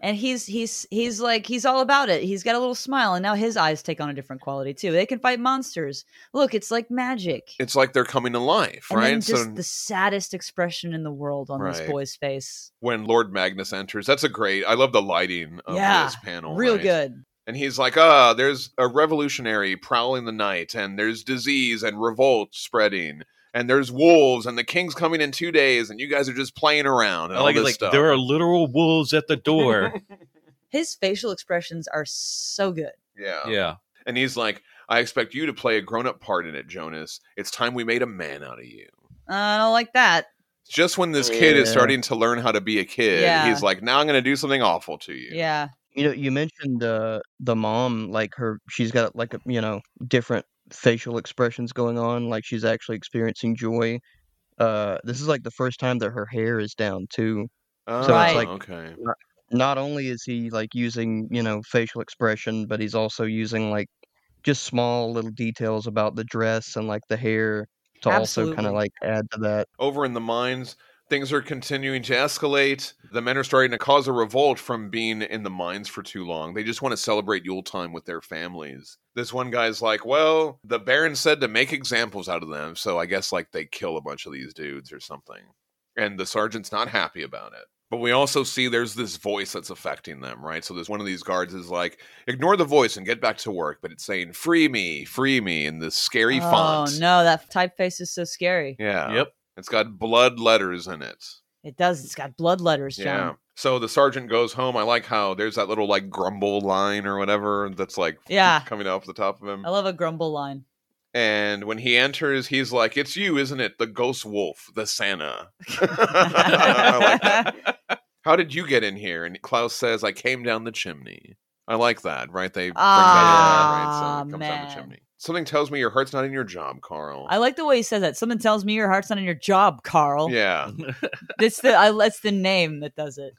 S5: And he's he's he's like he's all about it. He's got a little smile, and now his eyes take on a different quality too. They can fight monsters. Look, it's like magic.
S1: it's like they're coming to life,
S5: and
S1: right?
S5: then just
S1: So
S5: the saddest expression in the world on this
S1: Right.
S5: boy's face.
S1: when Lord Magnus enters, that's a great. I love the lighting of
S5: Yeah,
S1: this panel.
S5: Real
S1: Oh, right?
S5: good.
S1: And he's like, ah, there's a revolutionary prowling the night, and there's disease and revolt spreading, and there's wolves, and the king's coming in two days, and you guys are just playing around. And
S2: I like
S1: all this
S2: it, like
S1: stuff.
S2: there are literal wolves at the door.
S5: His facial expressions are so good.
S1: yeah.
S2: yeah,
S1: And he's like, I expect you to play a grown up part in it, Jonas. It's time we made a man out of you.
S5: I don't like that.
S1: Just when this kid is
S4: Yeah.
S1: starting to learn how to be a kid,
S5: Yeah.
S1: he's like, now I'm going to do something awful to you.
S5: Yeah.
S4: You know, you mentioned uh, the mom, like her, she's got like a, you know different facial expressions going on, like she's actually experiencing joy. Uh, this is like the first time that her hair is down too.
S1: Oh,
S5: it's Right.
S4: like-
S1: okay.
S4: Not only is he like using you know facial expression, but he's also using like just small little details about the dress and like the hair to also
S5: Absolutely.
S4: kind of like add to that.
S1: over in the mines, things are continuing to escalate. The men are starting to cause a revolt from being in the mines for too long. They just want to celebrate Yule time with their families. This one guy's like, "Well, the Baron said to make examples out of them, so I guess like they kill a bunch of these dudes or something." And the sergeant's not happy about it. But we also see there's this voice that's affecting them, right? So there's one of these guards is like, "Ignore the voice and get back to work," but it's saying, "Free me, free me" in this scary
S5: oh
S1: font.
S5: no, that typeface is so scary.
S1: Yeah.
S2: yep.
S1: It's got blood letters in it.
S5: It does. It's got blood letters, John.
S1: Yeah. So the sergeant goes home. I like how there's that little like grumble line or whatever that's like
S5: Yeah. Oh.
S1: coming off the top of him.
S5: I love a grumble line.
S1: And when he enters, he's like, "It's you, isn't it? The ghost wolf, the Santa." I like that.
S5: I
S1: How did you get in here? And Klaus says, "I came down the chimney." I like that, right? They bring
S5: Ah,
S1: that in, right? So it comes down the
S5: man.
S1: chimney. Something tells me your heart's not in your job, Carl.
S5: like the way he says that. Someone tells me your heart's not in your job, Carl.
S1: yeah.
S5: It's the I, that's the name that does it.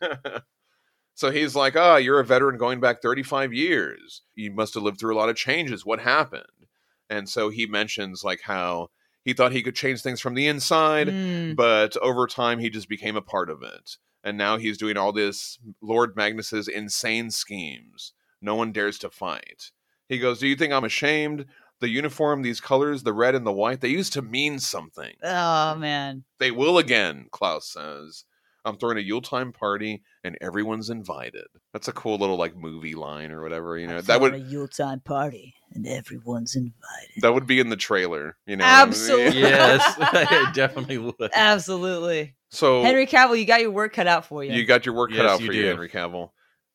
S1: so he's like, "Ah, you're a veteran going back 35 years. You must have lived through a lot of changes. What happened?" And so he mentions like how he thought he could change things from the inside,
S5: Mm.
S1: but over time he just became a part of it. And now he's doing all this Lord Magnus's insane schemes. No one dares to fight. He goes, "Do you think I'm ashamed? The uniform, these colors, the red and the white, they used to mean something."
S5: Oh man.
S1: They will again, Klaus says. I'm throwing a Yuletime party and everyone's invited. That's a cool little like movie line or whatever, you know.
S5: I
S1: that
S5: throw
S1: would
S5: a Yuletide party and everyone's invited.
S1: that would be in the trailer, you know.
S5: Absolutely.
S2: yes, I definitely would.
S4: Uh,
S5: Absolutely.
S1: So
S5: Henry Cavill, you got your work cut out for you.
S1: you got your work cut
S2: Yes,
S1: out
S2: you
S1: for you,
S2: do.
S1: Henry Cavill.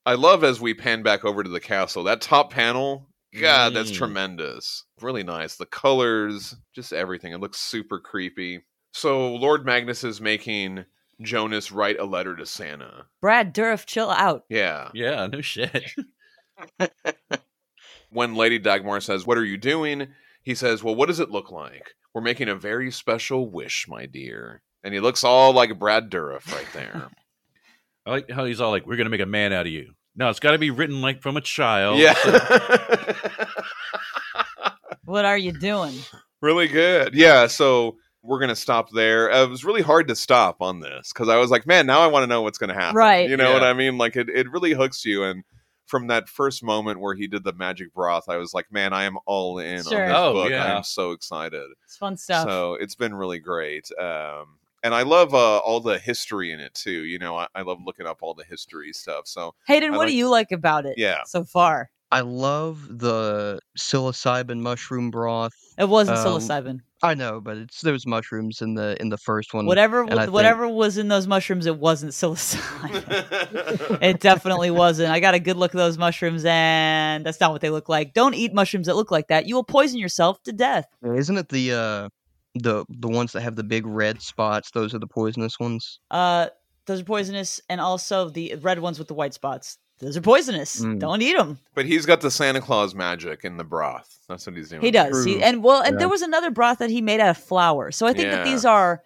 S1: I love as we pan back over to the castle. That top panel, God, that's
S2: Mm.
S1: tremendous. Really nice. The colors, just everything. It looks super creepy. So Lord Magnus is making Jonas write a letter to Santa.
S5: Brad Dourif, chill out.
S1: Yeah.
S2: Yeah, no shit.
S1: when Lady Dagmar says, What are you doing? He says, Well, what does it look like? We're making a very special wish, my dear. And he looks all like Brad Dourif right there.
S2: I like how he's all like, "We're gonna make a man out of you." No, it's got to be written like from a child.
S1: yeah.
S5: What are you doing?
S1: really good. Yeah. So we're going to stop there. Uh, It was really hard to stop on this because I was like, Man, now I want to know what's going to happen.
S5: Right.
S1: You know what
S2: Yeah.
S1: I mean? Like, it, it really hooks you. And from that first moment where he did the magic broth, I was like, Man, I am all in
S5: Sure.
S1: on this
S2: Oh,
S1: book.
S2: yeah.
S1: I'm so excited.
S5: It's fun stuff.
S1: So it's been really great. Um, and I love uh, all the history in it too. You know, I, I love looking up all the history stuff. So
S5: Hayden,
S1: I
S5: what
S1: like-
S5: do you like about it?
S1: Yeah.
S5: So far,
S4: I love the psilocybin mushroom broth.
S5: it wasn't
S4: Um,
S5: psilocybin.
S4: I know, but it's there's mushrooms in the in the first one.
S5: Whatever,
S4: um, and I think-
S5: whatever was in those mushrooms, it wasn't psilocybin. It definitely wasn't. I got a good look at those mushrooms, and that's not what they look like. Don't eat mushrooms that look like that. You will poison yourself to death.
S4: Isn't it the uh the the ones that have the big red spots. Those are the poisonous ones.
S5: Uh, those are poisonous, and also the red ones with the white spots. Those are poisonous.
S4: Mm.
S5: Don't eat them.
S1: But he's got the Santa Claus magic in the broth. That's what he's doing.
S5: He does. He,
S4: True.
S5: and well, and
S4: Yeah.
S5: there was another broth that he made out of flour. So I think that
S1: Yeah.
S5: these are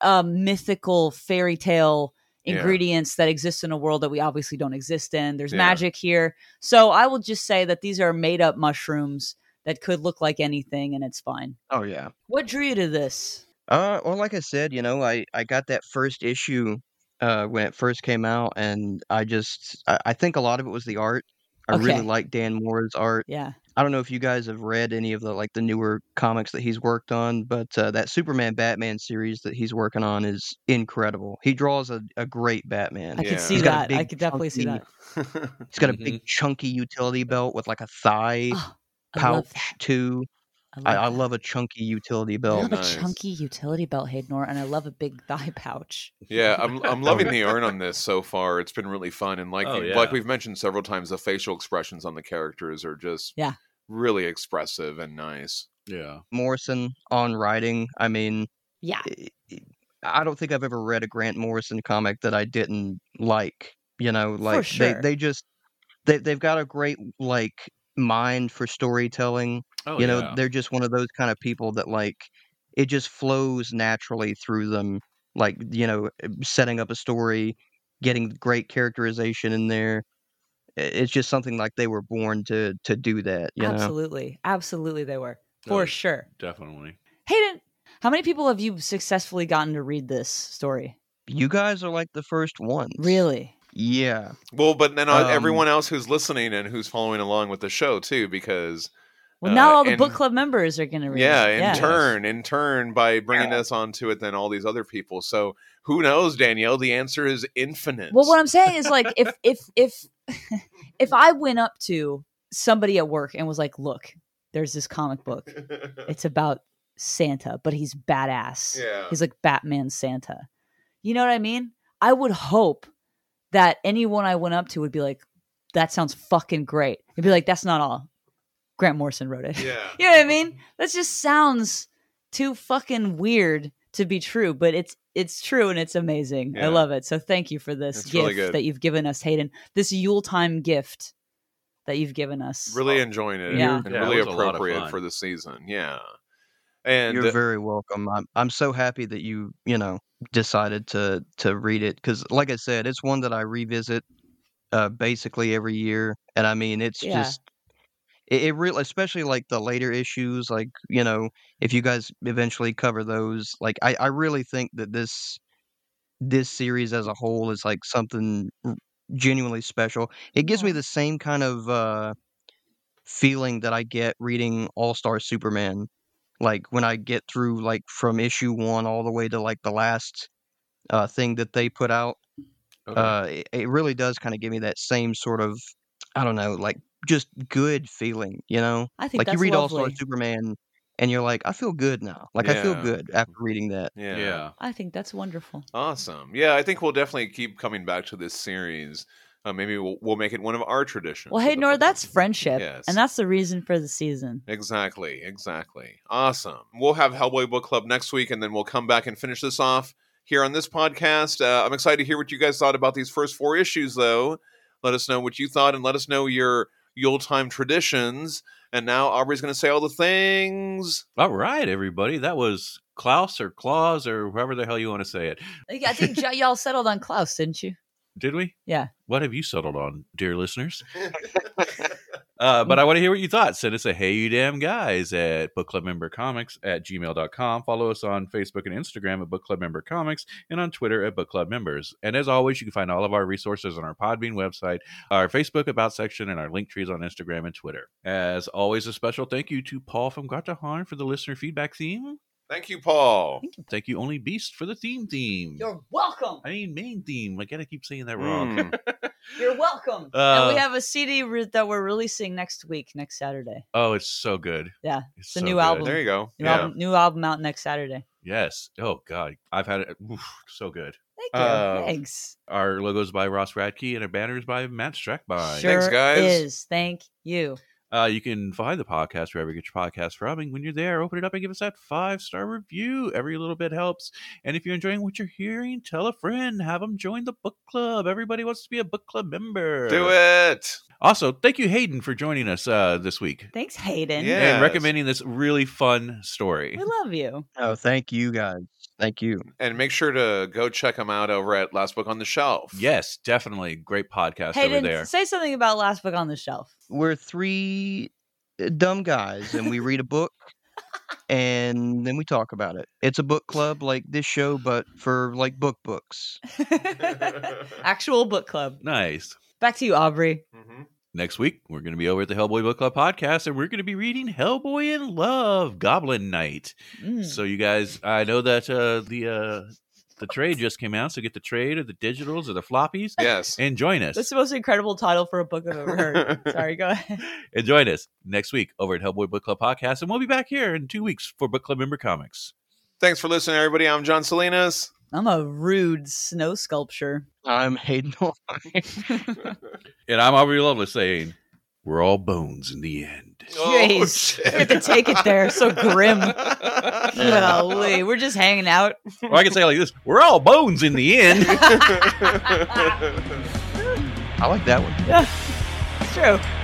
S5: um, mythical fairy tale
S1: Yeah.
S5: ingredients that exist in a world that we obviously don't exist in. There's
S1: Yeah.
S5: magic here. So I will just say that these are made up mushrooms that could look like anything, and it's fine.
S4: Oh yeah.
S5: What drew you to this?
S4: Uh, well, like I said, you know, I I got that first issue uh when it first came out, and I just I, I think a lot of it was the art. I
S5: Okay.
S4: really like Dan Moore's art.
S5: Yeah.
S4: I don't know if you guys have read any of the like the newer comics that he's worked on, but uh, that Superman Batman series that he's working on is incredible. He draws a, a great Batman.
S5: I
S1: Yeah.
S5: could see
S1: He's
S4: got a
S5: that. I
S4: big
S5: could definitely see
S4: chunky
S5: that.
S4: He's got a big chunky utility belt with like a thigh
S5: Oh, I love
S4: pouch
S5: that.
S4: too. I, I
S5: that.
S4: love a chunky utility
S5: I
S4: belt.
S5: love a
S1: Nice.
S5: chunky utility belt, Haydenor, and I love a big thigh pouch.
S1: yeah, I'm I'm loving the art on this so far. It's been really fun, and like
S2: Oh,
S1: you-
S2: yeah.
S1: like we've mentioned several times, the facial expressions on the characters are just
S5: Yeah.
S1: really expressive and nice.
S2: Yeah.
S4: Morrison on writing. I mean,
S5: Yeah.
S4: I- I don't think I've ever read a Grant Morrison comic that I didn't like. You know, like
S5: sure.
S4: they, they just they they've got a great like mind for storytelling.
S2: Oh,
S4: you know
S2: yeah.
S4: they're just one of those kind of people that like it just flows naturally through them like you know eh, setting up a story getting great characterization in there I- it's just something like they were born to to do that you know
S5: Absolutely. Absolutely, they were.
S2: Oh,
S5: For
S2: yeah.
S5: sure.
S2: Definitely.
S5: Hayden, how many people have you successfully gotten to read this story?
S4: you guys are like the first ones
S5: Really?
S4: yeah
S1: Well, but then uh,
S4: Um,
S1: everyone else who's listening and who's following along with the show too, because
S5: Well,
S1: Uh,
S5: now all the
S1: and-
S5: book club members are going to read.
S1: yeah,
S5: it.
S1: in turn, in turn, by bringing us onto it, then all these other people. So who knows, Danielle? The answer is infinite.
S5: Well, what I'm saying is like if if if if I went up to somebody at work and was like, "Look, there's this comic book. It's about Santa, but he's badass.
S1: Yeah.
S5: He's like Batman Santa." You know what I mean? I would hope that anyone I went up to would be like, "That sounds fucking great." It'd be like, "That's not all. Grant Morrison wrote it."
S1: yeah.
S5: You know what I mean? That just sounds too fucking weird to be true, but it's it's true and it's amazing.
S1: Yeah.
S5: I love it. So thank you for this
S1: It's
S5: gift
S1: really good.
S5: that you've given us, Hayden. This Yule time gift that you've given us.
S1: Really enjoying it.
S5: Yeah.
S1: And
S2: Yeah, it
S1: really
S2: was a lot of
S1: appropriate
S2: fun.
S1: for the season. Yeah. And
S4: you're very welcome I'm, I'm so happy that you you know decided to to read it because like i said it's one that i revisit uh basically every year and i mean it's
S5: Yeah.
S4: just it, it really especially like the later issues like you know if you guys eventually cover those like i i really think that this this series as a whole is like something r- genuinely special it gives me the same kind of uh feeling that i get reading all star superman like when i get through like from issue one all the way to like the last uh thing that they put out
S1: Okay.
S4: uh it, it really does kind of give me that same sort of i don't know like just good feeling you know
S5: I think
S4: like
S5: that's
S4: you read all
S5: lovely.
S4: star superman and you're like i feel good now like i
S1: Yeah.
S4: feel good after reading that
S1: yeah.
S2: Yeah.
S5: I think that's wonderful.
S1: Awesome. Yeah, I think we'll definitely keep coming back to this series. Uh, maybe we'll, we'll make it one of our traditions.
S5: Well,
S1: with the
S5: Haydenor,
S1: podcast.
S5: that's friendship.
S1: Yes.
S5: And that's the reason for the season.
S1: Exactly, exactly. Awesome. We'll have Hellboy Book Club next week, and then we'll come back and finish this off here on this podcast. Uh, I'm excited to hear what you guys thought about these first four issues, though. Let us know what you thought, and let us know your Yule time traditions. And now Aubrey's going to say all the things.
S2: All right, everybody. That was Klaus or Claus or whoever the hell you want to say it.
S5: I think y- y'all settled on Klaus, didn't you?
S2: Did we?
S5: Yeah.
S2: What have you settled on, dear listeners? uh,
S5: Mm.
S2: but I want to hear what you thought. Send us a hey you damn guys at book club member comics at gmail.com. Follow us on Facebook and Instagram at book club member comics and on Twitter at book club members. And as always, you can find all of our resources on our Podbean website, our Facebook about section, and our link trees on Instagram and Twitter. As always, a special thank you to Paul from Gratahorn for the listener feedback theme.
S1: Thank you, Paul.
S2: Thank you, Only Beast, for the theme theme.
S5: You're welcome.
S2: I mean, main theme. I gotta keep saying that wrong.
S1: Mm.
S5: You're welcome. and
S2: Uh,
S5: we have a CD re- that we're releasing next week, next Saturday.
S2: Oh, it's so good.
S5: Yeah,
S2: It's
S5: the new album.
S1: There you go.
S5: New,
S1: yeah.
S5: album, new album out next Saturday.
S2: Yes. Oh God, I've had it. oof, so good.
S5: Thank you.
S2: Uh,
S5: Thanks.
S2: Our logo's by Ross Radke and our banner is by Matt Strackbine.
S5: Sure
S1: Thanks, guys.
S5: Is. Thank you.
S2: Uh, you can find the podcast wherever you get your podcast from. And when you're there, open it up and give us that five star review. Every little bit helps. And if you're enjoying what you're hearing, tell a friend. Have them join the book club. Everybody wants to be a book club member.
S1: Do it.
S2: Also, thank you, Hayden, for joining us uh, this week
S5: Thanks, Hayden.
S1: Yeah. Yes.
S2: and recommending this really fun story.
S5: We love you.
S4: Oh, thank you guys. Thank you.
S1: And make sure to go check them out over at Last Book on the Shelf.
S2: Yes, definitely. Great podcast over there.
S5: Hayden, say something about Last Book on the Shelf.
S4: We're three uh, dumb guys, and we read a book, and then we talk about it. It's a book club like this show, but for like book books.
S5: Actual book club.
S2: Nice.
S5: Back to you, Aubrey.
S1: Mhm.
S2: Next week, we're going to be over at the Hellboy Book Club podcast, and we're going to be reading Hellboy in Love Goblin Night.
S5: Mm.
S2: So, you guys, I know that uh, the uh, the trade just came out, so get the trade or the digitals or the floppies
S1: Yes.
S2: and join us.
S5: That's the most incredible title for a book I've ever heard. Sorry, go ahead.
S2: and join us next week over at Hellboy Book Club podcast, and we'll be back here in two weeks for Book Club Member Comics.
S1: Thanks for listening, everybody. I'm John Salinas.
S5: I'm a rude snow sculpture.
S4: I'm Hayden.
S2: And I'm Aubrey Lovelace saying, we're all bones in the end.
S5: Jeez. You have to take it there. So grim. Golly, we're just hanging out.
S2: or I can say it like this, we're all bones in the end.
S4: I like that one.
S5: It's true.